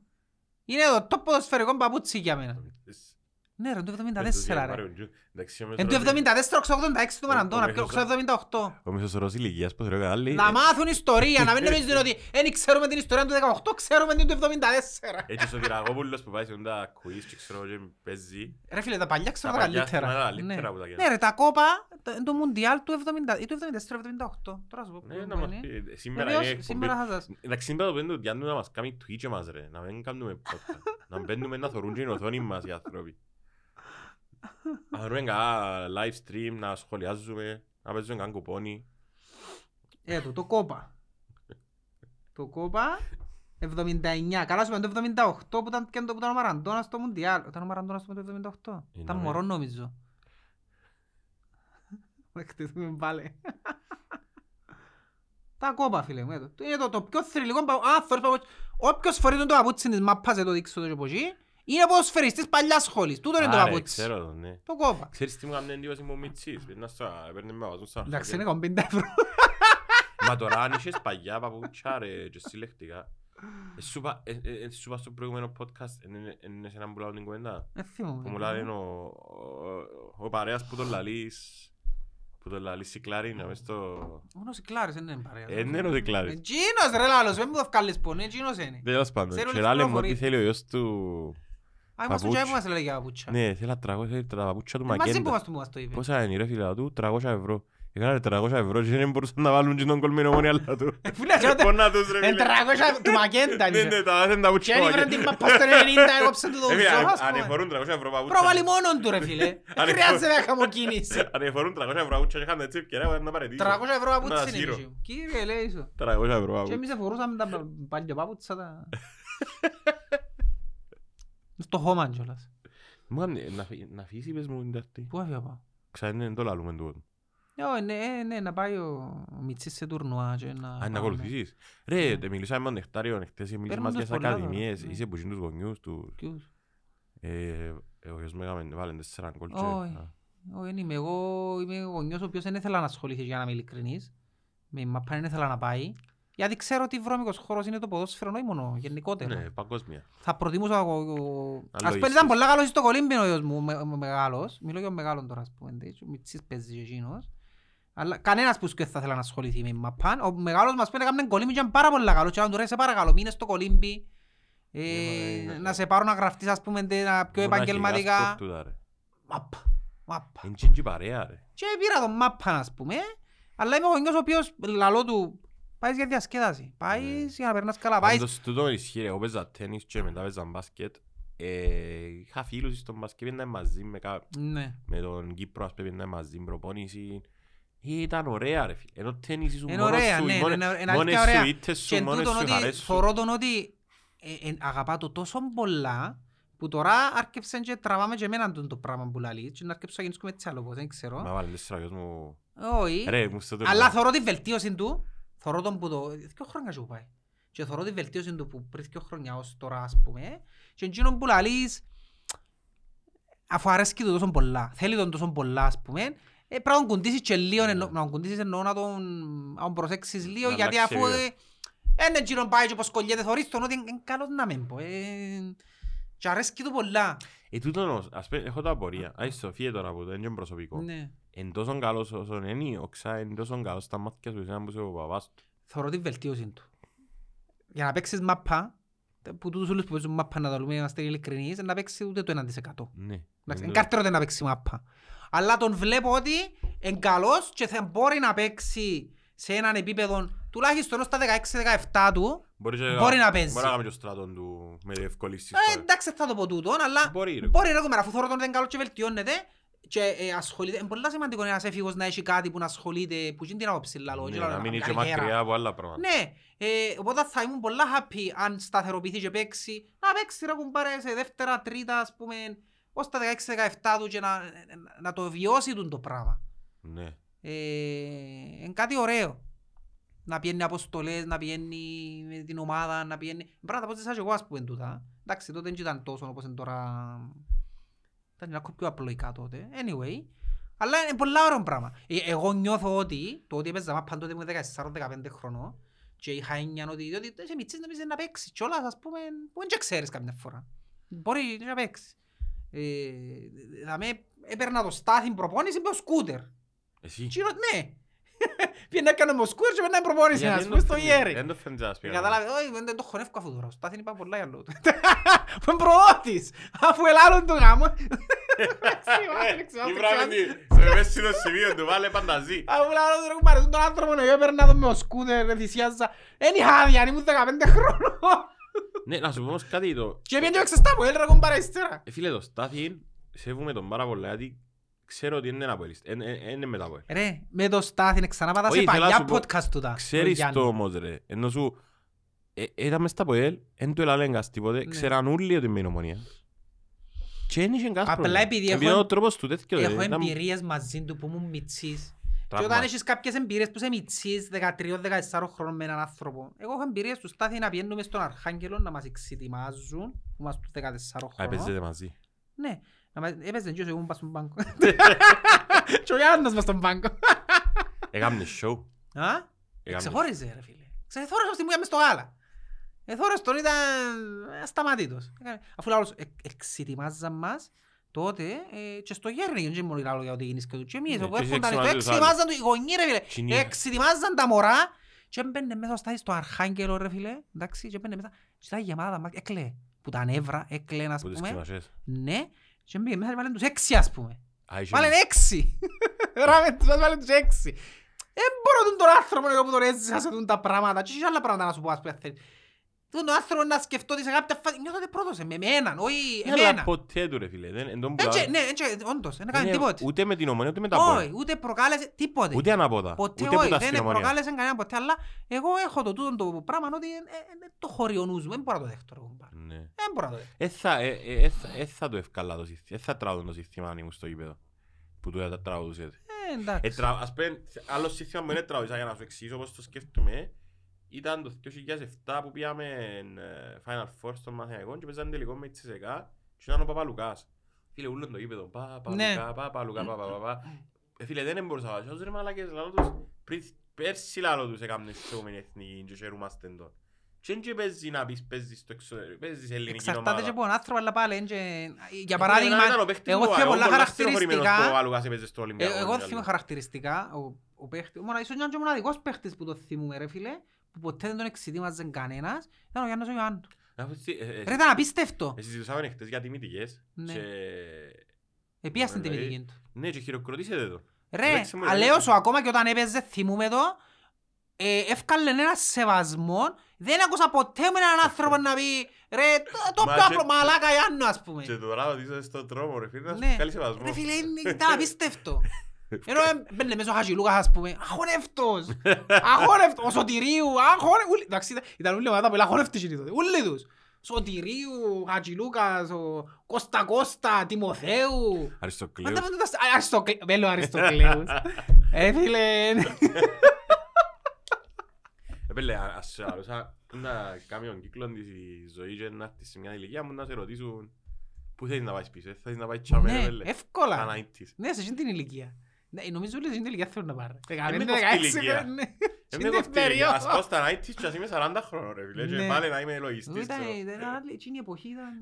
B: Είναι το top ποδοσφαιρικό παπούτσι για μένα. Ναι ρε, το 74 ρε.
A: Εντάξει, ο
B: Εν
A: Μεσορός-
B: το 74-86 του Μαραντώνα,
A: Ο- ο
B: ξέρω 78.
A: Ο μεσοσορός ηλικίας που θεωρώ κατάλληλη,
B: Να μάθουν ιστορία, να μην νομίζουν ότι δεν ξέρουμε την ιστορία του 18, ξέρουμε την του 74.
A: Έτσι ο Τυραγόπουλος που πάει σε τα quiz και ξέρω και παίζει.
B: Ρε φίλε, τα παλιά ξέρω
A: Τα
B: τα
A: παλιά θυμάμαι τα
B: καλύτερα.
A: καλύτερα που τα
B: Ναι.
A: κάναμε.
B: Ναι ρε, τα κόπα, το- είναι το Μουντιάλ του 70 ή του 74-78. Τώρα σου πω
A: Ναι,
B: ποιο
A: να μας
B: είναι.
A: πει. Σήμερα είναι
B: Βεβαίως,
A: εκπομπή.
B: Δηλαδή, σήμερα θα σας...
A: Εντάξει, σήμερα το πέντε του Διάννου να μας κάνει Twitch εμάς ρε. Να μην κάνουμε podcast. Να μπαίνουμε να θωρούν και την οθόνη μας οι άνθρωποι. Να θωρούμε καλά live stream, να σχολιάζουμε, να παίζουμε καν κουπόνι.
B: Ε, το, το κόπα. το κόπα 79. Καλά σου είπαν το 78 που ήταν, και το- που ήταν ο Μαραντώνας στο Μουντιάλ. Ήταν ο Μαραντώνας στο 78.
A: Ε,
B: Ήταν
A: ναι.
B: μωρό νομίζω. Να χτίσουμε πάλι. Τα κόπα φίλε μου. ε, το- Είναι το, το πιο θρηλυκό παπου- Α, θεωρείς παπούτσι. Όποιος φορεί τον το παπούτσι της μάπας εδώ δείξω το και από εκεί, είναι ποδοσφαιριστής παλιάς σχολής. Τούτο είναι το
A: Άρα,
B: παπούτσι.
A: ξέρω το, ναι.
B: Το κόπα.
A: Ξέρεις τι μου έκανε εντύπωση μου ο Μιτσής. Παίρνει στα- Παίρνει με βάζουν στα
B: Εντάξει είναι
A: αρχίδια.
B: 50 ευρώ.
A: Μα τώρα αν είχες παγιά παπούτσια ρε και συλλεκτικά. Ε, σου είπα- ε, ε, ε, σου είπα στο προηγούμενο podcast, εν- εν- εν- εσένα που λάβω την κουβέντα.
B: Ε, θυμούμαι.
A: που μου λέει ο, ο- ο παρέας που τον λαλείς που τον λαλείς η Κλαρίνα μες στο...
B: Μόνο οι κλάρες δεν είναι παρέα.
A: Ε, ναι, είναι η Κλαρίνα.
B: Εκείνος ρε λάλος, δεν μου το βγάλεις πόνο, εκείνος είναι.
A: Τέλος πάντων,
B: Ξέρω
A: και
B: τις
A: λάλε μου
B: πληροφορίες.
A: ότι θέλει ο γιος του...
B: Α, είμαστε
A: παπούτσι.
B: και μας λέει για παπούτσια.
A: Ναι, θέλει τραγούδια, θέλει τα παπούτσια του
B: Ε, Μαζί που
A: Μακέντα.
B: μας το μου μας το είπε.
A: Πόσα είναι ρε φίλα του, 300 ευρώ. Έκανα 300 ευρώ και δεν μπορούσαν να βάλουν και τον κολμένο μόνοι αλλά του.
B: Ε, Φίλε, ξέρω,
A: Πονά τους ρε
B: εν
A: φίλε.
B: τραγούσα του Μακέντα
A: Ναι, ναι,
B: είναι.
A: τα δεν τα
B: Και
A: παπούτσια
B: αν
A: του
B: ήβραν την
A: Μακέντα.
B: παπά στον 90 έκοψαν του το
A: Ε, φίλε,
B: ζώο,
A: αν-
B: ας
A: Αν
B: πούμε.
A: εφορούν 300 ευρώ παπούτσια.
B: Προβάλλει μόνον του ρε φίλε.
A: Αν
B: Δεν χρειάζεται να χαμοκίνηση.
A: Αν εφορούν 300 ευρώ παπούτσια και είχαν έτσι ευκαιρία μπορεί να παρετήσουν.
B: 300 ευρώ
A: Να,
B: παπούτσι είναι.
A: γύρω.
B: εσύ. Κύριε, λέει σου.
A: 300 ευρώ
B: Και
A: παπούτσια.
B: εμείς εφορούσαμε τα πα- παλιοπαπούτσα τα... Στο χώμαν κιόλας.
A: Μου έκανε να φυ- να φύγεις είπες μου είναι αυτή.
B: Πού έφυγα πάω.
A: Ξανά είναι το λαλούμε του.
B: Ε, ο, Ναι, ε, ναι, να πάει ο ο Μιτσής σε τουρνουά και να...
A: Αν
B: πάμε.
A: ακολουθήσεις. Ρε, τε μιλήσαμε με τον Νεκτάριο χτες, μιλήσαμε
B: Παίρνουν
A: μας για
B: τους
A: τις
B: πολλά,
A: ακαδημίες,
B: ναι.
A: είσαι που τους γονιούς του.
B: Ποιους?
A: Ε, ε, Ο γιος μου έκαμε, βάλε τέσσερα γκολ και-
B: Όχι.
A: Α.
B: Όχι, δεν είμαι. Εγώ είμαι γονιός ο οποίος δεν ήθελα να ασχοληθεί για να είμαι ειλικρινής. Με μαπά δεν ήθελα να πάει. Γιατί ξέρω ότι βρώμικος χώρος είναι το ποδόσφαιρο, όχι μόνο γενικότερα.
A: Ναι, παγκόσμια.
B: Θα προτιμούσα εγώ... εγώ-
A: Να
B: Ας πούμε
A: λογιστείς.
B: ήταν πολλά καλός στο κολύμπινο ο γιος μου, με, με- μεγάλος. Μιλώ για μεγάλον τώρα, ας πούμε. έτσι. Ο Μιτσής παίζει και εκείνος. Αλλά κανένας που σκέφτεται θα ήθελα να ασχοληθεί με μαπάν. Ο μεγάλος μας πέντε έκαμε κολύμπι και ήταν πάρα πολλά καλός. Και αν του ρε, σε παρακαλώ, μείνε στο κολύμπι. Ε,
A: Ναι, μα, ε,
B: να σε πάρω να γραφτείς, ας πούμε, τε- να- πιο
A: Μπορείς να χειράς
B: επαγγελματικά.
A: σπορ τούτα, ρε.
B: Μαπ. Μαπ.
A: Είναι και έτσι παρέα ρε.
B: Και πήρα τον μάπα, ας πούμε, αλλά είμαι ο γονιός ο οποίος λαλό του πάεις για διασκέδαση. Πάεις για να περνάς καλά. Πάεις.
A: Ναι. Πάντως τούτο ισχύει, ρε. εγώ παίζα τέννις και μετά παίζα μπάσκετ. Ε, Είχα φίλους στο μπάσκετ, πήγαινα μαζί με κά-
B: Ναι.
A: με τον Κύπρο, ας πούμε, πήγαινα μαζί προπόνηση. Ήταν ωραία ρε φίλε. Ενώ τέννις ήσουν
B: Είναι
A: μόνος
B: ωραία,
A: σου,
B: ναι,
A: μόνε-
B: είναι αλήθεια
A: μόνες σου,
B: ωραία.
A: ήττες σου,
B: Και εν
A: μόνες
B: τούτον
A: σου,
B: ότι
A: χαρές σου.
B: θεωρώ τον ότι ε, ε, αγαπά το τόσο πολλά που τώρα άρκεψαν και τραβάμε και εμένα τον το πράγμα που λαλείς. Και να άρκεψα να γίνουμε έτσι άλλο, δεν
A: Μα
B: ξέρω.
A: βάλε τέσσερα γιος μου.
B: Όχι.
A: Ρε, μου στο τέλος.
B: Ε, Αλλά θεωρώ τη βελτίωση του, θεωρώ τον που το, δύο χρόνια σου πάει. Και θεωρώ τη βελτίωση του που πριν δύο χρόνια ως τώρα ας πούμε. Και εκείνον που λαλείς, αφού αρέσκει του τόσο πολλά, θέλει τον τόσο πολλά ας πούμε, ε, πρέπει να τον κουντήσεις και λίγο,
A: Ναι.
B: εννο- να τον κουντήσεις εννοώ να τον, να τον προσέξεις λίγο,
A: Να
B: γιατί
A: αλλάξει
B: αφού
A: η
B: ε, ένα εκείνον πάει και πως κολλιέται θωρείς τον ότι είναι καλός να μην πω. ε, Και αρέσκει του πολλά.
A: Ε, τούτον όμως, ας πούμε, έχω τα απορία. Άι, Σοφία τώρα που το είναι και προσωπικό.
B: Ναι.
A: Εν τόσο καλός όσον είναι, ο Ξά είναι τόσο καλός στα μάτια σου, εσένα που είσαι ο παπάς του.
B: θεωρώ τη βελτίωση του. Για να παίξεις μάπα, τε- που τούτους όλους που παίζουν μάπα να τα λέμε να είστε ειλικρινείς, να παίξει ούτε το 1%.
A: Ναι.
B: Εντάξει,
A: Είναι
B: Εν καρτερό δεν να παίξει μάπα. Αλλά τον βλέπω ότι είναι καλός και θα μπορεί να παίξει σε έναν επίπεδο τουλάχιστον ως τα 16-17 του,
A: Μπορεί, και
B: Μπορεί να παίζει.
A: Μπορεί να κάνει και ο στρατόν του με ευκολύσεις.
B: ε,
A: τώρα.
B: εντάξει θα το πω τούτο, αλλά
A: Μπορεί ρε.
B: μπορεί ρε κομμέρα, αφού θωρώ τον δεν καλός και βελτιώνεται και ε, ασχολείται, είναι πολύ σημαντικό ένας έφηβος να έχει κάτι που να ασχολείται, που γίνει την άποψη λαλό,
A: Ναι,
B: και λαλό,
A: Να μην
B: κάνει
A: είσαι
B: καριέρα.
A: μακριά από άλλα πράγματα.
B: Ναι, ε, οπότε θα ήμουν πολλά happy αν σταθεροποιηθεί και παίξει. Να παίξει ρε κουμπάρε σε δεύτερα, τρίτα, ας πούμε, ως τα 16-17 του και να, να το βιώσει τούτο το πράγμα.
A: Ναι.
B: Ε, είναι κάτι ωραίο. Να πιένει αποστολές, να πιένει με την ομάδα, να πιένει... Πράγματα που ζήσα και εγώ ας πούμε τούτα. Εντάξει, τότε δεν ήταν τόσο όπως είναι τώρα... Ήταν ακόμα πιο απλοϊκά τότε. Anyway. Αλλά είναι πολλά ωραίο πράγμα. Ε, εγώ νιώθω ότι το ότι έπαιζα μάπαν τότε μου 14-15 χρονών και είχα έννοια ότι διότι είσαι μητσής νομίζεις να παίξεις κιόλας ας πούμε που δεν και ξέρεις καμιά φορά. Μπορεί να παίξεις. Ε, δηλαδή έπαιρνα το στάθιν προπόνηση με το σκούτερ.
A: Εσύ.
B: Τσίρο, ναι. Πήγαινε να κάνω μοσκούρ και μετά να προπόνηση,
A: Γιατί
B: ας
A: δεν
B: πούμε,
A: το
B: στο Ε,
A: φαίνεται-
B: ιέρι.
A: Δεν το φαίνεται να σπίγα.
B: Κατάλαβε, όχι, δεν- δεν το χωνεύω αφού τώρα. Στάθην είπα πολλά για λόγω. Που είναι προώτης. Αφού ελάλλον το γάμο.
A: Ε,
B: Ε,
A: Η πράγματι, σε μέση στο σημείο του, βάλε πανταζή.
B: Αφού ελάλλον το γάμο, μου αρέσουν τον άνθρωπο, εγώ έπαιρνα το με ο σκούτερ, ρε, θυσιάζα. Εν είχα άδεια, αν ήμουν 15 χρόνων.
A: Ναι, να σου πω όμως κάτι το...
B: Και πήγαινε και ξεστά που έλερα κομπάρα ύστερα.
A: Ε, Φίλε, το Στάθιν, σέβομαι τον πάρα πολλά, γιατί ξέρω ότι είναι Ναπολίστ. Ε, ε, ε, Είναι μετά από
B: Ρε, με το Στάθην ξανά πατά σε
A: Όχι, θέλω να σου
B: παλιά
A: πω,
B: podcast του τα.
A: Ξέρεις το όμως ρε, ενώ σου... ε, Ήταν μες στα ΠΟΕΛ, δεν του ελαλέγκας τίποτε,
B: Ναι.
A: ξέραν όλοι ότι είμαι η νομονία. Και δεν είχε κανένα
B: Απλά
A: πρόβλημα.
B: επειδή
A: Επειδή
B: έχω-
A: ο τρόπος του τέτοιο ρε,
B: Έχω
A: ήταν
B: εμπειρίες μαζί του που μου μητσείς. Και
A: τραύμα.
B: όταν έχεις κάποιες εμπειρίες που σε μητσείς 13-14 χρόνων με έναν άνθρωπο. Εγώ έχω εμπειρίες του Στάθη να πιένουμε στον Αρχάγγελο να μας εξετοιμάζουν που είμαστε στους 14
A: Α,
B: χρόνων.
A: παίζετε μαζί.
B: Ναι, να μας- έπαιζε και εγώ στον πάγκο. Και ο Ιάννας μας στον πάγκο.
A: Έκαμνε show.
B: Α,
A: έκαμνε-
B: Ε, ξεχώριζε ρε φίλε. Ξεθόρεσε στη μου μες στο γάλα. Εθόρεσε τον ήταν ασταματήτος. Έκανε- Αφού λάλλος εξετοιμάζαν μας, τότε ε, και στο γέρνη δεν μόνο λάλλον για ότι γίνεις και του. Και εμείς,
A: Ναι,
B: ο
A: και εσύ
B: Κόρφονταλης, το
A: εξετοιμάζεις τους
B: εξετοιμάζαν του οι γονείς ρε φίλε.
A: Κοινία.
B: Εξετοιμάζαν τα μωρά και έμπαινε μέσα στάδι στο Αρχάγγελο ρε φίλε. Εντάξει, και έμπαινε μέσα. Και ήταν γεμάτα τα μάτια, έκλαιε. Που τα νεύρα, έκλαιε ας
A: Που τις
B: πούμε.
A: κοιμασές.
B: Ναι, και έμπαινε μέσα και βάλε τους έξι ας πούμε.
A: Α, είχε-
B: Βάλε έξι. Ράμε τους, βάλε τους έξι. Δεν μπορώ τον τον άνθρωπο εγώ που τον έζησα σε τούν τα πράγματα. Και έχεις άλλα πράγματα να σου πω ας πούμε. αν θέλεις. Τον άνθρωπο να σκεφτώ ότι σε κάποια φάση νιώθω ότι πρόδωσε με εμένα, όχι
A: Ναι, αλλά
B: εμένα.
A: ποτέ του ρε φίλε. δεν- εν τω που
B: Έτσι,
A: λάβε.
B: ναι, έτσι, όντως, δεν
A: Δεν
B: έκανε
A: είναι
B: τίποτε.
A: Ναι, Ούτε με την ομονία, ούτε με τα
B: Όχι,
A: πόλη.
B: ούτε προκάλεσε τίποτε.
A: Ούτε ανάποδα.
B: Ποτέ
A: ούτε που
B: όχι,
A: τα
B: δεν
A: αστυνομονία.
B: προκάλεσε κανένα ποτέ, αλλά εγώ έχω το τούτο το πράγμα ότι ε, ε, ε, το χωριονούζουμε, δεν μπορώ να το δέχτω. ρε κουμπάρε.
A: Ναι.
B: Δεν μπορώ να το δέχτω.
A: Ε, θα- ε, ε, ε, θα- ε, θα το ευκαλά το σύστημα. Ε, θα τράβουν το σύστημα αν ήμουν στο γήπεδο. Που του τα τραβούσε.
B: Ε, εντάξει.
A: Ε, τρα- ας πούμε, άλλος σύστημα που είναι τραβήσα για να σου εξηγήσω πώς το σκέφτομαι. Ήταν το 2007 που πήγαμε ε, Final Four στον Μαθηναϊκό και παίζανε τελικό με τσισεκά και ήταν ο Παπαλουκάς. Φίλε, ούλον το γήπεδο. Πα,
B: Ναι.
A: Παπαλουκά, Παπαλουκά, πα, πα, πα, πα. Ε, Φίλε, δεν μπορούσα να βάζω, ρε μαλάκες, λαλό τους, πριν πέρσι λαλό τους έκαμνε show με την εθνική και χαιρούμαστε τον. Και δεν και παίζει να πεις παίζεις στο εξωτερικό, παίζεις σε ελληνική
B: Εξαρτάται και
A: ομάδα.
B: από τον άνθρωπο, αλλά πάλι, είναι και- για
A: Ε,
B: παράδειγμα,
A: εμένα ήταν ο παίχτης
B: εγώ
A: μου,
B: θυμάμαι πολλά
A: πολλά στενοχωρημένος
B: χαρακτηριστικά.
A: που ο Παπαλουκάς έπαιζε στο
B: Ε,
A: Ολυμπιακό δηλαδή.
B: Εγώ
A: και
B: θυμώ
A: άλλα.
B: χαρακτηριστικά, ο, ο παίχτης, μόνο ίσως ήταν και ο μοναδικός παίχτης που το θυμούμε ρε φίλε, που ποτέ δεν τον εξετοίμαζε κανένας, ήταν ο Γιάννος ο Ιωάννου.
A: Να πω έτσι, ε, ε,
B: Ρε ήταν απίστευτο,
A: Ε, συζητούσαμε χτες για τιμητικές
B: Ναι.
A: και...
B: επία στην
A: ε,
B: τιμητική του.
A: Ναι, και χειροκροτήσετε το.
B: Ρε,
A: λέξη μου, ρε.
B: αλέωσο ακόμα και όταν έπαιζε θυμούμε το, ε, έφκαλε ένα σεβασμό, δεν άκουσα ποτέ με έναν άνθρωπο να πει «Ρε, το- το
A: Μα
B: πιο
A: και-
B: απλό μαλάκα Ιάννου» ας πούμε.
A: Και τώρα ότι είσαι στον τρόμο ρε φίλε, να
B: Ναι.
A: σου καλή σεβασμό.
B: Ρε φίλε, είναι- ήταν απίστευτο. Ενώ ε, μπαίνε μέσα ο Χατζηλούκας ας πούμε, αγχωνεύτος, αγχωνεύτος, ο Σωτηρίου, αγχωνεύτος. Εντάξει, ήταν- ήταν όλοι ομάδα που ήταν αγχωνεύτοι εκείνοι τότε, όλοι τους. Σωτηρίου, Χατζηλούκας, ο Κώστα Κώστα, Τιμοθέου.
A: Αριστοκλέου.
B: Πάντα πάντα τα- Α, Αριστοκλέ- Μέλλον Αριστοκλέους. Ρε φίλε,
A: Επέλε, Ε, ας σε αρρώσα να κάνει τον κύκλο της η ζωή και να έρθεις σε μια ηλικία μου να σε ρωτήσουν πού θέλεις να πάεις πίσω, ε, θέλεις να πάεις τσάμε ρε
B: ναι,
A: πέλε. Ε,
B: εύκολα.
A: Αναίτης.
B: Ναι, σε εκείνη την ηλικία. Ναι, Νομίζω ότι σε εκείνη την ηλικία θέλουν να πάρουν.
A: Ε,
B: 15,
A: κοφτεί
B: 16,
A: ηλικία.
B: ναι. Σε
A: Είμαι
B: εκείνη την
A: κοφτήρι,
B: περίοδο.
A: ας πάω στα αναίτης και ας είμαι 40 χρόνων ρε φίλε
B: Ναι.
A: και πάλι να είμαι
B: Εδώ
A: λογιστής.
B: ήταν-
A: ξέρω.
B: ήταν άλλη- Εκείνη η εποχή ήταν...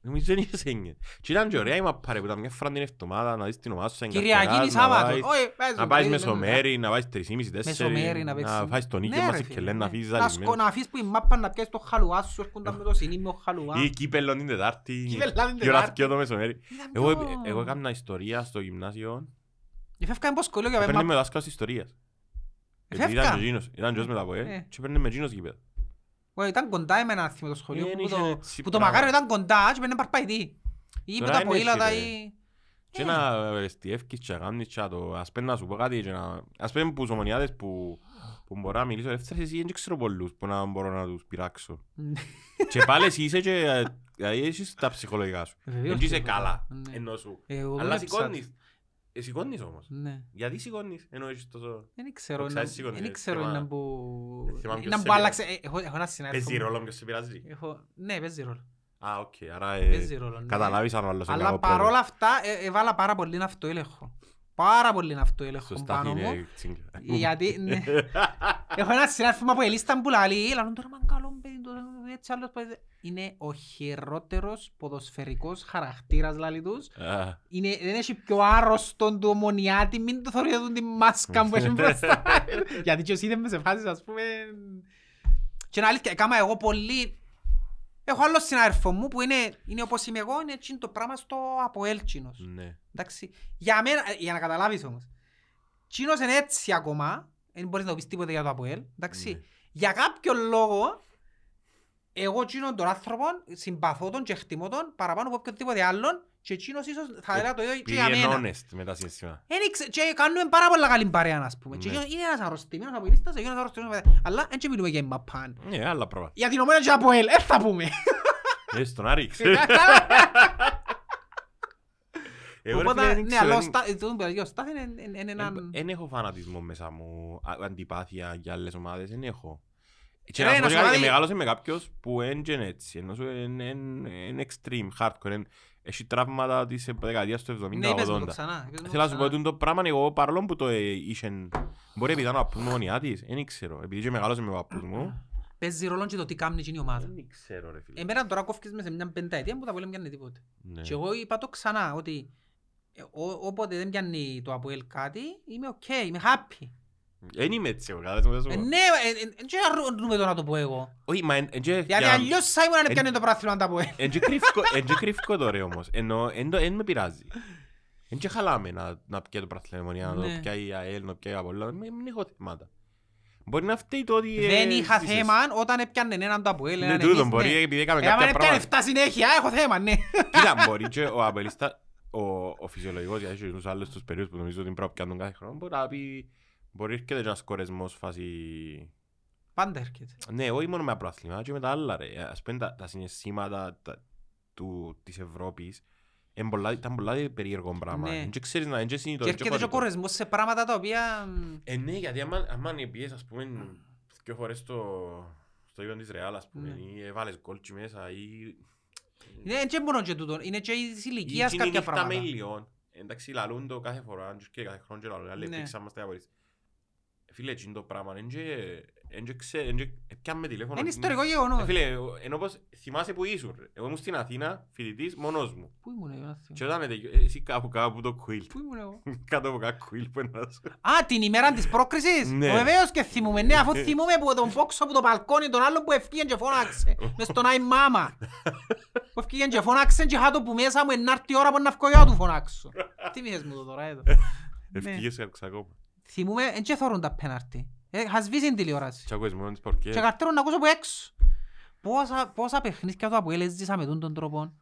A: Νομίζω δεν είσαι έννοια. Και ήταν και ωραία η μαπά ρε, που ήταν μια φορά την εβδομάδα να δεις την ομάδα σου, να
B: Κυριακή ή
A: εγκαρτεράς, να
B: Σάββατο. ε,
A: πάεις-
B: Όχι, πες
A: Να
B: μου,
A: πάεις
B: πες μου.
A: μεσομέρι, να πάεις τρεις ήμισι,
B: Μεσομέρι
A: τέσσερι,
B: ε, να παίξεις.
A: να φάεις τον
B: Ναι,
A: νίκιο μας
B: ρε
A: και
B: φίλε,
A: κελέν
B: ναι.
A: να αφήσεις
B: Να σκο-
A: ζαλισμένο.
B: Να αφήσεις που η μάπα να πιάσεις το χαλουά σου, έρχονταν με το συνήμιο χαλουά.
A: Ή κύπελλον την Τετάρτη,
B: Κύπελλον την
A: η ώρα
B: Τετάρτη.
A: δυο το μεσομέρι.
B: Ήταν
A: Εγώ,
B: πιο-
A: εγώ έκανα ιστορία στο γυμνάσιο,
B: Εφεύκαμε από σχολείο για
A: έπαιρνε
B: μάπα.
A: με δάσκαλος ιστορίας. Γιατί
B: Φεύγαν.
A: Ήταν και εκείνος, ήταν και ως μετά από
B: Ε.
A: ε, και παίρνε με εκείνος γήπεδα.
B: Ω, Ήταν κοντά εμένα θυμώ, το σχολείο
A: Ε,
B: που
A: είχε
B: το-
A: έτσι
B: που το
A: πράγμα.
B: μακάριο ήταν κοντά και παίρνε παρπαϊτή. Ή με
A: Τώρα
B: τα
A: είναι
B: ποήλατα
A: έτσι,
B: ή...
A: Και να ρεστιεύκεις και να κάνεις και να το... Ας πέν να σου πω κάτι και να... Ας πέν που ομονιάδες που... Που μπορώ να μιλήσω ελεύθερα εσύ δεν ξέρω πολλούς που να μπορώ να τους πειράξω. Και πάλι εσύ είσαι και... ε, Δηλαδή έχεις τα ψυχολογικά σου.
B: Βεβαίως
A: Δεν είσαι
B: ψυχολογικά,
A: καλά.
B: ναι.
A: Ενώ σου.
B: Ε, εγώ
A: Αλλά
B: δούλεψα.
A: σηκώνεις. Ε, σηκώνεις όμως.
B: Ναι.
A: Γιατί σηκώνεις ενώ έχεις τόσο...
B: Δεν ξέρω,
A: Το
B: να-
A: ξέρεις σίγουρα,
B: δεν
A: ε,
B: ξέρω
A: θέμα-
B: να που...
A: ε, θέμα ποιος
B: Να
A: σε
B: που άλλαξε...
A: πειράζει.
B: ε, Έχω έχω ένα συνάδελφο.
A: Παίζει
B: μου.
A: ρόλο ποιος σε πειράζει.
B: Έχω- Ναι, παίζει ρόλο.
A: Α, οκ. Άρα ε,
B: Παίζει ρόλο, ναι.
A: καταλάβεις αν ο άλλος είναι
B: Αλλά
A: κακό πρόεδρος.
B: παρόλα αυτά ε, έβαλα πάρα πολύ αυτοέλεγχο. Πάρα πολύ αυτοέλεγχο
A: Σωστά
B: πάνω μου.
A: είναι τσίγκλα.
B: Γιατί, ναι. Έχω ένα συνάδελφο που ελίσταν που λαλεί, λαλούν τώρα μαν καλό παιδί, τώρα έτσι άλλος παιδί». Είναι ο χειρότερος ποδοσφαιρικός χαρακτήρας λαλεί τους.
A: Α,
B: Είναι, δεν έχει πιο άρρωστον του ομονιάτη, μην το θωρίδουν τη μάσκα που έχει μπροστά. Γιατί και εσύ δεν με σε φάσεις, ας πούμε. Και είναι αλήθεια, έκαμα εγώ πολύ... Έχω άλλο συνάδελφο μου που είναι, είναι όπως είμαι εγώ, είναι έτσι το πράγμα στο αποέλτσινος.
A: Ναι.
B: Εντάξει. Για μένα, ε, για να καταλάβεις όμως. Τσίνος είναι έτσι ακόμα. Δεν μπορείς να το πεις τίποτα για το Αποέλ. Εντάξει.
A: Ναι.
B: Για κάποιο λόγο, εγώ τσίνον τον άνθρωπο συμπαθώ τον και εκτιμώ τον παραπάνω από οποιοδήποτε άλλον και τσίνος ίσως θα έλεγα το ίδιο και
A: Επειδή
B: για
A: είναι
B: μένα.
A: honest με τα συναισθήματα.
B: Εν ήξε- Και κάνουμε πάρα πολλά καλή παρέα, ας πούμε. Και
A: Ναι.
B: εκείνος είναι ένας αρρωστημένος από ελίστας, εκείνος αρρωστημένος από- Αλλά δεν και μιλούμε για Μαπάν.
A: Ναι, άλλα πράγματα.
B: Για την ομένα και από ελ, δεν θα πούμε.
A: Δες τον Άρη, ξέρεις.
B: Κατάλαβες.
A: Εγώ, ρε
B: Οπότε,
A: φίλε, δεν
B: ναι,
A: ξέρω,
B: αλλά ο
A: δεν-
B: Στά- το παιδί, ο Στάθης είναι- είναι- είναι έναν...
A: Δεν έχω φανατισμό μέσα μου, α- αντιπάθεια για άλλες ομάδες, δεν έχω. Και
B: Ρε,
A: να σου
B: να
A: πω
B: σου
A: και κάτι,
B: κάνει-
A: μεγάλωσα με κάποιος που έγινε έτσι, ενώ σου είναι- είναι είναι extreme, hardcore, είναι- έχει τραύματα της δεκαετίας του
B: Ναι, είπες μου το
A: 70-80.
B: ξανά. είπες μου το
A: Θέλω να σου πω
B: ξανά.
A: ότι το πράγμα εγώ παρόλο που το ε, είχε, μπορεί επειδή ήταν ο παππούς μου γονιά της, δεν ξέρω, επειδή και μεγάλωσα με ο παππούς μου,
B: Παίζει ρόλο και το τι κάνει εκείνη η ομάδα.
A: δεν ξέρω ρε φίλε.
B: Εμένα τώρα κόφκες με σε μια πενταετία που τα πολύ δεν πιάνει τίποτε.
A: Ναι.
B: Ε, Και εγώ είπα το ξανά ότι ε, ό- όποτε δεν πιάνει το Αποέλ κάτι, είμαι οκ, είμαι happy.
A: Δεν είμαι έτσι εγώ, κατάλαβες μου,
B: Ε,
A: δεν σου πω.
B: Ναι, ε, ε, ε, και αρνούμε το να το πω εγώ.
A: Όχι, μα εν- εν και-
B: Γιατί
A: για-
B: αλλιώς Σάιμον
A: Ε,
B: αν πιάνει το πράθυνο αν τα πω.
A: Εν και κρύφκο- εν και κρύφκο το ρε όμως. Ενώ εν το- εν με πειράζει. Εν και χαλάμε να, να πιάει το Πραθλαιμονία, να το
B: Ναι.
A: πιάει η ΑΕΛ, να πιάει η Απόλλωνα. Μην μην έχω θέματα. Μπορεί να φταίει το ότι... ε,
B: Δεν είχα
A: ζήσες.
B: θέμα όταν έπιανε έναν το Αποέλ.
A: Ναι,
B: έναν
A: τούτο
B: εμείς,
A: μπορεί
B: ναι.
A: επειδή έκαμε
B: Ε, άμα
A: κάποια
B: δεν πιάνε
A: πράγματα.
B: 7 συνέχεια, έχω θέμα, ναι.
A: Κοίτα, μπορεί και ο Απελίστα, ο, ο φυσιολογικός, γιατί έχει τους άλλους τους περίοδους που νομίζω ότι πρέπει να πιάνουν κάθε χρόνο, μπορεί να πει... Μπορεί να έρχεται και ένας κορεσμός φάση...
B: Πάντα έρχεται.
A: Ναι, όχι μόνο με προαθλήμα, και με τα άλλα ρε. Ας πούμε τα, τα συναισθήματα τα, του, της Ευρώπης εν πολλά, ήταν πολλά περίεργο πράγμα.
B: Ναι.
A: Ναι. Δεν ξέρεις να δεν ξέρεις συνήθως.
B: Και έρχεται και ο κορεσμός σε πράγματα τα οποία... μ,
A: Ε, ναι, γιατί άμα, άμα πιες ας πούμε δυο φορές στο, στο ίδιο της Ρεάλ ας πούμε
B: Ναι.
A: ή έβαλες γκολ και μέσα ή...
B: Είναι και μόνο και τούτο, είναι και της ηλικίας
A: ή την
B: κάποια
A: νύχτα
B: πράγματα.
A: με ηλιόν. Εντάξει, λαλούν το κάθε φορά και κάθε χρόνο και λαλούν. Αλλά
B: Ναι.
A: παίξαμε μας τα απορρίσεις. Ε, Φίλε, εκείνο το πράγμα, εν και- εν και ξέ- εν και- πιάμε τηλέφωνο.
B: Είναι
A: την-
B: ιστορικό
A: Ε,
B: γεγονός.
A: Φίλε, ο- ενώ πως θυμάσαι που ήσουν. ρε. Εγώ ήμουν στην Αθήνα, φοιτητής, μόνος μου.
B: Πού ήμουν εγώ, Αθήνας?
A: Και όταν έτεγε, εσύ κάπου κάπου το κουίλ.
B: Πού ήμουν εγώ.
A: Κάτω από κάποιο κουίλ που ένας.
B: Α, την ημέρα της πρόκρισης.
A: Ναι.
B: Ναι. Βεβαίως και θυμούμε. Ναι, αφού θυμούμε που τον Φόξο από το μπαλκόνι τον άλλον που ευκήγεν και φώναξε. Μες στον Άι Μάμα. Που ευκήγεν και φώναξε και είχα το που μέσα μου ενάρτη η ώρα που να βγω εγώ να του φωνάξω. Τι μήθες μου το τώρα εδώ. Ναι.
A: Ευκήγες κάποιος ακόμα.
B: Θυμούμε, εν και θωρούν τα πέναρτι. Ε, είχα σβήσει την τηλεόραση.
A: Τι ακούες μόνο τις
B: Και
A: πορκές.
B: καρτέρουν να ακούσω από έξω. Πόσα, πόσα παιχνίδια του Αποέλ έζησα με τούν τον τρόπο.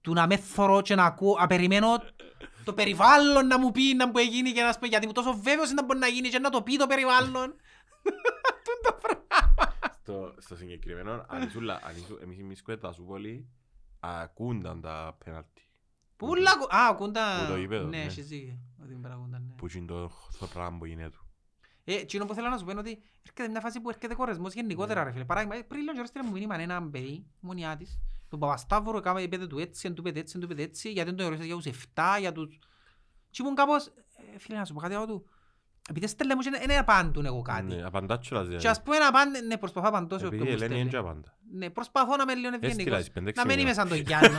B: Του να με θωρώ και να ακούω, απεριμένω το περιβάλλον να μου πει να μου γίνει και να σου πει γιατί μου τόσο βέβαιος είναι να μπορεί να γίνει και να το πει το περιβάλλον.
A: Στο- Στο συγκεκριμένο, αν ήσουν λα- αν ήσουν- εμείς εμείς κουέτα σου πολύ, ακούνταν τα πέναλτι.
B: Πούλα, ακου- α, ακούντα.
A: Που το γήπεδο,
B: Ναι,
A: ναι.
B: έχεις δίκιο. Ότι δεν παρακούνταν, ναι.
A: Που είναι το θωράμ που είναι του.
B: Ε, Τσίνο που θέλω να σου πω είναι ότι έρχεται μια φάση που έρχεται κορεσμός
A: Ναι.
B: γενικότερα ρε φίλε. Παράδειγμα, ε, πριν λίγο καιρό στείλε μου μήνυμα έναν παιδί, μονιά της, τον Παπασταύρο, έκαμε είπε του έτσι, εν του είπε έτσι, εν του είπε έτσι, γιατί δεν τον ερωτήσεις για τους 7, για τους... Και ήμουν κάπως, ε, φίλε να σου πω κάτι από του, επειδή στέλνε μου και δεν- δεν απάντουν εγώ κάτι.
A: Ναι, Απαντά κιόλας, δηλαδή.
B: Και ας πούμε να απάντε, ναι προσπαθώ να απαντώ σε όποιον
A: Επειδή
B: μου
A: η Ελένη δεν
B: στέλνει.
A: και απάντα.
B: Ναι, προσπαθώ να είμαι λίγο
A: Έστειλα
B: ευγενικός.
A: τις πέντε,
B: Να
A: έξι
B: μην είμαι
A: μήνες.
B: σαν τον Γιάννο.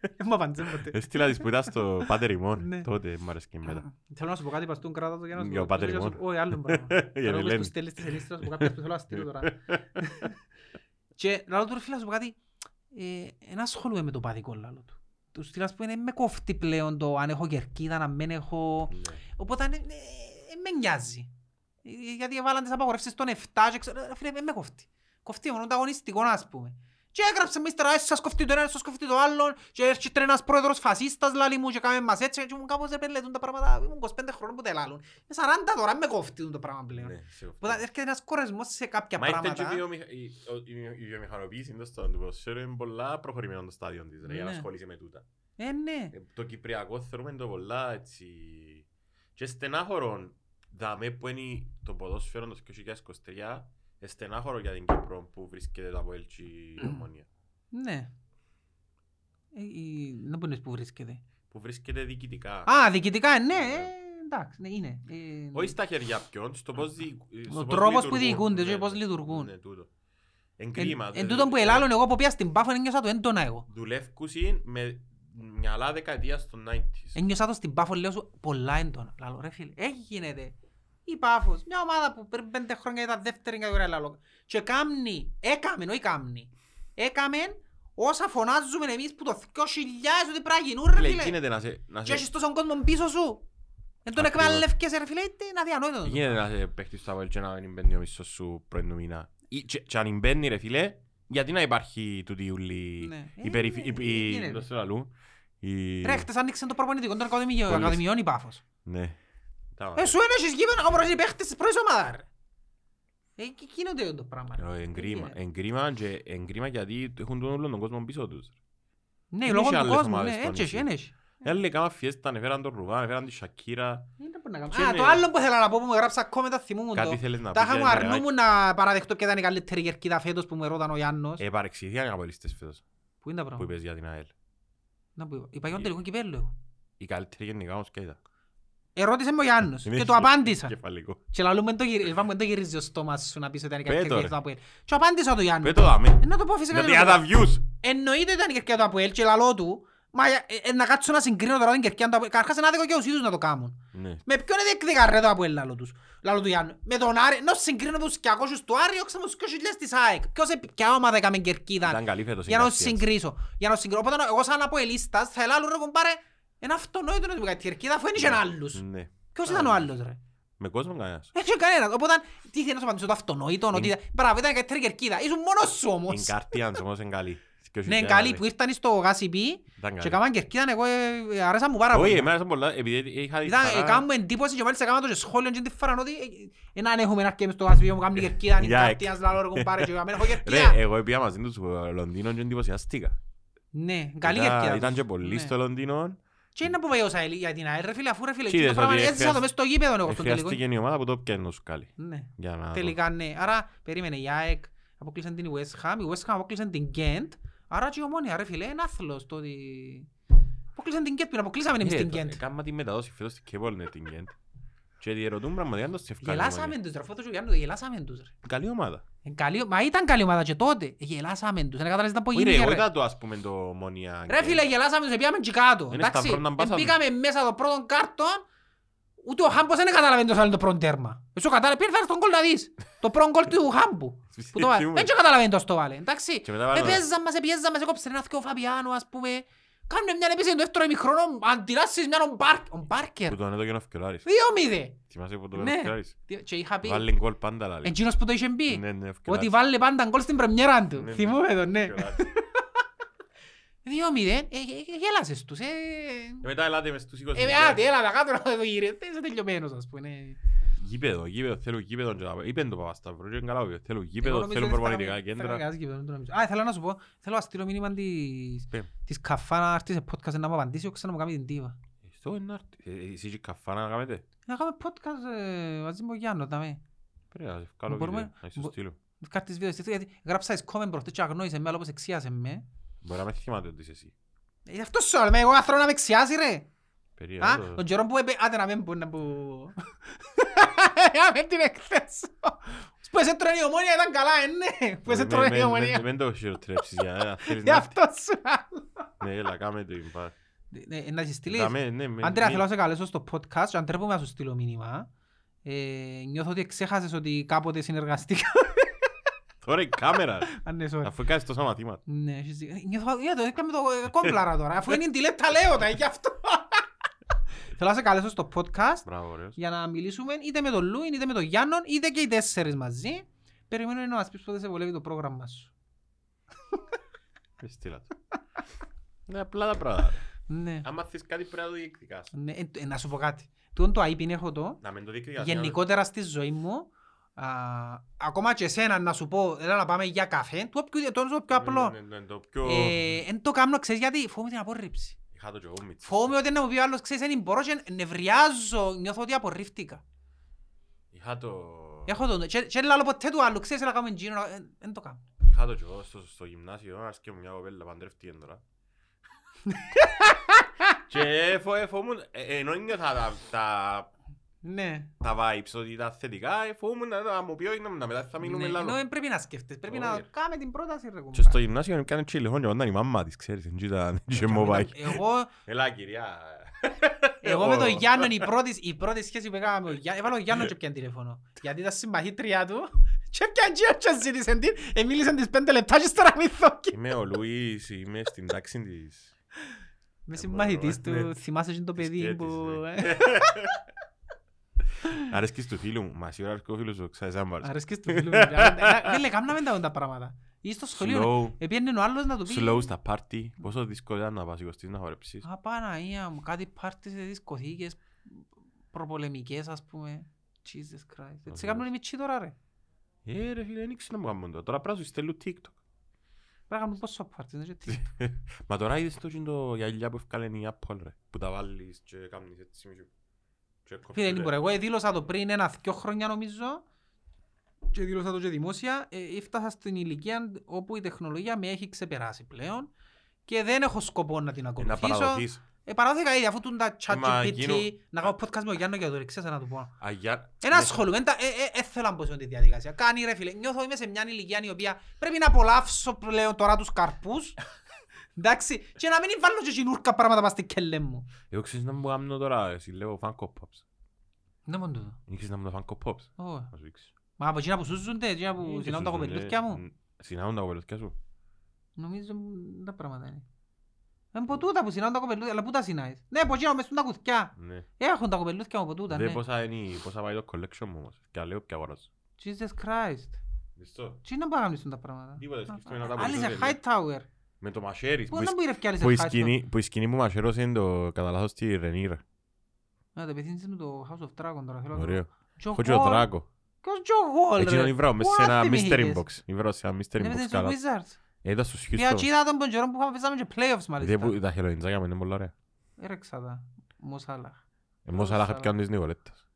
B: Δεν μου απάντησε ποτέ.
A: Έστειλα τις που ήταν στο Πάτερ ημών.
B: Ναι.
A: Τότε μου άρεσε και εμένα.
B: Θέλω να σου πω κάτι, παστούν κράτα το για να σου
A: Για
B: πω.
A: ο Πάτερ
B: Θέλω να σου
A: ημών.
B: πω- Όχι, άλλο πράγμα.
A: Η
B: Τώρα όπως
A: Ελένη.
B: τους στέλνεις τις ελίστες, να σου πω κάποιες που θέλω να στείλω τώρα. Και λαλό του ρε φίλε, να σου πω κάτι, ε, εν ασχολούμαι με το παδικό λαλό του. Τους στείλω, ας πούμε, με κόφτει πλέον το αν έχω κερκίδα, αν δεν έχω...
A: Ναι.
B: Οπότε ε, ε, ε, με νοιάζει. Ε, Γιατί έβαλαν τις απαγορεύσεις των 7 και ξέρω, ρε φίλε, δεν με κοφτεί. Κοφτεί μόνο το αγωνιστικό, ας πούμε. Και έγραψε μη στερά, σας κοφτεί το ένα, σας κοφτεί το άλλον και έρχεται ένας πρόεδρος φασίστας, λαλεί μου και κάμε μας έτσι και μου κάπως επελετούν τα πράγματα, ήμουν 25 χρόνων που τα λάλλουν. Με 40 τώρα, με κοφτεί το πράγμα πλέον.
A: Ναι, σίγουρα.
B: Οπότε έρχεται ένας κορεσμός σε κάποια
A: Μα ήρθε και η
B: πράγματα.
A: βιομηχα- η- ο- η- η βιομηχανοποίηση εντός των- του ποδοσφαίρου είναι πολλά προχωρημένο το στάδιο της, ρε, για να
B: Ναι.
A: ασχολείσαι με τούτα.
B: Ε, ναι.
A: Ε, Το Κυπριακό θεωρούμε το πολλά έτσι... Και στενάχωρο, δαμέ που είναι το ποδόσφαιρο το 2023, ε, στενάχωρο για την Κύπρο που βρίσκεται το Αποέλ και η Ομόνια.
B: Ναι. Ε, η- Δεν μπορείς που βρίσκεται.
A: Που βρίσκεται διοικητικά.
B: Α, διοικητικά, ναι,
A: Ναι.
B: ε, εντάξει, ναι, είναι. Ε,
A: Όχι στα χέρια ποιον, στο πώς δι- στο πώς
B: τρόπος που
A: λειτουργούν.
B: διοικούνται
A: Ναι,
B: και πώς
A: ναι.
B: λειτουργούν.
A: Ναι, τούτο. Εν κρίμα, ε, δηλαδή,
B: Εν,
A: δεν-
B: εν τούτον που ελάλλον εγώ που πήγα στην Πάφο ένιωσα το έντονα εγώ.
A: δουλεύκουσιν με μυαλά δεκαετίας των 90s.
B: Ένιωσα το στην Πάφο λέω σου πολλά έντονα. Λαλό ρε φίλε, έχει γίνεται. Η Πάφος, μια ομάδα που πριν πέντε χρόνια ήταν δεύτερη κατηγορία λαλό. Και κάμνη, έκαμεν, όχι κάμνη. Έκαμεν όσα φωνάζουμε εμείς που το 2000 ότι πρέπει να γίνουν ρε
A: Λέει,
B: φίλε.
A: γίνεται να σε, να
B: Και
A: σε,
B: έχεις τόσο κόσμο πίσω σου. Εν τον
A: Ακριβώς.
B: εκμεταλλεύκεσαι ρε φίλε, είναι αδιανόητο. το.
A: γίνεται να σε παίχτης στο Αποέλ και να μην μπαίνει ο μισθός σου πρώην του μήνα. Ή- Και, και αν μπαίνει ρε φίλε, γιατί να υπάρχει τούτη η ουλή,
B: Ναι.
A: η περιφυ-
B: Ε,
A: η-
B: ε,
A: η-
B: γίνεται.
A: δώστε το αλλού, η-
B: Ρε, χτες άνοιξαν το προπονητικό των ακαδημιών-
A: Πολλές.
B: ακαδημιών η Πάφος.
A: Ναι. Τα
B: Ε,
A: βάλε.
B: σου είναι έχεις γήπεδο όπως οι παίχτες της πρώτης ομάδας. ρε. Ε, και γίνεται το πράγμα. ρε.
A: Ε, Εν κρίμα,
B: γίνεται.
A: εν κρίμα και εν κρίμα γιατί έχουν τον όλο τον κόσμο πίσω τους.
B: Ναι,
A: Δεν
B: λόγω
A: είχε
B: του
A: άλλες
B: κόσμου,
A: ομάδες
B: ναι,
A: στο
B: έτσι έχει,
A: νησί.
B: έτσι
A: Ε, άλλοι έκαναν φιέστα, ανεφέραν τον Ρουβά, ανεφέραν τη Σακύρα.
B: Δεν μπορεί να
A: Ποιο
B: κάνω. Α,
A: είναι?
B: το άλλο που ήθελα να πω που μου γράψα ακόμα τα θυμούμουν
A: Κάτι
B: το.
A: θέλεις να
B: Τα
A: πεις,
B: είχα μου
A: Γιάννη
B: αρνούμουν να παραδεχτώ ποια ήταν η καλύτερη κερκίδα φέτος που μου ερώταν ο Γιάννος.
A: Ε, παρεξηγήθηκαν οι απολύστες φέτος
B: Πού είναι τα
A: που Ε,
B: πράγματα.
A: είπες για την ΑΕΛ.
B: Να που είπα. Είπα για τον τελικό κυπέλλο. εγώ.
A: Η καλύτερη γενικά όμως και ήταν.
B: Ερώτησε με ο Γιάννος
A: Είναι
B: και του απάντησα.
A: κεφαλικό.
B: Και λαλούμε το γυρι- βάμε, το γυρίζει ο στόμας σου να πεις ότι ήταν η καλύτερη
A: Πέτω, ρε.
B: κερκίδα του Αποέλ. Και απάντησα του Γιάννου.
A: Πες το δάμε.
B: Ε, Να το πω φυσικά.
A: Γιατί
B: και να
A: για
B: το πω.
A: τα views.
B: Εννοείται ήταν η κερκίδα του Αποέλ και λαλώ του. Μα ε, ε, να κάτσω να συγκρίνω τώρα την κερκίδα του Αποέλ. Καρχάς είναι άδικο και τους ίδιους να το κάνουν.
A: Ναι.
B: Με ποιον διεκδικά ρε το Αποέλ λαλό τους. Λαλό του Γιάννου. Με τον Άρη, ενώ συγκρίνω τους 200 του Άρη, όξα μου τους 200 της ΑΕΚ. Ποιος, επι- ποια ομάδα έκαμε κερκίδα.
A: Ήταν καλή φέτος. η
B: Για να τους
A: Γκαρσία.
B: συγκρίσω. Για να τους συγκρίσω. Οπότε εγώ σαν Αποελίστας θα ελάλω ρε κουμπάρε. Είναι αυτονόητο να του κάνει κερκίδα αφού ένιξε άλλους.
A: Ναι.
B: Ποιος ήταν ο άλλος ρε.
A: Με κόσμο κανένας.
B: Ένιξε κανένας. Οπότε τι ήθελα να σου απαντήσω το αυτονόητο. ότι ήταν- Μπράβο ήταν η καλύτερη κερκίδα. Ήσουν μόνος σου
A: Εν
B: όμως.
A: καρτίαν όμως είναι καλή.
B: Ναι, είναι καλή που ήρθαν στο γάσιπι
A: Ήταν
B: και
A: καλή.
B: έκαναν κερκίδα. Εγώ ε, ε, αρέσαν μου πάρα
A: Όχι,
B: πολύ.
A: εμένα ήταν πολλά, επειδή είχα
B: Ήταν, ε,
A: διπαρά-
B: κάνουμε εντύπωση και μάλιστα κάναμε το και σχόλιο και τη φορά ότι ε, έναν έχουμε ένα αρκέμι στο γασβίο μου κάνει κερκίδα, αν είναι
A: Για
B: κάτι,
A: εκ.
B: ένας λαλό ρε κουμπάρε και κάμε, έχω κερκίδα.
A: Ρε, εγώ πήγα μαζί τους στο Λονδίνο και εντυπωσιάστηκα.
B: Ναι, καλή
A: Ήταν-
B: κερκίδα.
A: Ήταν και
B: τους.
A: πολλοί
B: Ναι.
A: στο Λονδίνο.
B: Και είναι που πάει ο Σαελή για την ΑΕΛ, ρε φίλε, αφού ρε φίλε,
A: Τι
B: εκείνο
A: είδες
B: πράγμα
A: ότι
B: έζησα το
A: χρειάστηκε-
B: μες στο γήπεδο εγώ στον τελικό.
A: Ε, Χρειάστηκε η ομάδα που το πιένω σου καλή.
B: Ναι,
A: Για να δω.
B: τελικά ναι. Άρα περίμενε η ΑΕΚ, αποκλείσαν την eh, West Ham, η West Ham αποκλείσαν την Ghent, άρα και η Ομόνια ρε φίλε, είναι άθλος το ότι... Αποκλείσαν την Ghent, πριν αποκλείσαμε εμείς
A: Ε,
B: την
A: το-
B: Ghent.
A: Κάμα τη μεταδόση φέτος στην Κεπόλ, ναι, την Γκέντ. Και διερωτούν πραγματικά αν το σε ευκάλει η
B: Γελάσαμε
A: Ομόνια.
B: τους, ρε φώτος του Γιάννου, γελάσαμε τους. ρε.
A: Καλή ομάδα.
B: Ε, καλή- Μα ήταν καλή ομάδα και τότε. Ε, Γελάσαμε τους. Δεν καταλάβεις ήταν που
A: Όχι, ρε,
B: γίνηκε,
A: εγώ
B: ρε.
A: είδα το, ας πούμε, το Μονία
B: Ρε
A: Γκέντ.
B: φίλε, γελάσαμε τους, πήγαμε και κάτω.
A: Είναι
B: Εντάξει,
A: σταυρό να μπάσαμε.
B: πήγαμε μέσα το πρώτο κάρτο, ούτε ο Χάμπος δεν κατάλαβε το άλλο το πρώτο τέρμα. Εσύ ο κατάλαβε, πήρε τον κόλ να δεις. Το πρώτο κόλ του Χάμπου. που το βάλε.
A: Θυμούμαι.
B: Δεν και κατάλαβε το στο βάλε, εντάξει.
A: Και μετά βάλε-
B: Επέζαμε, μας, επιέζαμε, σε κόψε ένα ο Φαβιάνο, ας πούμε. Κάνουμε μια επίση το δεύτερο ημιχρόνο, αντιλάσσεις μια ο Μπάρκ- ο Μπάρκερ.
A: Που τον έδωκε ο Φκελάρης.
B: Δύο μηδέ.
A: Θυμάσαι που τον
B: Ναι.
A: έδωκε ο Φκελάρης.
B: Τι- Και είχα πει,
A: Βάλει γκολ πάντα λαλή.
B: εκείνος που το είχε πει,
A: Ναι, ναι, ο Φκελάρης.
B: ότι βάλε πάντα γκολ στην πρεμιέρα του.
A: Ναι, ναι.
B: Θυμούμαι τον, ναι.
A: Φκελάρης.
B: Δύο μηδέν, ε, ε, ε, γέλασες τους, ε.
A: Και Μετά ελάτε μες στους 20.
B: Ε, άντε, έλα τα κάτω να το γυρετε, είσαι τελειωμένος ας πούμε. Ε,
A: Γήπεδο, γήπεδο, θέλουν γήπεδο. και τα- Είπεν το Παπασταύρου και είναι καλά βέβαια. Θέλουν γήπεδο,
B: νομίζω
A: θέλουν
B: ότι
A: προπονητικά
B: θα- θα
A: κέντρα.
B: κάνει γήπεδο, δεν το νομίζω. Α, θέλω να σου πω, θέλω να στείλω μήνυμα της,
A: Πε.
B: της καφά να έρθει σε podcast να μου απαντήσει όχι να μου κάνει την τύβα.
A: Στο είναι να έρθει. Ε, Εσείς και καφάνα να κάνετε.
B: Να κάνουμε podcast ε, μαζί με τον Γιάννο, δαμέ.
A: Πρέπει να σε βγάλω
B: Μπορούμε-
A: βίντεο, να σου
B: μπο-
A: στείλω.
B: Κάρτες βίντεο στη γιατί γράψα εις κόμεν προχτές και αγνώρισε με, αλλά όπως εξιάσε με.
A: Μπορεί να με θυμάται ότι είσαι εσύ.
B: Ε, Γι' αυτός σου λέω, ρε, εγώ αθρώω να με εξιάσει ρε. Α,
A: Περίεργο.
B: τον καιρό που έπαι, άντε να μην μπορεί να που... Να μην την εκθέσω. Που σε τρώνε η ομόνια ήταν καλά, ε, ναι. Που σε
A: Με-
B: τρώνε η
A: με- με-
B: ομόνια.
A: με- Μην το χειροτρέψεις για να θέλεις
B: Γι'
A: να...
B: αυτός σου λέω.
A: Ναι, έλα, κάμε το υπάρ.
B: Ναι, ε, Να τη στείλεις.
A: Δαμέ, ναι, με-
B: Αντρέα,
A: μην-
B: θέλω να σε καλέσω στο podcast και αντρέπομαι να σου στείλω μήνυμα. Ε, νιώθω ότι ξέχασες ότι κάποτε συνεργαστήκα.
A: Τώρα η κάμερα.
B: Αν ναι, sorry.
A: Αφού κάνεις τόσα μαθήματα.
B: Ναι, έχεις δίκιο. Νιώθω, για το έκαμε το ε, κόμπλαρα τώρα, αφού είναι τη λεπτά λέω τα, γι' αυτό. Θέλω να σε καλέσω στο podcast
A: Μπράβο, ωραίος.
B: για να μιλήσουμε είτε με τον Λούιν, είτε με τον Γιάννον, είτε και οι τέσσερις μαζί. Περιμένω να μας πεις πότε σε βολεύει το πρόγραμμα σου.
A: Δεν στείλα το. Ναι, απλά τα πράγματα.
B: Ναι.
A: Άμα θες κάτι πρέπει να το διεκδικάς.
B: Ναι, ε, ε, να σου πω κάτι. Τούτον το IP έχω το,
A: Να μην το διεκδικάς.
B: γενικότερα στη ζωή μου, α, ακόμα και εσένα να σου πω, έλα να πάμε για καφέ, το πιο, το, το πιο απλό.
A: Ναι, ναι, ναι, το πιο...
B: Ε, Εν το κάνω, ξέρεις γιατί, φοβούμαι την απόρριψη.
A: Είχα το και εγώ μύτη.
B: Φοβούμαι ότι να μου πει ο άλλος, ξέρεις, δεν μπορώ και νευριάζω, νιώθω ότι απορρίφτηκα.
A: Είχα το...
B: Έχω τον, και, και λάλλω ποτέ του άλλου, ξέρεις, να κάνουμε τζίνο, να- εν- εν το κάνω.
A: Είχα το και εγώ στο, στο γυμνάσιο, να έρθει και μου μια κοπέλα παντρεύτηκε τώρα. Και φο- φοβούμουν, ε, ενώ νιώθα τα, τα,
B: Ναι.
A: τα vibes, ότι τα θετικά, ε, φοβούμουν να, να μου πει όχι, να, να μετά θα μιλούμε
B: Ναι,
A: λάλλον.
B: ενώ πρέπει να σκέφτεσαι, πρέπει
A: Όχι,
B: να
A: ρε.
B: κάνουμε την πρόταση
A: Και
B: ρε
A: στο
B: κουμπάρε.
A: γυμνάσιο έκανε τσίλι χρόνια, όταν η μάμα της, ξέρεις, δεν ήταν είχε mobile.
B: Εγώ,
A: Έλα κυρία.
B: εγώ με τον Γιάννο η πρώτη, η πρώτη σχέση που έκανα με τον Γιάννο, έβαλα τον Γιάννο και πιάνε τηλέφωνο. Γιατί ήταν συμπαθήτρια του και πιάνε τζίρο και ζήτησε την, εμίλησαν τις πέντε λεπτά και στο ραβιθόκι.
A: Είμαι ο Λουίς, είμαι στην τάξη της.
B: Με συμπαθητής
A: Ναι.
B: του, θυμάσαι και το
A: Της
B: παιδί
A: Κρέτης,
B: που...
A: ναι.
B: ε,
A: Αρέσκεις του φίλου μου, μα σίγουρα αρέσκει ο φίλος σου, ξέρεις αν βάλεις.
B: Αρέσκεις του φίλου μου. Δεν λέει, κάμναμε τα τα πράγματα. Ή στο σχολείο,
A: Slow,
B: επίενε ο άλλος να του πει.
A: slow στα πάρτι, πόσο δύσκολο ήταν να πας 20 να χορέψεις.
B: Α, Παναγία μου, κάτι πάρτι σε δισκοθήκες προπολεμικές, ας πούμε. Jesus Christ. Έτσι κάνουν οι μητσοί τώρα, ρε.
A: Ε, ρε φίλε, δεν ήξερα να μου κάνουν τώρα. Τώρα πρέπει να σου στέλνουν TikTok.
B: Πρέπει να κάνουν πόσο πάρτι, δεν ξέρω τι.
A: Μα τώρα είδες το τζιν το γυαλιά που έφκαλε η Apple, ρε. Που τα βάλεις και κάνεις έτσι μισού. Και
B: Φίλε,
A: κόφτουν,
B: δεν
A: ρε.
B: μπορώ. Εγώ δήλωσα το πριν ένα-δυο χρόνια, νομίζω, και δήλωσα το και δημόσια, ε, έφτασα στην ηλικία όπου η τεχνολογία με έχει ξεπεράσει πλέον και δεν έχω σκοπό να την
A: Να
B: ακολουθήσω.
A: παραδοθείς.
B: Ε, παράδοθηκα ήδη, αφού τούν τα chat
A: Μα,
B: GPT,
A: γίνω-
B: να κάνω podcast με ο Γιάννο και το ρίξες, να του πω.
A: Αγιά...
B: Ένα ασχολούμαι, δεν τα- ε, ε, ε, θέλω να μπω σε αυτή τη διαδικασία. Κάνει ρε φίλε, νιώθω είμαι σε μια ηλικία η οποία πρέπει να απολαύσω πλέον τώρα τους καρπούς. Εντάξει, και να μην βάλω και γινουρκα πράγματα πας στην κελέ μου.
A: Εγώ ξέρεις να μου κάνω τώρα, εσύ λέω Funko Pops.
B: Ναι μόνο τούτο.
A: Δεν Ξέρεις να μου τα Funko Pops.
B: Ω.
A: Να σου δείξω.
B: Μα από εκείνα που σου ζούνται, εκείνα
A: Ε,
B: που
A: και
B: συναντούν τα
A: σου ζουν,
B: κοπελούθκια
A: ε,
B: μου.
A: ν- Συναντούν τα κοπελούθκια σου.
B: Νομίζω μ, τα πράγματα είναι. Είναι από τούτα που συναντούν τα κοπελούθκια, αλλά πού τα συνάεις. Ναι, από εκείνα μες στον τα κουθκιά.
A: Ναι.
B: Έχουν τα κοπελούθκια μου από τούτα,
A: Δε
B: ναι.
A: πόσα είναι, η- πόσα πάει το collection μου όμως. Και λέω ποια αγοράζω.
B: Jesus Christ.
A: Διστό.
B: Τι να πάνε να κάνουν τα πράγματα.
A: Τίποτα, σκεφτούμε να τα
B: Άλλη σε
A: αποτελέσματα.
B: Hightower.
A: Με το μασέρι.
B: Πού να μου ήρθε κι άλλη σε
A: Που η
B: Hightower.
A: σκηνή- που η σκηνή που μασέρωσε το κατά λάθος στη Ρενίρα.
B: Να τα πεθύνεις με το House of Dragon τώρα. Θέλω να το
A: Ωραίο.
B: Τζο
A: Έχω και το
B: Γουόλ.
A: δράκο.
B: Ποιος Τζο Γουόλ,
A: Εκείνον
B: ρε.
A: ήβρα μέσα
B: Πού
A: σε
B: να
A: ένα mystery
B: θυμηθείς.
A: box. Ήβρα σε ένα mystery
B: Ναι,
A: box
B: μες στους
A: καλά.
B: Wizards.
A: Ε, Ήταν στους
B: Πήγα
A: Χιούστον.
B: τσίτα των ποντζερών που είχαμε παίζαμε και playoffs
A: Δε
B: μάλιστα.
A: που- Τα χελοϊντζάκια μου είναι Ε, πολύ ωραία.
B: Έρεξα τα. Μοσάλα.
A: Εμώ ο Σάλαχ
B: Σάλαχ.
A: έπιαν της Νικολέτας.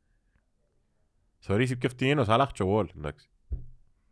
A: Sorry, είσαι πιο φτηνή είναι ο Σάλαχ και ο Wall, εντάξει.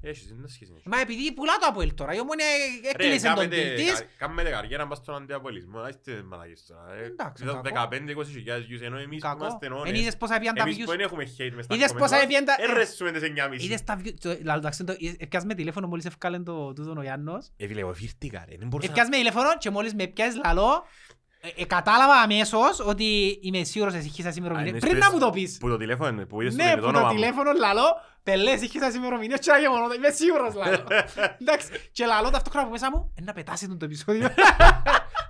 A: Ε, Έχεις, δεν σχέση.
B: Μα επειδή πουλά το Αποέλ τώρα, η Ομόνια έκλεισε τον διαιτητής.
A: Κάμετε καριέρα μας στον αντιαπολισμό, να είστε μαλακές τώρα. ε.
B: Εντάξει,
A: Ήταν
B: κακό.
A: 15-20 χιλιάδες views, ενώ εμείς που
B: Κακό.
A: είμαστε
B: Εν
A: αιώνες,
B: είδες πόσα έπιαν τα
A: εμείς
B: views.
A: που δεν έχουμε hate μες στα
B: Είδες
A: comment
B: πόσα
A: μας,
B: έβγαινε τα-
A: ε, ρεσούμε τις εννιά μισή.
B: Είδες τα views. το- λα- Εντάξει, το- ε, έπιασμε τηλέφωνο μόλις έφκαλε το τούτον ο Γιάννος.
A: Ε, φίλε, εγώ φύρτηκα, ρε, δεν μπορούσα να-
B: Επιάς Ε, με τηλέφωνο και μόλις με πιάσεις λαλό, ε, ε, κατάλαβα αμέσως ότι είμαι σίγουρος εσύ είχες
A: Α,
B: ημερομηνία.
A: είναι
B: Πριν
A: σπες-
B: να μου το πεις.
A: Που το τηλέφωνο, που είδες
B: Ναι,
A: το
B: που το
A: όνομα μου.
B: τηλέφωνο λαλό, πελές είχες σας ημερομηνία και άγιε μόνο, είμαι σίγουρος λαλό. Εντάξει, και λαλό ταυτόχρονα από μέσα μου, «Ε, να πετάσει τον το επεισόδιο.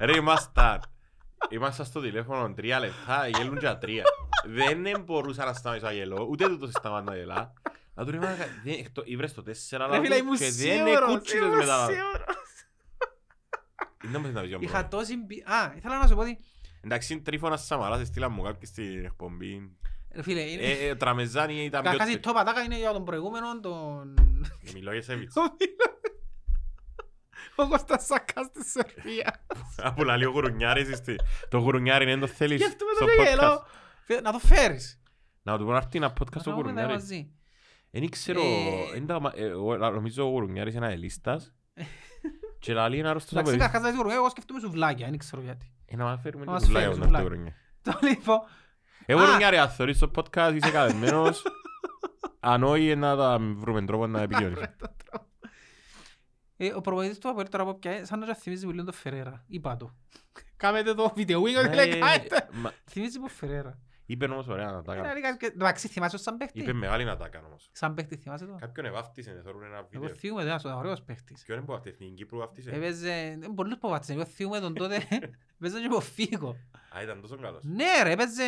A: Ρε, ήμασταν. Ήμασταν στο τηλέφωνο τρία λεπτά, γέλουν και τα τρία. Δεν μπορούσα να σταματήσω να γελώ, ούτε τούτος σταμάτα να γελά. Να του ρε μάκα, ήβρες το τέσσερα
B: Ρε φίλε,
A: λάθος
B: ήμουν
A: και
B: σίγουρος,
A: δεν εκούτσιδες
B: ήμουν
A: μετά.
B: σίγουρος.
A: Είναι όμως ένα βιβλίο
B: Είχα
A: μου.
B: τόση... μπι- Α, ήθελα να σου πω ότι...
A: Εντάξει, τρίφωνα Σαμαράς, στείλαν μου κάποιοι στην εκπομπή.
B: Ρε φίλε, είναι-
A: Ε, ε, Τραμεζάνι ήταν πιο
B: καταρχάς η
A: τρί-
B: τόπα τάκα είναι για τον προηγούμενο, τον...
A: Μιλώ για Σέβιτς.
B: τον Μίλο. Ο Κώστας Σακάς της Σερβίας.
A: Απ' όλα λίγο γουρουνιάρης είστε. Το γουρουνιάρι είναι το θέλεις
B: Σκέφτομαι
A: στο
B: το και
A: podcast.
B: γελώ. Φε- Να το φέρεις.
A: Να του πω να έρθει ένα podcast ο
B: Να κάνουμε τα
A: γουρουνιάρης.
B: μαζί.
A: Δεν ξέρω,
B: Ε,
A: εν τα μα- ε, εγώ νομίζω ο Γουρουνιάρης είναι αελίστας και λαλεί είναι άρρωστος από
B: Εντάξει,
A: εμείς.
B: καταρχάς, δεν ξέρω, εγώ σκεφτούμε σουβλάκια, δεν ξέρω γιατί.
A: Ε, Να μας φέρουμε
B: Να
A: το
B: μας
A: σουλάκι
B: φέρεις
A: όταν έρθει ο Γουρουνιά.
B: σουβλάκι. Το λοιπόν,
A: Ε,
B: Α!
A: Γουρουνιάρη, αν θεωρείς το podcast είσαι καλεσμένος. Αν όχι, να τα βρούμε τρόπο να επικοινωνήσουμε.
B: ε, ο προπονητής του Αποέλ τώρα που πια, σαν να και θυμίζει πολύ τον Φερέρα. Είπα το. Κάμετε το βίντεο, wing,
A: Ε,
B: λέει κάνετε.
A: μα-
B: Θυμίζει που Φερέρα.
A: Είπε όμως ωραία να τα
B: Ένα
A: κάνω.
B: λίγα και- Εντάξει, θυμάσαι ως σαν
A: Είπε
B: παίχτη.
A: μεγάλη να τα κάνω όμως.
B: Σαν παίχτης θυμάσαι το.
A: Κάποιον εβάφτισε, θεωρούν ένα
B: Εγώ
A: βίντεο.
B: θυμούμαι τον, ένας ωραίος παίχτης.
A: Ποιον εμποβαφτεί, στην Κύπρο βαφτίσε.
B: Έπαιζε, ε, πολλούς ποβάτσες, εγώ θυμούμαι τον τότε, έπαιζε και υποφύγω.
A: Α, ήταν τόσο καλός.
B: Ναι ρε, έπαιζε,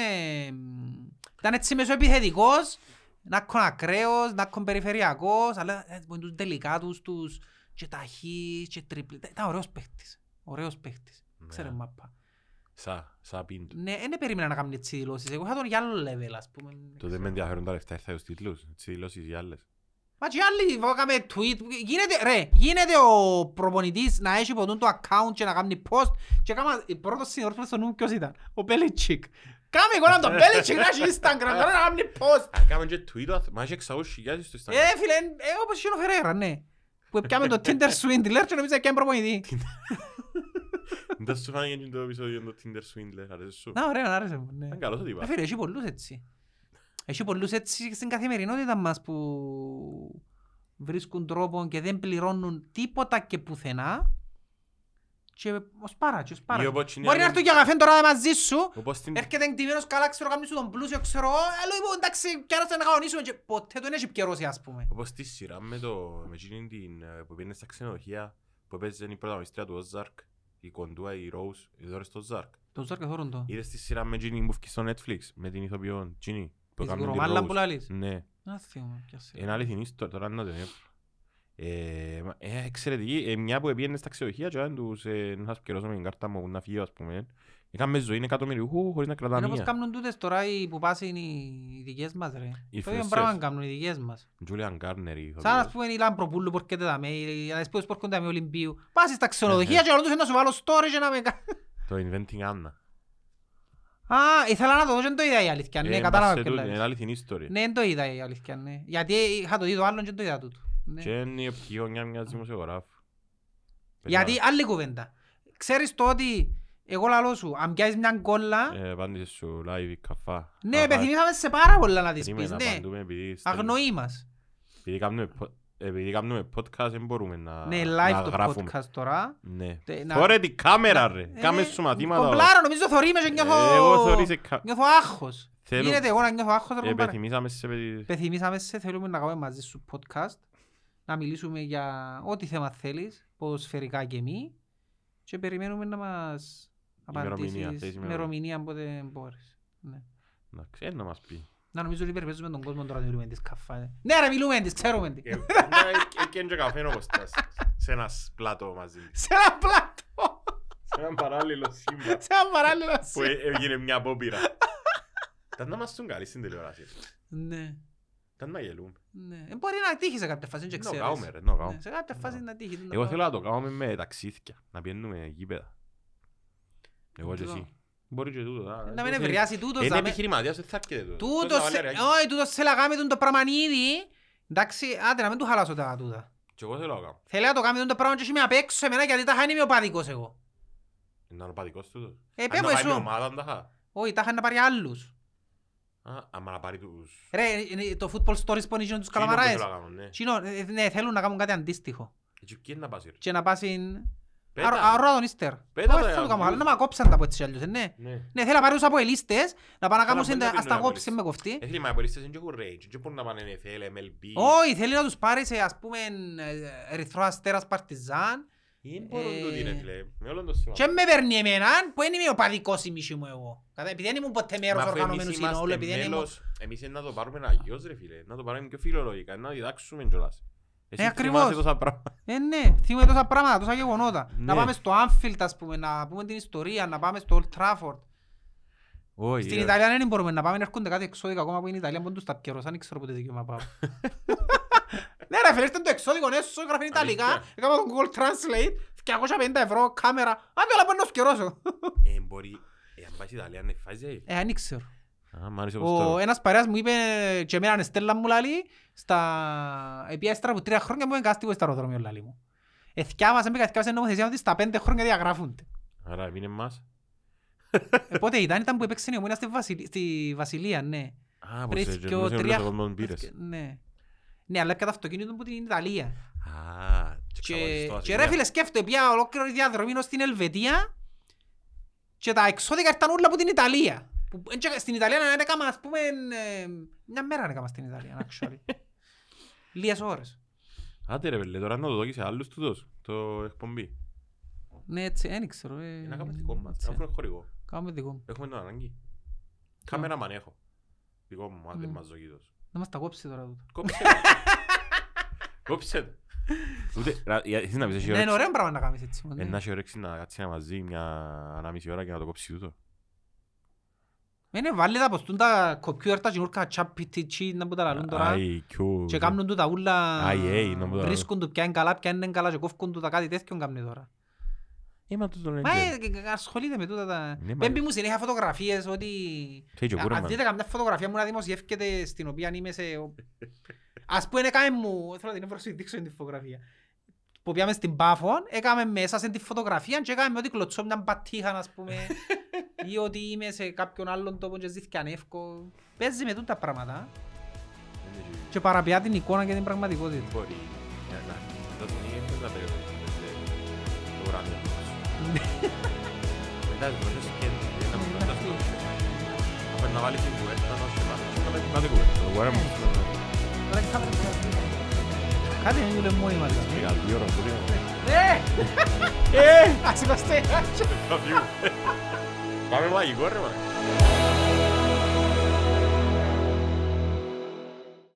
B: μ, ήταν έτσι μεσοεπιθετικός, να κον ακραίος, να κον περιφερειακός, αλλά ε, μπορεί τους τελικά τους, τους και ταχύς και τρίπλη. Ήταν ωραίος παίχτης, ωραίος παίχτης,
A: Ναι.
B: ξέρε μάπα.
A: Σα, σα πίντου.
B: Ναι, δεν περίμενα να κάνει έτσι δηλώσεις, εγώ είχα τον για άλλο level ας πούμε.
A: Τότε με ενδιαφέρουν τα λεφτά, ήρθα στους τίτλους, τις δηλώσεις για άλλες.
B: Μα και άλλοι βγάλαμε tweet. Γίνεται, ρε, γίνεται ο προπονητής να έχει ποτούν το account και να κάνει post και κάμα η πρώτος συνόρθος στο νου ποιος ήταν. Ο Μπέλιτσικ. Κάμε εικόνα από τον Μπέλιτσικ να έχει Instagram τώρα να κάνει post.
A: Α, κάμαν και tweet, μα έχει 600.000 στο Instagram.
B: Ε, φίλε, ε, όπως και ο Φεραίρα, ναι. Που έπιαμε το Tinder Swindler και νομίζω έκανε προπονητή.
A: Δεν σου φάνηκε το επεισόδιο το Tinder Swindler, αρέσει σου.
B: Να, ωραίο, άρεσε μου, ναι.
A: Ήταν καλός ο
B: Ρε
A: τύπας.
B: φίλε, έχει πολλούς έτσι. Έχει πολλούς έτσι στην καθημερινότητα μας που βρίσκουν τρόπο και δεν πληρώνουν τίποτα και πουθενά και ως πάρα, και ως πάρα.
A: Ή όπως είναι
B: Μπορεί να
A: άλλοι-
B: έρθουν για καφέ τώρα μαζί σου,
A: Όπως στην
B: έρχεται εντυμένος καλά, ξέρω κάνει σου τον πλούσιο, ξέρω, αλλά είπω εντάξει, κι άρα θα να κανονίσουμε και ποτέ τον έχει πιερώσει ας πούμε.
A: Όπως στη σειρά με το με εκείνη την ε, που πήγαινε στα ξενοδοχεία που έπαιζε η πρωταγωνιστρία του Ozark, η κοντούα, η Rose, η δώρα στο Ozark.
B: Τον ζόρ και θόρουν το.
A: Είδες τη σειρά με εκείνη που βγήκε στο Netflix, με την ηθοποιόν, εκείνη που
B: Της
A: έκανε την
B: γκρομάλα
A: Rose.
B: που λαλείς.
A: Ναι,
B: Να θυμώ, ποια σειρά.
A: είναι αληθινή ιστορία, τώρα να το βλέπω. Ε, μα- ε, εξαιρετική, ε, μια που πήγαινε στα ξενοδοχεία και αν τους ε, να σας πληρώσω με την κάρτα μου να φύγω ας πούμε. Έκαμε ζωή εκατομμυριούχου χωρίς να κρατά
B: Είναι όπως
A: μία.
B: κάνουν τούτες τώρα οι που πας είναι οι οι δικές μας ρε.
A: Οι
B: Το ίδιο
A: φρεσιές.
B: πράγμα κάνουν οι δικές μας.
A: Τζούλιαν Γκάρνερ η
B: Σαν
A: ηθοποιός.
B: ας πούμε η Λαμπροπούλου που έρχεται δαμέ, οι ανασπίδες που έρχονται δαμέ Ολυμπίου. Πας στα
A: Ναι,
B: ξενοδοχεία και ρωτούσε να σου βάλω story και να με κα-
A: Το Inventing Anna.
B: Α, ήθελα να το δω και δεν το είδα η αλήθεια.
A: Ε,
B: Ναι,
A: μας
B: κατάλαβα
A: σε
B: ποιο
A: τούτη,
B: λαλείς.
A: Είναι αληθινή ιστορία.
B: Ναι, δεν το είδα η αλήθεια, ναι. Γιατί είχα το δει το άλλον και δεν το είδα τούτο. Ναι.
A: Και είναι η οπτική γωνιά μιας δημοσιογράφου.
B: Γιατί άλλη κουβέντα. Ξέρεις το ότι εγώ λαλώ σου, αν πιάσεις μια γκόλα,
A: Ε, Απάντησε σου live καφά.
B: ναι,
A: Α,
B: επιθυμήσαμε σε πάρα πολλά να τις
A: περίμενε να
B: πεις, ναι.
A: απαντούμε επειδή στέλνει-
B: Αγνοεί μας.
A: επειδή κάνουμε πο- Επειδή κάνουμε podcast δεν μπορούμε να,
B: Ναι,
A: να
B: live το
A: γράφουμε.
B: podcast τώρα.
A: Ναι.
B: Τε- να-
A: Θωρε την κάμερα ρε.
B: Ε,
A: Κάμε σου μαθήματα.
B: Κομπλάρω, νομίζω θωρεί με και νιώθω...
A: Ε, Εγώ θωρείς εκα-
B: Νιώθω άγχος.
A: Θέλω- Ε,
B: Γίνεται εγώ να νιώθω άγχος, ρε κομπάρε.
A: Επιθυμήσαμε σε παιδί.
B: Πεθυμίσαμε σε, θέλουμε να κάνουμε μαζί σου podcast, να μιλήσουμε για ό,τι θέμα θέλεις, ποδοσφαιρικά και μη, και περιμένουμε να μας
A: Ημερομηνία,
B: απαντήσεις
A: θες ημερομηνία.
B: ημερομηνία όποτε μπορείς. Ναι.
A: Να ξέρει να μας πει.
B: Να νομίζω ότι υπερπέζουμε τον κόσμο τώρα να μιλούμε τις καφές. Ναι ρε μιλούμε τις, ξέρουμε
A: Ε,
B: τις.
A: Κέντρο καφέ όπως τας. Σε ένας πλάτο μαζί.
B: Σε ένα πλάτο,
A: Σε έναν παράλληλο σύμπαν.
B: σε ένα παράλληλο
A: Που
B: σύ-
A: ε- έγινε μια απόπειρα. Ήταν να μας τον καλή στην τηλεόραση.
B: Ναι,
A: Ήταν να γελούμε.
B: ναι. Ε, Μπορεί να τύχει σε κάποια φάση, δεν
A: Να το
B: ξέρεις.
A: κάνουμε ρε, να το κάνουμε.
B: Ναι, Σε κάποια φάση
A: Ναι.
B: να τύχει. δεν το
A: Εγώ
B: κάνω.
A: θέλω να το κάνουμε με ταξίδια, να πιένουμε γήπεδα. Εγώ και
B: Τούτο.
A: εσύ. Μπορεί και τούτο.
B: Να μην ευρεάσει τούτος.
A: Είναι
B: δάμε.
A: επιχειρηματίας, δεν θα έρχεται τούτο.
B: Τούτος, όχι, τούτος θέλει να κάνει τον το πράγμα ήδη. Εντάξει, άντε να μην του χαλάσω τα τούτα.
A: Και εγώ θέλω να κάνω.
B: Θέλει να το κάνει τον το πράγμα και έχει με απ' έξω εμένα γιατί τα χάνει είμαι ο παδικός εγώ.
A: Είναι ανωπατικός τούτος.
B: Ε,
A: Αν
B: πέ
A: να
B: μου
A: πάει με
B: εσύ.
A: ομάδα, αν τα χα.
B: Όχι, τα χάνει να πάρει άλλους.
A: Α, άμα να πάρει τους...
B: Ρε, είναι το football stories που είναι γίνονται τους
A: Εκείνο που
B: καλαμαράες.
A: θέλω να κάνω, ναι.
B: Τσινό, ε, ναι, θέλουν να κάνουν κάτι αντίστοιχο.
A: Έτσι, ποιοι είναι να πας, ρε.
B: Και να πάσουν...
A: Πέτα.
B: Αρρώα τον ύστερ.
A: Πέτα ε,
B: Όχι,
A: τα,
B: θέλω να κάνω
A: αμφιβάλλω.
B: άλλο, να με κόψαν τα από έτσι κι αλλιώς, ε, ναι.
A: Ναι.
B: Ναι, θέλει να πάρει τους αποελίστες, να πάνε
A: Καλά,
B: να κάνουν
A: μπορεί
B: σε-
A: να
B: ας τα
A: πίνουν
B: κόψει
A: αποελίστες.
B: με κοφτή.
A: Ε, φίλε, μα οι πολίτες δεν έχουν range, δεν μπορούν να πάνε NFL, MLB.
B: Όχι, θέλει να τους πάρει σε ας πούμε ε, ερυθρό αστέρας παρτιζάν
A: Δεν μπορούν
B: Ε.
A: τούτοι, ρε, φίλε. Με όλον το σύμπαν.
B: Και με παίρνει εμέναν που δεν είμαι ο παδικός η μίση μου εγώ. Κατά, επειδή δεν ήμουν ποτέ
A: Μα
B: μέρος
A: αφού
B: οργανωμένου
A: εμείς
B: συνόλου,
A: είμαστε
B: επειδή δεν ήμουν...
A: μέλος, Εμείς είναι να το πάρουμε αγιώς ρε φίλε, να το πάρουμε πιο φιλολογικά, να διδάξουμε κιόλας. Εσύ
B: ακριβώς.
A: θυμάσαι τόσα πράγματα.
B: Ε, ναι, θυμούμε τόσα πράγματα, τόσα γεγονότα.
A: Ναι.
B: Να πάμε στο Anfield, ας πούμε, να πούμε την ιστορία, να πάμε στο Old Trafford.
A: Όχι,
B: Στην
A: ρε.
B: Ιταλία δεν μπορούμε να πάμε, έρχονται κάτι εξώδικα ακόμα που είναι η Ιταλία, που τους τα πιερώσαν, δεν ξέρω πότε δικαίωμα πάω. Ναι ρε φίλε, ήταν το εξώδικο, ναι, σου έγραφε Ιταλικά,
A: Αλήθεια.
B: έκανα τον Google Translate, 250 ευρώ, κάμερα, άντε όλα μπορεί να σκερώσω.
A: Ε, μπορεί, ε, αν πάει στην Ιταλία, είναι φάση.
B: Ε, δεν ξέρω.
A: Α, μ' άρεσε όπως
B: Ο
A: το.
B: ένας παρέας μου είπε και εμένα η Στέλλα μου λαλεί στα επί έστρα από τρία χρόνια μου εγκάστηκε στο αεροδρόμιο λαλεί μου. Εθιάβασα με καθιάβασα νομοθεσία ότι στα πέντε χρόνια διαγράφονται.
A: Άρα, μείνε μας.
B: Ε, Πότε ήταν, ήταν που έπαιξε η ομόνια στη, Βασιλ... στη Βασιλεία, ναι.
A: Α, πως
B: Πριν
A: έτσι,
B: δυο,
A: ενώ σε
B: τρία
A: όλο τον κόσμο
B: χ-
A: πήρες.
B: Ναι. Ναι, αλλά έπαιρε το αυτοκίνητο που την Ιταλία.
A: Α, και
B: Και,
A: ξαφανιστώ, ας
B: και
A: πούμε.
B: ρε φίλε σκέφτομαι πια ολόκληρη διαδρομή ως την Ελβετία και τα εξώδικα ήρθαν όλα από την Ιταλία. Που- εν τζε- Στην Ιταλία να έκαμα, ας πούμε, ε, μια μέρα να έκαμα στην Ιταλία, actually. Λίγες ώρες.
A: Άντε ρε πέλε, τώρα να το δω και σε άλλους τούτος, το εκπομπή.
B: Ναι, έτσι, δεν ξέρω. ε,
A: Είναι ένα δικό μας,
B: έτσι.
A: να βρω χορηγό.
B: Κάνουμε δικό μου.
A: Έχουμε τον ανάγκη. Κάμερα μαν έχω. Δικό μου, άντε
B: Mm.
A: μαζογείτος.
B: Να μας τα κόψει τώρα τούτο.
A: Κόψε. Κόψε. το. Ούτε, ρα- για- εσύ να πεις, έχει
B: Ναι, είναι
A: όρεξη.
B: ωραίο πράγμα να κάνεις έτσι. μόνο,
A: Ε,
B: ναι.
A: να έχει όρεξη να κάτσει να μαζί μια ανάμιση ώρα και να το κόψει τούτο.
B: Είναι βάλει τα ποστούν τα κοπιούρ, τα γιούρκα, τσάπι, τιτσί, να που τα λαλούν τώρα.
A: IQ.
B: Και κάνουν του τα ούλα,
A: Άι, έι, να μου τα-
B: βρίσκουν του ποια είναι καλά, ποια είναι καλά και κόφκουν του τα κάτι τέτοιον κάνει τώρα.
A: Ε, μα τούτο
B: Μα
A: είναι.
B: ε, και- και- ασχολείται με τούτα τα...
A: Ναι, μα-
B: Πέμπει μου συνέχεια φωτογραφίες ότι...
A: Ξέρει και ο
B: Α,
A: κούρεμα.
B: Αν δείτε καμιά φωτογραφία μου να δημοσιεύκεται στην οποία είμαι σε... ο- Ας πούμε έκαμε μου... Θέλω να την έβρωσω δείξω την φωτογραφία. Που πήγαμε στην Πάφον, έκαμε μέσα σε τη φωτογραφία και έκαμε ότι κλωτσώ μια μπατήχα, ας πούμε. ή ότι είμαι σε κάποιον άλλον τόπο και ζήθηκε ανεύκο. Παίζει με τούτα πράγματα και παραπιά την εικόνα και την πραγματικότητα.
A: Μπορεί να να- να τον είχε να περιορίσει το βράδυ. Μετά τις γνώσεις και να μου πέντε αυτό. Αφού να βάλεις την κουβέρτα να σου πάρει. Να με την κουβέρτα. Το κουβέρτα μου.
B: Τώρα είχαμε το πράγμα. Κάτι είναι δουλεύει μόνοι μας.
A: Πήγα δύο ώρα πολύ.
B: Ε! Ε! Ας είμαστε.
A: Πάμε μαγικό ρε μα.